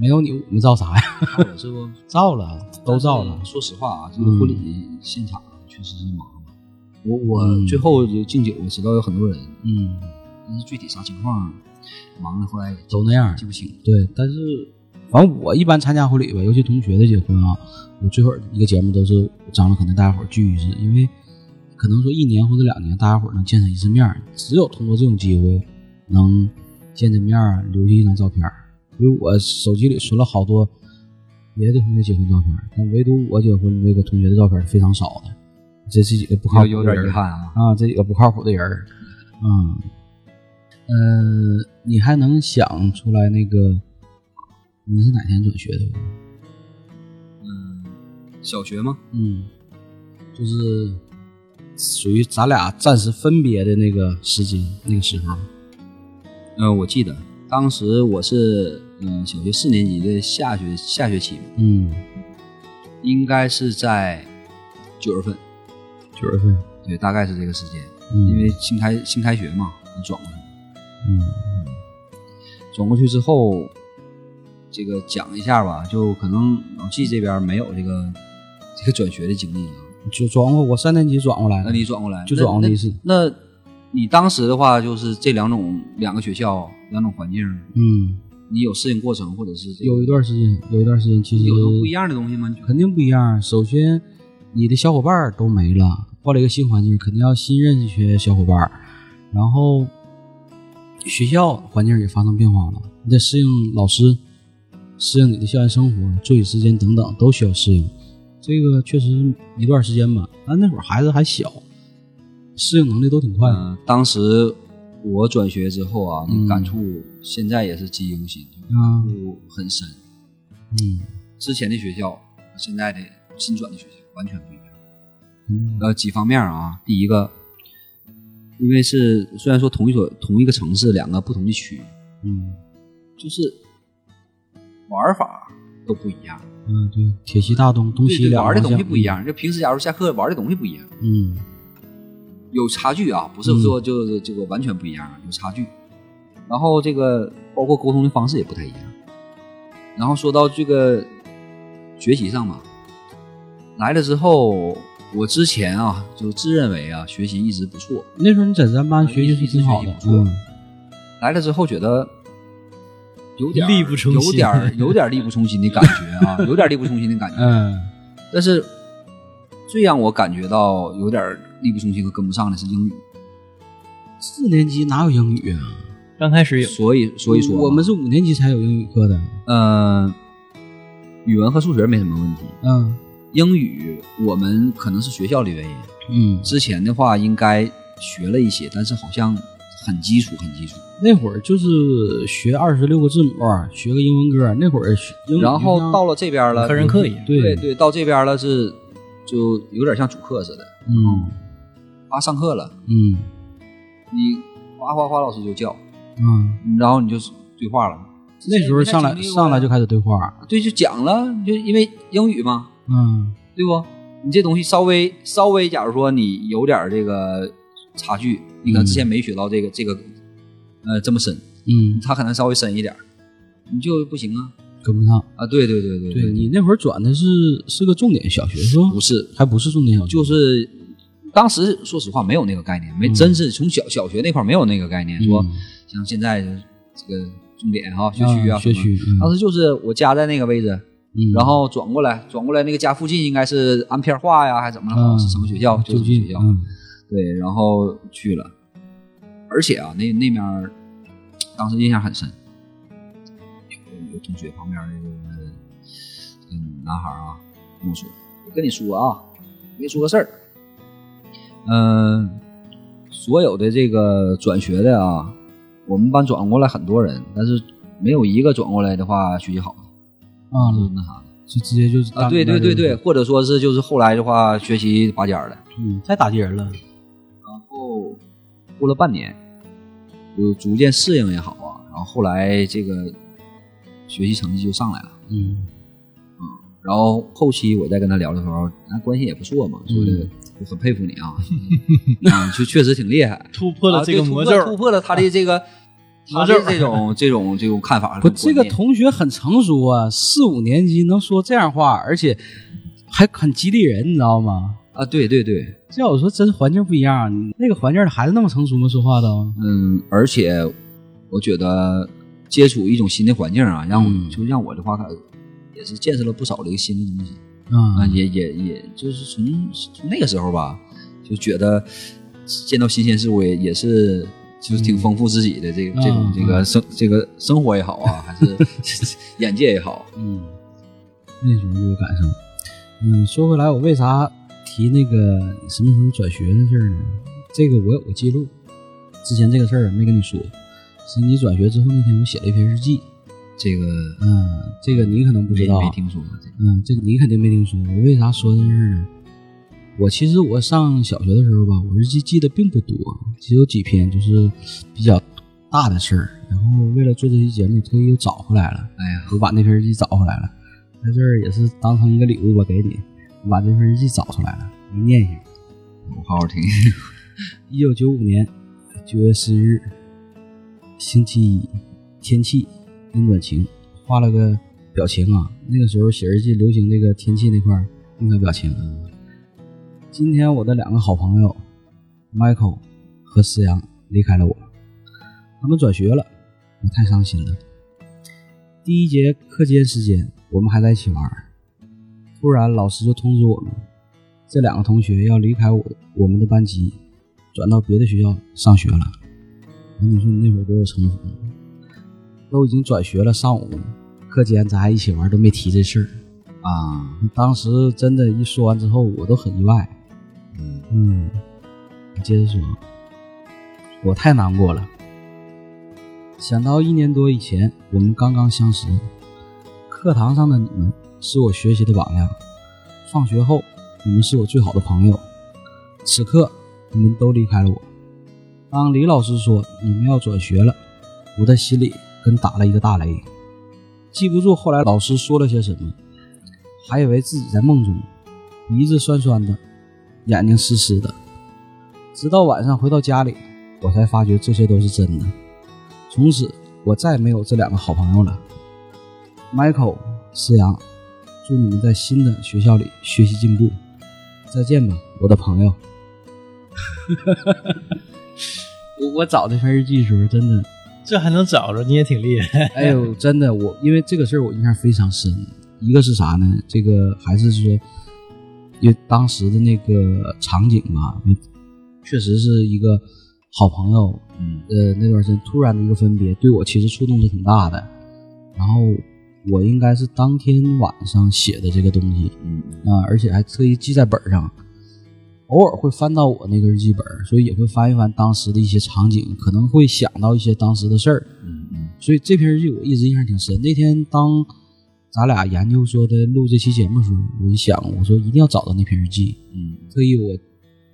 [SPEAKER 1] 没有你我们照啥呀？
[SPEAKER 3] 照了 是不？
[SPEAKER 1] 照了，都照了
[SPEAKER 3] 但是，说实话啊，这个婚礼现场确实是忙了。我我最后就敬酒，我知道有很多人，
[SPEAKER 1] 嗯，
[SPEAKER 3] 但是具体啥情况，忙了后来也
[SPEAKER 1] 都那样
[SPEAKER 3] 记。不清。
[SPEAKER 1] 对，但是反正我一般参加婚礼吧，尤其同学的结婚啊，我最后一个节目都是我张罗，可能大家伙儿聚一次，因为可能说一年或者两年，大家伙儿能见上一次面儿，只有通过这种机会能见着面儿，啊留下一张照片儿。所以我手机里存了好多别的同学结婚照片儿，但唯独我结婚这个同学的照片儿是非常少的，这是几个不靠谱的
[SPEAKER 3] 有有点
[SPEAKER 1] 人
[SPEAKER 3] 遗憾啊。
[SPEAKER 1] 啊，这几个不靠谱的人儿，嗯，呃，你还能想出来那个你是哪天转学的吗？
[SPEAKER 3] 小学吗？
[SPEAKER 1] 嗯，就是属于咱俩暂时分别的那个时间，那个时候，
[SPEAKER 3] 呃，我记得当时我是嗯、小学四年级的下学下学期嘛，
[SPEAKER 1] 嗯，
[SPEAKER 3] 应该是在九月份，
[SPEAKER 1] 九月份，
[SPEAKER 3] 对，大概是这个时间，
[SPEAKER 1] 嗯，
[SPEAKER 3] 因为新开新开学嘛，转过去。
[SPEAKER 1] 嗯
[SPEAKER 3] 转过去之后，这个讲一下吧，就可能老季这边没有这个这个转学的经历啊，
[SPEAKER 1] 就转过我三年级转过来
[SPEAKER 3] 那
[SPEAKER 1] 的，
[SPEAKER 3] 你转过来
[SPEAKER 1] 就转过
[SPEAKER 3] 那
[SPEAKER 1] 来一次。
[SPEAKER 3] 那你当时的话，就是这两种两个学校两种环境，
[SPEAKER 1] 嗯，
[SPEAKER 3] 你有适应过程，或者是这个
[SPEAKER 1] 有一段时间，有一段时间其实
[SPEAKER 3] 有什么不一样的东西吗？你觉得
[SPEAKER 1] 肯定不一样。首先，你的小伙伴儿都没了，换了一个新环境，肯定要新认识一些小伙伴儿。然后，学校环境也发生变化了，你得适应老师，适应你的校园生活、作息时间等等，都需要适应。这个确实一段时间吧，但那会儿孩子还小，适应能力都挺快的。
[SPEAKER 3] 嗯，当时我转学之后啊，
[SPEAKER 1] 嗯
[SPEAKER 3] 那感触现在也是记忆犹新，
[SPEAKER 1] 啊，
[SPEAKER 3] 就很深。
[SPEAKER 1] 嗯
[SPEAKER 3] 之前的学校和现在的新转的学校完全不一样。
[SPEAKER 1] 嗯
[SPEAKER 3] 呃，几方面啊，第一个，因为是虽然说同一所同一个城市，两个不同的区，
[SPEAKER 1] 嗯
[SPEAKER 3] 就是玩法都不一样，
[SPEAKER 1] 嗯，对，铁西大东，东
[SPEAKER 3] 对
[SPEAKER 1] 西
[SPEAKER 3] 对
[SPEAKER 1] 两
[SPEAKER 3] 玩的
[SPEAKER 1] 个嗯
[SPEAKER 3] 东西
[SPEAKER 1] 项
[SPEAKER 3] 不一，样。就平时假如下课玩的东西不一样，
[SPEAKER 1] 嗯
[SPEAKER 3] 有差距啊，不是说就是这个完全不一样啊，有差距。然后这个包括沟通的方式也不太一样。然后说到这个学习上嘛，来了之后，我之前啊就自认为啊学习一直不错，
[SPEAKER 1] 那时候你在咱班学习是挺好的
[SPEAKER 3] 一直，学习不
[SPEAKER 1] 嗯
[SPEAKER 3] 错来了之后觉得有点儿
[SPEAKER 2] 力不从心
[SPEAKER 3] 有点儿有点儿力不从心的感觉啊，有点儿力不从心的感觉。
[SPEAKER 1] 嗯。
[SPEAKER 3] 但是最让我感觉到有点儿力不从心和跟不上的是英语，
[SPEAKER 1] 四年级哪有英语啊？
[SPEAKER 2] 刚开始有，
[SPEAKER 3] 所以所以说
[SPEAKER 1] 我们是五年级才有英语课的。
[SPEAKER 3] 嗯，语文和数学没什么问题，
[SPEAKER 1] 嗯
[SPEAKER 3] 英语我们可能是学校的原因，
[SPEAKER 1] 嗯，
[SPEAKER 3] 之前的话应该学了一些，但是好像很基础，很基础。
[SPEAKER 1] 那会儿就是学二十六个字母，啊学个英文歌。那会儿学英语就像，
[SPEAKER 3] 然后到了这边了，
[SPEAKER 2] 科任课一样
[SPEAKER 1] 对
[SPEAKER 3] 对对，到这边了是就有点像主课似的，
[SPEAKER 1] 嗯
[SPEAKER 3] 啊，上课了，
[SPEAKER 1] 嗯
[SPEAKER 3] 你哗哗哗老师就叫，
[SPEAKER 1] 嗯，
[SPEAKER 3] 然后你就是对话了。
[SPEAKER 1] 那时候上来
[SPEAKER 3] 之前没太经历过
[SPEAKER 1] 上来就开始对话。
[SPEAKER 3] 对，就讲了，就因为英语嘛，
[SPEAKER 1] 嗯
[SPEAKER 3] 对不？你这东西稍微稍微，假如说你有点儿这个差距，你可能之前没学到这个、这个，呃，这么深，
[SPEAKER 1] 嗯，
[SPEAKER 3] 它可能稍微深一点儿，你就不行啊
[SPEAKER 1] 跟不上。
[SPEAKER 3] 啊！对对对对
[SPEAKER 1] 对你那会儿转的是是个重点小学是吧？
[SPEAKER 3] 不是，
[SPEAKER 1] 还不是重点小学，
[SPEAKER 3] 就是当时说实话没有那个概念，没、
[SPEAKER 1] 嗯
[SPEAKER 3] 真是从小小学那块儿没有那个概念，
[SPEAKER 1] 嗯
[SPEAKER 3] 说像现在这个重点哈、学区啊
[SPEAKER 1] 啊学
[SPEAKER 3] 什么的。
[SPEAKER 1] 区。
[SPEAKER 3] 当时就是我家在那个位置，
[SPEAKER 1] 嗯，
[SPEAKER 3] 然后转过来，转过来那个家附近应该是安片化呀，还是怎么了？
[SPEAKER 1] 嗯
[SPEAKER 3] 啊是什么学校？就
[SPEAKER 1] 就是
[SPEAKER 3] 什么学
[SPEAKER 1] 近
[SPEAKER 3] 校。
[SPEAKER 1] 嗯
[SPEAKER 3] 对，然后去了，而且啊，那那面儿当时印象很深，有有同学旁边儿有个嗯男孩儿啊跟我说：“我跟你说啊，我跟你说个事儿，嗯、所有的这个转学的啊，我们班转过来很多人，但是没有一个转过来的话学习好的，
[SPEAKER 1] 啊，
[SPEAKER 3] 就是那啥
[SPEAKER 1] 就直接就
[SPEAKER 3] 的啊，对对对对，，或者说是就是后来的话学习拔尖儿的。”
[SPEAKER 1] 嗯，太打击人了。
[SPEAKER 3] 然后过了半年，就逐渐适应也好啊，然后后来这个学习成绩就上来了。
[SPEAKER 1] 嗯
[SPEAKER 3] 然后后期我再跟他聊的时候，那关系也不错嘛，说的
[SPEAKER 1] 嗯
[SPEAKER 3] 我很佩服你 啊，啊，就确实挺厉害，
[SPEAKER 2] 突破了这
[SPEAKER 3] 啊
[SPEAKER 2] 个
[SPEAKER 3] 对
[SPEAKER 2] 魔
[SPEAKER 3] 突
[SPEAKER 2] 咒
[SPEAKER 3] 破突破了他的 这个他
[SPEAKER 2] 魔
[SPEAKER 3] 的
[SPEAKER 2] 咒
[SPEAKER 3] 这种这种这种看法。
[SPEAKER 1] 不，这个
[SPEAKER 3] 观念
[SPEAKER 1] 同学很成熟啊，四五年级能说这样话，而且还很激励人，你知道吗？
[SPEAKER 3] 啊，对对对，
[SPEAKER 1] 这要我说，真环境不一样，啊那个环境的孩子那么成熟吗？说话都，
[SPEAKER 3] 嗯，而且我觉得接触一种新的环境啊，让我、
[SPEAKER 1] 嗯
[SPEAKER 3] 就让我的话也是见识了不少的一个新的东西。啊，
[SPEAKER 1] 嗯
[SPEAKER 3] 也也也就是从从那个时候吧，就觉得见到新鲜事物也也是就是挺丰富自己的这个、这种
[SPEAKER 1] 嗯
[SPEAKER 3] 这个生、这个生活也好啊，还 是眼界也好，
[SPEAKER 1] 嗯，那时候就有感受。嗯，说回来，我为啥提那个什么时候转学的事儿呢？这个我有个记录，之前这个事儿没跟你说，是你转学之后那天我写了一篇日记。
[SPEAKER 3] 这个
[SPEAKER 1] 嗯，这个你可能不知
[SPEAKER 3] 没
[SPEAKER 1] 道，啊
[SPEAKER 3] 没听说过这个，
[SPEAKER 1] 嗯，这个你肯定没听说。我为啥说这事儿呢？我其实我上小学的时候吧，我日记记得并不多，只有几篇，就是比较大的事儿。然后为了做这期节目，特意又找回来了，
[SPEAKER 3] 哎呀，
[SPEAKER 1] 我把那篇日记找回来了，在这儿也是当成一个礼物吧，给你。我把这篇日记找出来了，你念一下。
[SPEAKER 3] 我好好听，
[SPEAKER 1] 一九九五年九月十日，星期一，天气阴转晴，画了个表情啊，那个时候写日记流行这个天气那块儿用的表情啊。今天我的两个好朋友 Michael 和思阳离开了我，他们转学了，我太伤心了。第一节课间时间，我们还在一起玩儿，突然老师就通知我们，这两个同学要离开我我们的班级，转到别的学校上学了。你说你那会儿多有城府，都已经转学了，上午课间咱还一起玩，都没提这事儿。
[SPEAKER 3] 啊，
[SPEAKER 1] 当时真的，一说完之后，我都很意外。
[SPEAKER 3] 嗯
[SPEAKER 1] 嗯，我接着说，我太难过了。想到一年多以前，我们刚刚相识，课堂上的你们是我学习的榜样，放学后你们是我最好的朋友。此刻你们都离开了我。当李老师说你们要转学了，我的心里跟打了一个大雷，记不住后来老师说了些什么，还以为自己在梦中，鼻子酸酸的，眼睛湿湿的。直到晚上回到家里，我才发觉这些都是真的。从此，我再也没有这两个好朋友了。Michael、思阳，祝你们在新的学校里学习进步。再见吧，我的朋友。 我我找这份日记的时候，真的，
[SPEAKER 2] 这还能找着，你也挺厉害。
[SPEAKER 1] 哎呦，真的，我因为这个事儿我印象非常深。一个是啥呢？这个还是说，因为当时的那个场景吧，确实是一个好朋友，
[SPEAKER 3] 嗯
[SPEAKER 1] 呃，那段时间突然的一个分别，对我其实触动是挺大的。然后我应该是当天晚上写的这个东西，
[SPEAKER 3] 嗯
[SPEAKER 1] 啊，而且还特意记在本儿上。偶尔会翻到我那个日记本儿，所以也会翻一翻当时的一些场景，可能会想到一些当时的事儿。
[SPEAKER 3] 嗯嗯
[SPEAKER 1] 所以这篇日记我一直印象挺深。那天当咱俩研究说的录这期节目的时候，我就想，我说一定要找到那篇日记。
[SPEAKER 3] 嗯
[SPEAKER 1] 特意我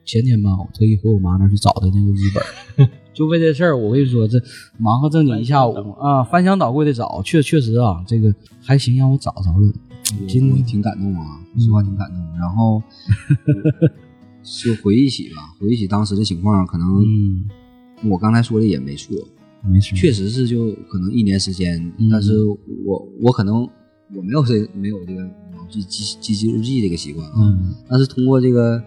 [SPEAKER 1] 前天吧，我特意回我妈那儿去找的那个日本 儿，就为这事儿，我跟你说，这忙活正经一下午啊，翻箱倒柜的找，确确实啊，这个还行，让我找着了。今
[SPEAKER 3] 我挺感动啊，说实话挺感动。然 后就回忆起吧，回忆起当时的情况，可能
[SPEAKER 1] 嗯，
[SPEAKER 3] 我刚才说的也没错，
[SPEAKER 1] 没事，
[SPEAKER 3] 确实是就可能一年时间，
[SPEAKER 1] 嗯
[SPEAKER 3] 但是我我可能我没有这没有这个记记记记日记这个习惯啊，
[SPEAKER 1] 嗯
[SPEAKER 3] 但是通过这个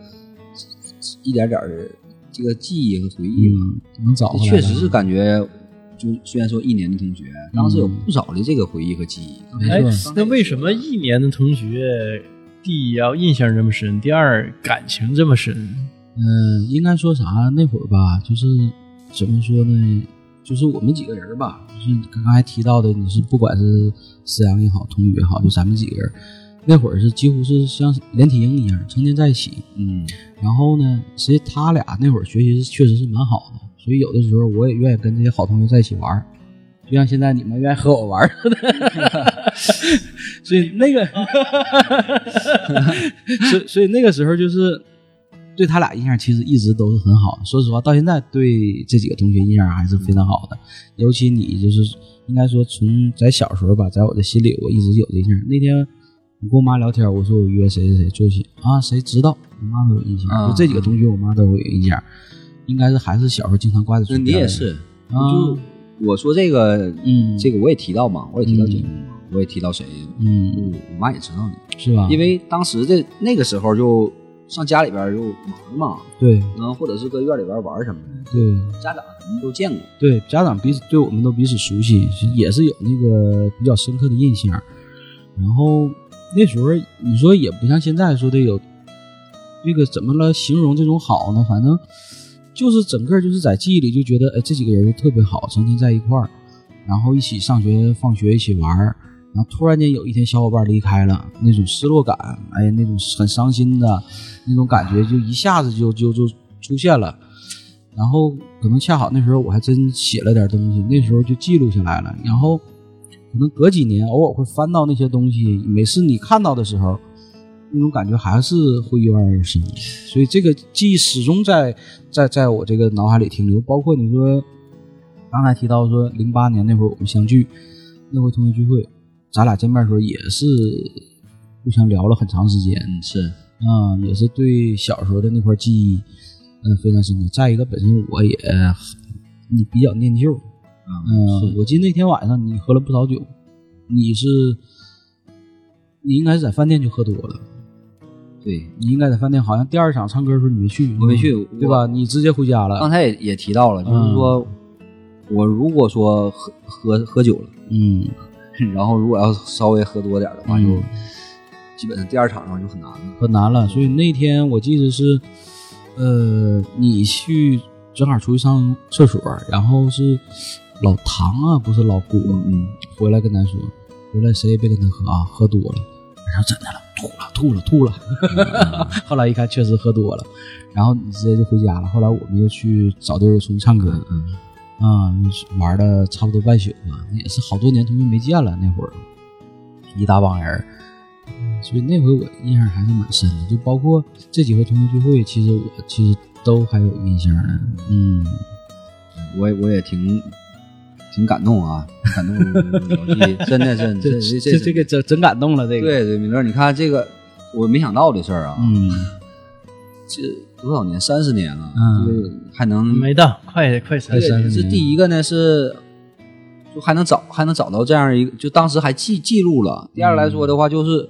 [SPEAKER 3] 一点点儿的这个记忆和回忆吧，
[SPEAKER 1] 嗯，能找回来
[SPEAKER 3] 确实是
[SPEAKER 1] 了
[SPEAKER 3] 感觉，就虽然说一年的同学，当时有不少的这个回忆和记忆。啊
[SPEAKER 1] 没
[SPEAKER 2] 哎
[SPEAKER 1] 错，嗯
[SPEAKER 2] 那为什么一年的同学，第一要印象这么深，第二感情这么深？
[SPEAKER 1] 嗯，应该说啥？那会儿吧，就是怎么说呢？就是我们几个人吧，就是你刚才提到的，你是不管是思阳也好，童宇也好，就咱们几个人，那会儿是几乎是像连体婴一样，成天在一起。
[SPEAKER 3] 嗯
[SPEAKER 1] 然后呢，其实他俩那会儿学习是确实是蛮好的，所以有的时候我也愿意跟这些好同学在一起玩儿，就像现在你们愿意和我 玩儿似的。所以那个， 所以所以那个时候就是对他俩印象其实一直都是很好的。说实话，到现在对这几个同学印象还是非常好的。尤其你就是应该说从在小时候吧，在我的心里我一直有这印象。那天我跟我妈聊天，我说我约谁谁谁坐起啊，谁知道？我妈都有印象，
[SPEAKER 3] 啊
[SPEAKER 1] 就这几个同学，我妈都有印象。应该是还是小时候经常挂在
[SPEAKER 3] 那
[SPEAKER 1] 嘴
[SPEAKER 3] 你
[SPEAKER 1] 边的。
[SPEAKER 3] 也是，
[SPEAKER 1] 啊，
[SPEAKER 3] 就我说这个，
[SPEAKER 1] 嗯
[SPEAKER 3] 这个我也提到嘛，我也提到节目嘛，我也提到谁，
[SPEAKER 1] 嗯，
[SPEAKER 3] 我我妈也知道你，
[SPEAKER 1] 是吧？
[SPEAKER 3] 因为当时这那个时候就上家里边儿就忙嘛，
[SPEAKER 1] 对
[SPEAKER 3] 嗯，或者是搁院里边儿玩儿什么的，
[SPEAKER 1] 对
[SPEAKER 3] 家长什么都见过，
[SPEAKER 1] 对，家长彼此对我们都彼此熟悉，是也是有那个比较深刻的印象。然后那时候你说也不像现在说的有这个怎么了形容这种好呢？反正就是整个就是在记忆里就觉得哎这几个人就特别好，成天在一块儿，然后一起上学、放学一起玩儿。然后突然间有一天小伙伴离开了，那种失落感，哎呀那种很伤心的那种感觉就一下子就就就出现了。然后可能恰好那时候我还真写了点东西，那时候就记录下来了。然后可能隔几年偶尔会翻到那些东西，每次你看到的时候，那种感觉还是会油然而生。所以这个记忆始终在在在我这个脑海里停留。包括你说刚才提到说零八年那会儿我们相聚，那回同学聚会，咱俩见面的时候也是互相聊了很长时间。
[SPEAKER 3] 嗯，是，
[SPEAKER 1] 啊、也是对小时候的那块记忆，嗯、非常深刻。再一个，本身我也呃你比较念旧，呃
[SPEAKER 3] 嗯
[SPEAKER 1] 嗯、我记得那天晚上你喝了不少酒，你是你应该是在饭店就喝多了，
[SPEAKER 3] 对，
[SPEAKER 1] 你应该在饭店，好像第二场唱歌的时候你没去，
[SPEAKER 3] 我没啊去，
[SPEAKER 1] 对吧？你直接回家
[SPEAKER 3] 刚
[SPEAKER 1] 了，
[SPEAKER 3] 才也也提到了，就是说，我如果说喝喝喝酒了，
[SPEAKER 1] 嗯
[SPEAKER 3] 然后如果要稍微喝多点的话，就
[SPEAKER 1] 嗯
[SPEAKER 3] 基本上第二场上就很难了。
[SPEAKER 1] 很难了。所以那天我记得是，呃，你去正好出去上厕所，然后是老唐啊，不是老郭，
[SPEAKER 3] 嗯，
[SPEAKER 1] 回来跟咱说，回来谁也别跟他喝啊，喝多了。然后怎的了？吐了，吐了，吐
[SPEAKER 3] 嗯
[SPEAKER 1] 了。 后来一看，确实喝多了，然后你直接就回家了。后来我们又去找地儿出去唱歌，
[SPEAKER 3] 嗯
[SPEAKER 1] 啊、玩的差不多半宿吧，也是好多年同学没见了那会儿，一大帮人儿，所以那回我印象还是蛮深的。就包括这几回同学聚会，其实我其实都还有印象呢。嗯，
[SPEAKER 3] 我也我也挺挺感动啊，感动老季，真的真的这这
[SPEAKER 1] 这这个
[SPEAKER 3] 个
[SPEAKER 1] 整整感动了，这个
[SPEAKER 3] 对对，米勒，你看这个我没想到的事儿啊，
[SPEAKER 1] 嗯
[SPEAKER 3] 这多少年，三十年了，
[SPEAKER 1] 嗯
[SPEAKER 3] 这个还能
[SPEAKER 2] 没到，快快三
[SPEAKER 3] 对，
[SPEAKER 2] 十，
[SPEAKER 1] 30
[SPEAKER 3] 这
[SPEAKER 1] 年
[SPEAKER 3] 第一个呢是，就还能找还能找到这样一个，就当时还记记录了。第二来说的
[SPEAKER 1] 嗯
[SPEAKER 3] 话，就是、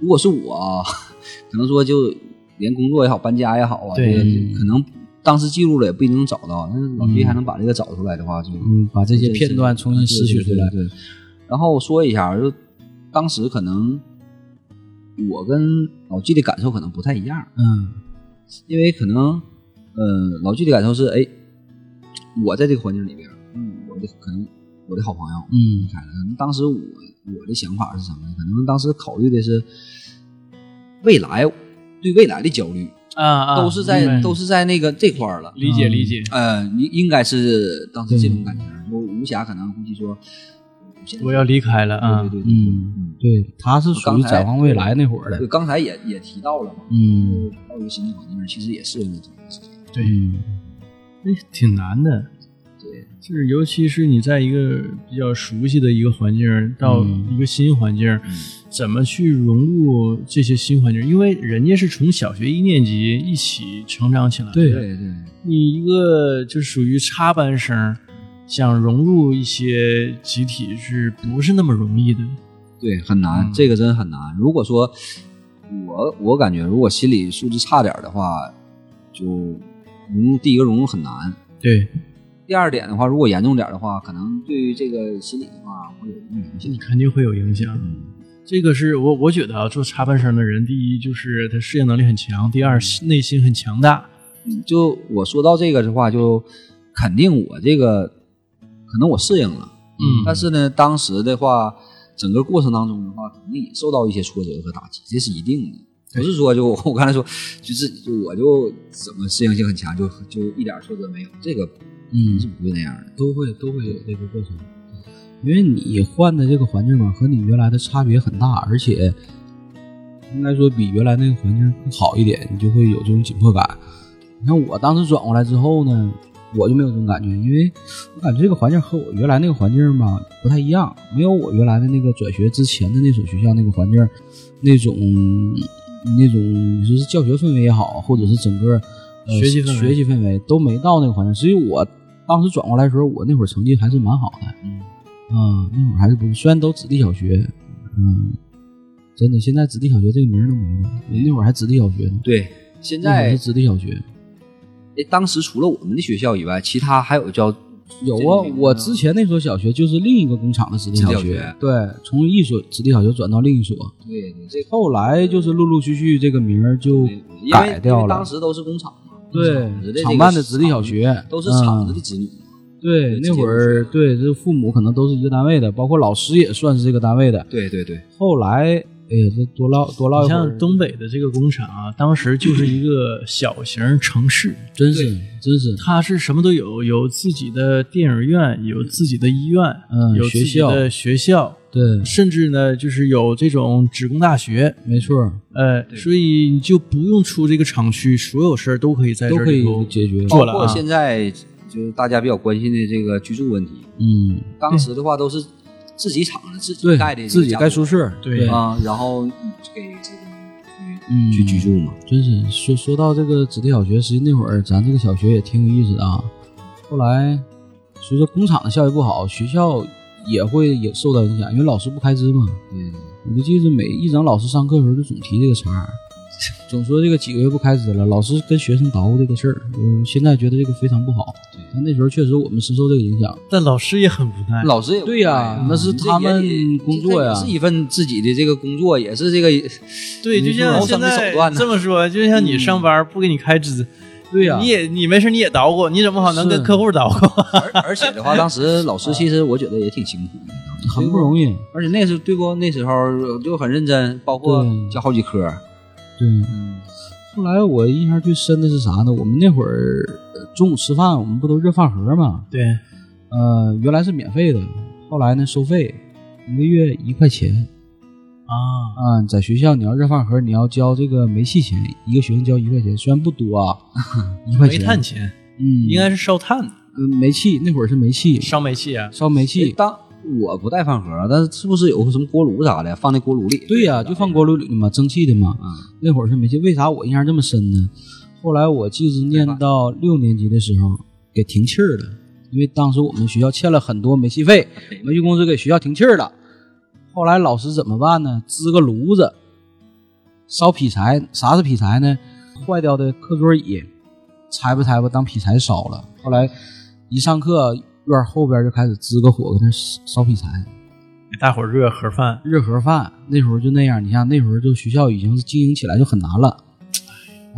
[SPEAKER 3] 如果是我 啊，可能说就连工作也好，搬家也好啊，
[SPEAKER 2] 对
[SPEAKER 3] 这个
[SPEAKER 1] 嗯
[SPEAKER 3] 可能当时记录了也不一定能找到，但是老
[SPEAKER 1] 嗯
[SPEAKER 3] 毕还能把这个找出来的话，就
[SPEAKER 1] 嗯，把这些
[SPEAKER 3] 真是
[SPEAKER 1] 片段重新拾取出来，
[SPEAKER 3] 啊对对对对然后说一下，就当时可能我跟老纪的感受可能不太一样，
[SPEAKER 1] 嗯
[SPEAKER 3] 因为可能，呃，老纪的感受是，哎，我在这个环境里边，嗯，我的可能我的好朋友
[SPEAKER 1] 嗯
[SPEAKER 3] 离开了，可能当时我我的想法是什么呢？可能当时考虑的是未来对未来的焦虑，
[SPEAKER 2] 啊啊，
[SPEAKER 3] 都是在、
[SPEAKER 2] 明白嗯
[SPEAKER 3] 都是在那个这块儿了。
[SPEAKER 2] 理解理解，
[SPEAKER 3] 呃，应应该是当时这种感觉，我无暇可能估计说，现在
[SPEAKER 2] 嗯我要离开了啊
[SPEAKER 3] 对，对对，
[SPEAKER 1] 嗯，
[SPEAKER 3] 嗯，
[SPEAKER 1] 对，他是属于展望未来那会儿
[SPEAKER 3] 对，
[SPEAKER 1] 的，
[SPEAKER 3] 刚才也也提到了嘛，
[SPEAKER 1] 嗯
[SPEAKER 3] 到一个新的环境，其实也是一个这个事情。
[SPEAKER 1] 嗯
[SPEAKER 2] 哎，挺难的。
[SPEAKER 3] 对，
[SPEAKER 2] 就是尤其是你在一个比较熟悉的一个环境，到
[SPEAKER 1] 嗯
[SPEAKER 2] 一个新环境，
[SPEAKER 3] 嗯
[SPEAKER 2] 怎么去融入这些新环境？因为人家是从小学一年级一起成长起来的，
[SPEAKER 1] 对
[SPEAKER 3] 对对，
[SPEAKER 2] 你一个就属于插班生，想融入一些集体是不是那么容易的？
[SPEAKER 3] 对，很难，
[SPEAKER 2] 嗯
[SPEAKER 3] 这个真很难。如果说我我感觉，如果心理素质差点儿的话，就融入第一个融入很难。
[SPEAKER 2] 对，
[SPEAKER 3] 第二点的话，如果严重点儿的话，可能对于这个心理的话会有一定影响。
[SPEAKER 2] 肯定会有影响。
[SPEAKER 3] 嗯，
[SPEAKER 2] 这个是我我觉得啊，做插班生的人，第一就是他适应能力很强，第二内心很强大。
[SPEAKER 3] 就我说到这个的话，就肯定我这个可能我适应了，
[SPEAKER 2] 嗯
[SPEAKER 3] 但是呢，当时的话，整个过程当中的话，肯定也受到一些挫折和打击，这是一定的。不是说就我刚才说，就是就我就怎么适应性很强，就就一点挫折没有，这个
[SPEAKER 1] 嗯
[SPEAKER 3] 是，不会那样的。
[SPEAKER 1] 都会都会有这个过程，因为你换的这个环境嘛，和你原来的差别很大，而且应该说比原来那个环境更好一点，你就会有这种紧迫感。你看我当时转过来之后呢，我就没有这种感觉，因为我感觉这个环境和我原来那个环境吧不太一样，没有我原来的那个转学之前的那所学校那个环境，那种那种就是教学氛围也好，或者是整个、呃、
[SPEAKER 2] 学习氛围
[SPEAKER 1] 学习氛围都没到那个环境。所以我当时转过来的时候，我那会儿成绩还是蛮好的，
[SPEAKER 3] 嗯
[SPEAKER 1] 啊、那会儿还是不错，虽然都子弟小学，嗯，真的现在子弟小学这个名儿都没了，我那会儿还子弟小学呢，
[SPEAKER 3] 对，现
[SPEAKER 1] 那会儿
[SPEAKER 3] 在
[SPEAKER 1] 是子弟小学。嗯
[SPEAKER 3] 诶当时除了我们的学校以外，其他还有叫
[SPEAKER 1] 有
[SPEAKER 3] 这
[SPEAKER 1] 啊
[SPEAKER 3] 个名，字
[SPEAKER 1] 我
[SPEAKER 3] 吗
[SPEAKER 1] 之前那所小学就是另一个工厂的子弟小
[SPEAKER 3] 子弟小学
[SPEAKER 1] 对，从一所子弟小学转到另一所，
[SPEAKER 3] 对对这
[SPEAKER 1] 后来就是陆陆续续这个名儿就
[SPEAKER 3] 对因为
[SPEAKER 1] 改掉
[SPEAKER 3] 因为
[SPEAKER 1] 了
[SPEAKER 3] 当。时都是工厂嘛，
[SPEAKER 1] 对
[SPEAKER 3] 厂子的，这个
[SPEAKER 1] 厂办的子弟小学
[SPEAKER 3] 都是厂子的
[SPEAKER 1] 嗯
[SPEAKER 3] 子女。
[SPEAKER 1] 对，
[SPEAKER 3] 对
[SPEAKER 1] 那
[SPEAKER 3] 直接
[SPEAKER 1] 会
[SPEAKER 3] 入
[SPEAKER 1] 儿
[SPEAKER 3] 学
[SPEAKER 1] 对，这父母可能都是一个单位的，包括老师也算是这个单位的。
[SPEAKER 3] 对对对，
[SPEAKER 1] 后来，哎呀，这多唠多唠
[SPEAKER 2] 你
[SPEAKER 1] 一会儿，
[SPEAKER 2] 像东北的这个工厂啊，当时就是一个小型城市，
[SPEAKER 1] 真是真是，
[SPEAKER 2] 它是什么都有，有自己的电影院，有自己的医院，
[SPEAKER 1] 嗯
[SPEAKER 2] 有自己的学校，
[SPEAKER 1] 对，
[SPEAKER 2] 甚至呢，就是有这种职工大学，
[SPEAKER 1] 没错儿，
[SPEAKER 2] 呃，所以你就不用出这个厂区，所有事儿都可以在
[SPEAKER 1] 都
[SPEAKER 2] 这
[SPEAKER 1] 可
[SPEAKER 2] 里
[SPEAKER 1] 以
[SPEAKER 2] 头
[SPEAKER 1] 解决。
[SPEAKER 2] 做了
[SPEAKER 3] 包括
[SPEAKER 2] 啊。
[SPEAKER 3] 现在就是大家比较关心的这个居住问题，
[SPEAKER 1] 嗯，
[SPEAKER 3] 当时的话都是自己厂子自己盖
[SPEAKER 1] 对，
[SPEAKER 3] 的这个
[SPEAKER 1] 自己
[SPEAKER 3] 家
[SPEAKER 1] 盖嗯
[SPEAKER 3] 族
[SPEAKER 1] 宿舍，
[SPEAKER 2] 对
[SPEAKER 1] 对，
[SPEAKER 3] 啊，然后给这个去、
[SPEAKER 1] 嗯
[SPEAKER 3] 去居住嘛。
[SPEAKER 1] 真是说说到这个子弟小学，实际那会儿咱这个小学也挺有意思的啊。后来随着工厂的效益不好，学校也会也受到影响，因为老师不开支嘛。
[SPEAKER 3] 对，
[SPEAKER 1] 我就记得每一整老师上课的时候就总提这个茬儿，总说这个几个月不开支了，老师跟学生捣鼓这个事儿。嗯，现在觉得这个非常不好，但那时候确实我们深受这个影响。
[SPEAKER 2] 但老师也很无奈。
[SPEAKER 3] 老师也
[SPEAKER 1] 对呀
[SPEAKER 3] 哎
[SPEAKER 1] 那是
[SPEAKER 3] 这
[SPEAKER 1] 他
[SPEAKER 3] 也得
[SPEAKER 1] 们工作呀
[SPEAKER 3] 这也是一份自己的这个工作，也是这个
[SPEAKER 2] 对，就
[SPEAKER 1] 你说
[SPEAKER 2] 像
[SPEAKER 3] 谋
[SPEAKER 2] 现
[SPEAKER 3] 生的
[SPEAKER 2] 在
[SPEAKER 3] 手段呢
[SPEAKER 2] 这么说，就像你上班不给你开支，
[SPEAKER 1] 对呀、
[SPEAKER 2] 你也你没事你也捣鼓，你怎么好能
[SPEAKER 1] 啊是
[SPEAKER 2] 跟客户捣鼓？
[SPEAKER 3] 而而且的话，当时老师其实我觉得也挺辛苦的，
[SPEAKER 1] 很不容易。
[SPEAKER 3] 而且那时候对不？那时候就很认真，包括
[SPEAKER 1] 对啊
[SPEAKER 3] 教好几科。
[SPEAKER 1] 对，
[SPEAKER 2] 嗯
[SPEAKER 1] 后来我印象最深的是啥呢？我们那会儿呃中午吃饭，我们不都热饭盒吗？
[SPEAKER 2] 对，
[SPEAKER 1] 呃，原来是免费的，后来呢收费，一个月一块钱。
[SPEAKER 2] 啊，
[SPEAKER 1] 嗯，在学校你要热饭盒，你要交这个煤气钱，一个学生交一块钱，虽然不多啊， 一块
[SPEAKER 2] 煤
[SPEAKER 1] 钱。
[SPEAKER 2] 炭钱
[SPEAKER 1] 嗯，
[SPEAKER 2] 应该是烧炭的，
[SPEAKER 1] 嗯煤气，那会儿是煤气，
[SPEAKER 2] 烧煤气啊。
[SPEAKER 1] 烧煤气。
[SPEAKER 3] 当我不带饭盒，但是是不是有个什么锅炉啥的，放那锅炉里？
[SPEAKER 1] 对呀、就放锅炉里的嘛，蒸汽的嘛。
[SPEAKER 3] 嗯
[SPEAKER 1] 那会儿是煤气，为啥我印象这么深呢？后来我记着念到六年级的时候，给停气儿了，因为当时我们学校欠了很多煤气 费，煤气公司给学校停气儿了。后来老师怎么办呢？支个炉子，烧劈柴。啥是劈柴呢？坏掉的课桌椅，拆吧拆吧当劈柴烧了。后来一上课，院儿后边就开始支个火，搁那烧烧劈柴。
[SPEAKER 2] 给大伙儿热盒饭，
[SPEAKER 1] 热盒饭，那时候就那样。你像那时候就学校已经是经营起来就很难了。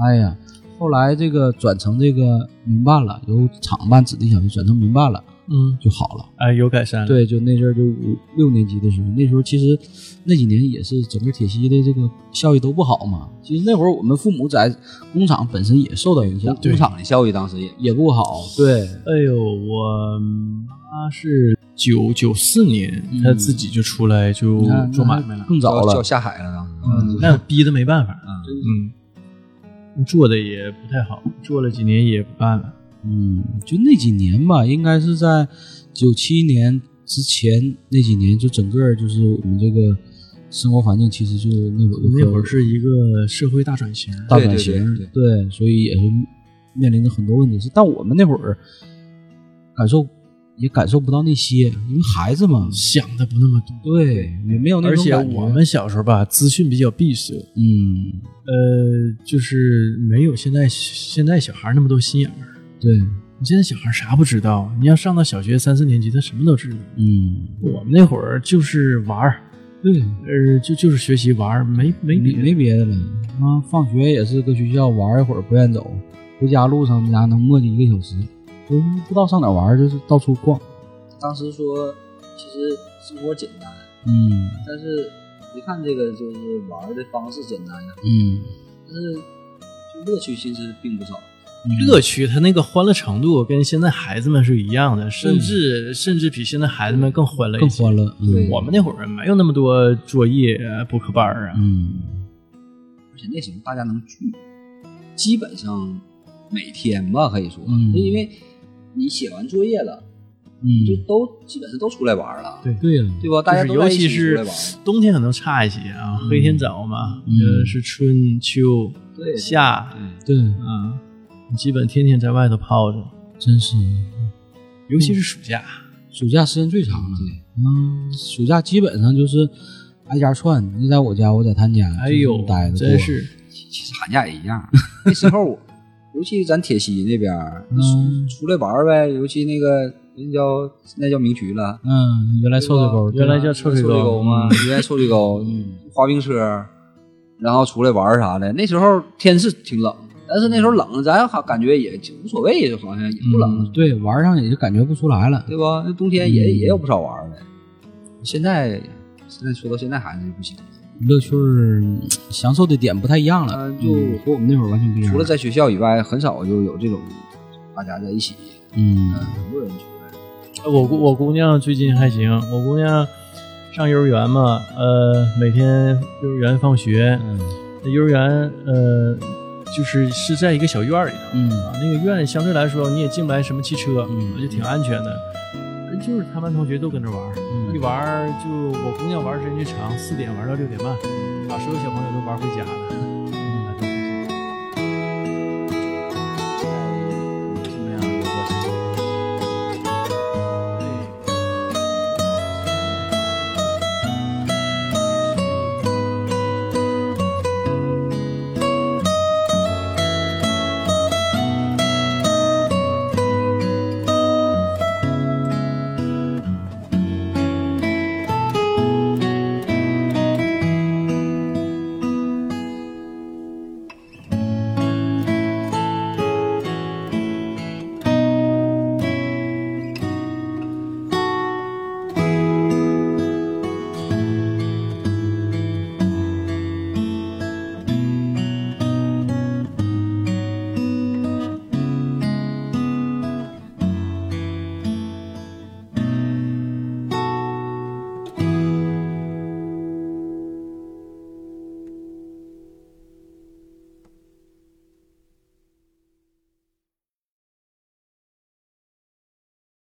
[SPEAKER 1] 哎呀，后来这个转成这个民办了，由厂办子弟小学转成民办了
[SPEAKER 2] 嗯，
[SPEAKER 1] 就好了。
[SPEAKER 2] 哎，有改善了。
[SPEAKER 1] 对，就那阵儿就五六年级的时候，那时候其实那几年也是整个铁西的这个效益都不好嘛。其实那会儿我们父母在工厂本身也受到影响，
[SPEAKER 3] 工厂的效益当时也
[SPEAKER 1] 也不好。对，
[SPEAKER 2] 哎呦，我妈是九九四年，
[SPEAKER 1] 嗯
[SPEAKER 2] 她自己就出来就
[SPEAKER 1] 你看
[SPEAKER 2] 做买卖了，
[SPEAKER 1] 更早
[SPEAKER 3] 叫叫
[SPEAKER 1] 了。
[SPEAKER 3] 下海了，当时。
[SPEAKER 2] 嗯，那逼的没办法，
[SPEAKER 3] 嗯，
[SPEAKER 2] 嗯，做的也不太好，做了几年也不干了，
[SPEAKER 1] 嗯，就那几年吧，应该是在九七年之前那几年，就整个就是我们这个生活环境，其实就那会儿就
[SPEAKER 2] 那会儿是一个社会大转型，
[SPEAKER 1] 大
[SPEAKER 3] 对对
[SPEAKER 1] 转型，
[SPEAKER 3] 对
[SPEAKER 1] 所以也是面临着很多问题。是，但我们那会儿感受也感受不到那些，因为孩子
[SPEAKER 3] 嗯
[SPEAKER 1] 嘛，
[SPEAKER 2] 想的不那么多。
[SPEAKER 1] 对，也没有那
[SPEAKER 2] 而
[SPEAKER 1] 种
[SPEAKER 2] 且
[SPEAKER 1] 感觉。
[SPEAKER 2] 我们小时候吧，资讯比较闭塞，
[SPEAKER 1] 嗯，
[SPEAKER 2] 呃，就是没有现在现在小孩那么多心眼儿。
[SPEAKER 1] 对，
[SPEAKER 2] 你现在小孩啥不知道？啊你要上到小学三四年级，他什么都知道。
[SPEAKER 1] 嗯，
[SPEAKER 2] 我们那会儿就是玩儿，
[SPEAKER 1] 对，
[SPEAKER 2] 呃，就就是学习玩儿，没没
[SPEAKER 1] 没
[SPEAKER 2] 别的
[SPEAKER 1] 没别的了。啊，放学也是搁学校玩一会儿，不愿走，回家路上家能磨叽一个小时，都不知道上哪儿玩，就是到处逛。
[SPEAKER 3] 当时说其实生活简单，
[SPEAKER 1] 嗯
[SPEAKER 3] 但是一看这个就是玩的方式简单呀，
[SPEAKER 1] 嗯，
[SPEAKER 3] 但是就乐趣其实并不少。
[SPEAKER 1] 嗯
[SPEAKER 2] 乐趣，他那个欢乐程度跟现在孩子们是一样的，甚至、甚至比现在孩子们更欢乐一
[SPEAKER 1] 更
[SPEAKER 2] 些。
[SPEAKER 1] 欢乐。嗯
[SPEAKER 2] 我们那会儿没有那么多作业、啊、补课班儿啊，
[SPEAKER 1] 嗯
[SPEAKER 3] 而且那时候大家能聚，基本上每天吧，可以说，
[SPEAKER 1] 嗯
[SPEAKER 3] 因为你写完作业了，就
[SPEAKER 1] 嗯，
[SPEAKER 3] 都基本上都出来玩了，
[SPEAKER 2] 对
[SPEAKER 1] 对呀、
[SPEAKER 3] 对吧？大家
[SPEAKER 2] 就是尤
[SPEAKER 3] 都在一
[SPEAKER 2] 其
[SPEAKER 3] 起出来
[SPEAKER 2] 是
[SPEAKER 3] 玩，
[SPEAKER 2] 冬天可能差一些啊，
[SPEAKER 1] 嗯
[SPEAKER 2] 黑天早嘛，
[SPEAKER 1] 嗯
[SPEAKER 2] 呃，是春秋
[SPEAKER 3] 对，
[SPEAKER 2] 夏啊
[SPEAKER 3] 嗯，
[SPEAKER 1] 对，，
[SPEAKER 2] 你基本天天在外头泡着，
[SPEAKER 1] 真是
[SPEAKER 2] 尤其是暑假，
[SPEAKER 1] 暑假时间最长了。嗯，暑假基本上就是挨家串，你在我家，我在他家，
[SPEAKER 2] 哎呦
[SPEAKER 1] 就待着，多
[SPEAKER 2] 真是
[SPEAKER 3] 其实寒假也一样。啊 那时候，尤其咱铁西那边儿，
[SPEAKER 1] 嗯
[SPEAKER 3] 出来玩呗，尤其那个那叫现在叫明渠了，
[SPEAKER 1] 嗯，原来臭水沟，
[SPEAKER 2] 原来
[SPEAKER 1] 对吧
[SPEAKER 2] 叫臭水
[SPEAKER 3] 沟
[SPEAKER 2] 沟
[SPEAKER 3] 嘛，
[SPEAKER 1] 嗯
[SPEAKER 3] 原来臭 水沟，滑冰车，然后出来玩儿啥的。那时候天是挺冷，但是那时候冷，咱好感觉也无所谓，好像也不冷，
[SPEAKER 2] 啊
[SPEAKER 1] 嗯，对，玩上也就感觉不出来了。
[SPEAKER 3] 对吧？那冬天也、
[SPEAKER 1] 嗯
[SPEAKER 3] 也有不少玩儿的。现在现在说到现在孩子就不行，
[SPEAKER 1] 乐趣儿嗯享受的点不太一样了，
[SPEAKER 3] 嗯就
[SPEAKER 1] 嗯和我们那会儿完全不一样。
[SPEAKER 3] 除了在学校以外，很少就有这种大家在一起，
[SPEAKER 1] 嗯
[SPEAKER 3] 嗯，很多人出来。
[SPEAKER 2] 我姑我姑娘最近还行，我姑娘上幼儿园嘛，呃，每天幼儿园放学，
[SPEAKER 1] 嗯
[SPEAKER 2] 那幼儿园呃，就是是在一个小院儿里头，
[SPEAKER 1] 嗯
[SPEAKER 2] 啊，那个院相对来说你也进不来什么汽车，
[SPEAKER 1] 嗯
[SPEAKER 2] 就挺安全的。就是他班同学都跟着玩儿，
[SPEAKER 1] 嗯
[SPEAKER 2] 一玩儿就我姑娘玩儿时间最长，四点玩儿到六点半，把所有小朋友都玩儿回家了。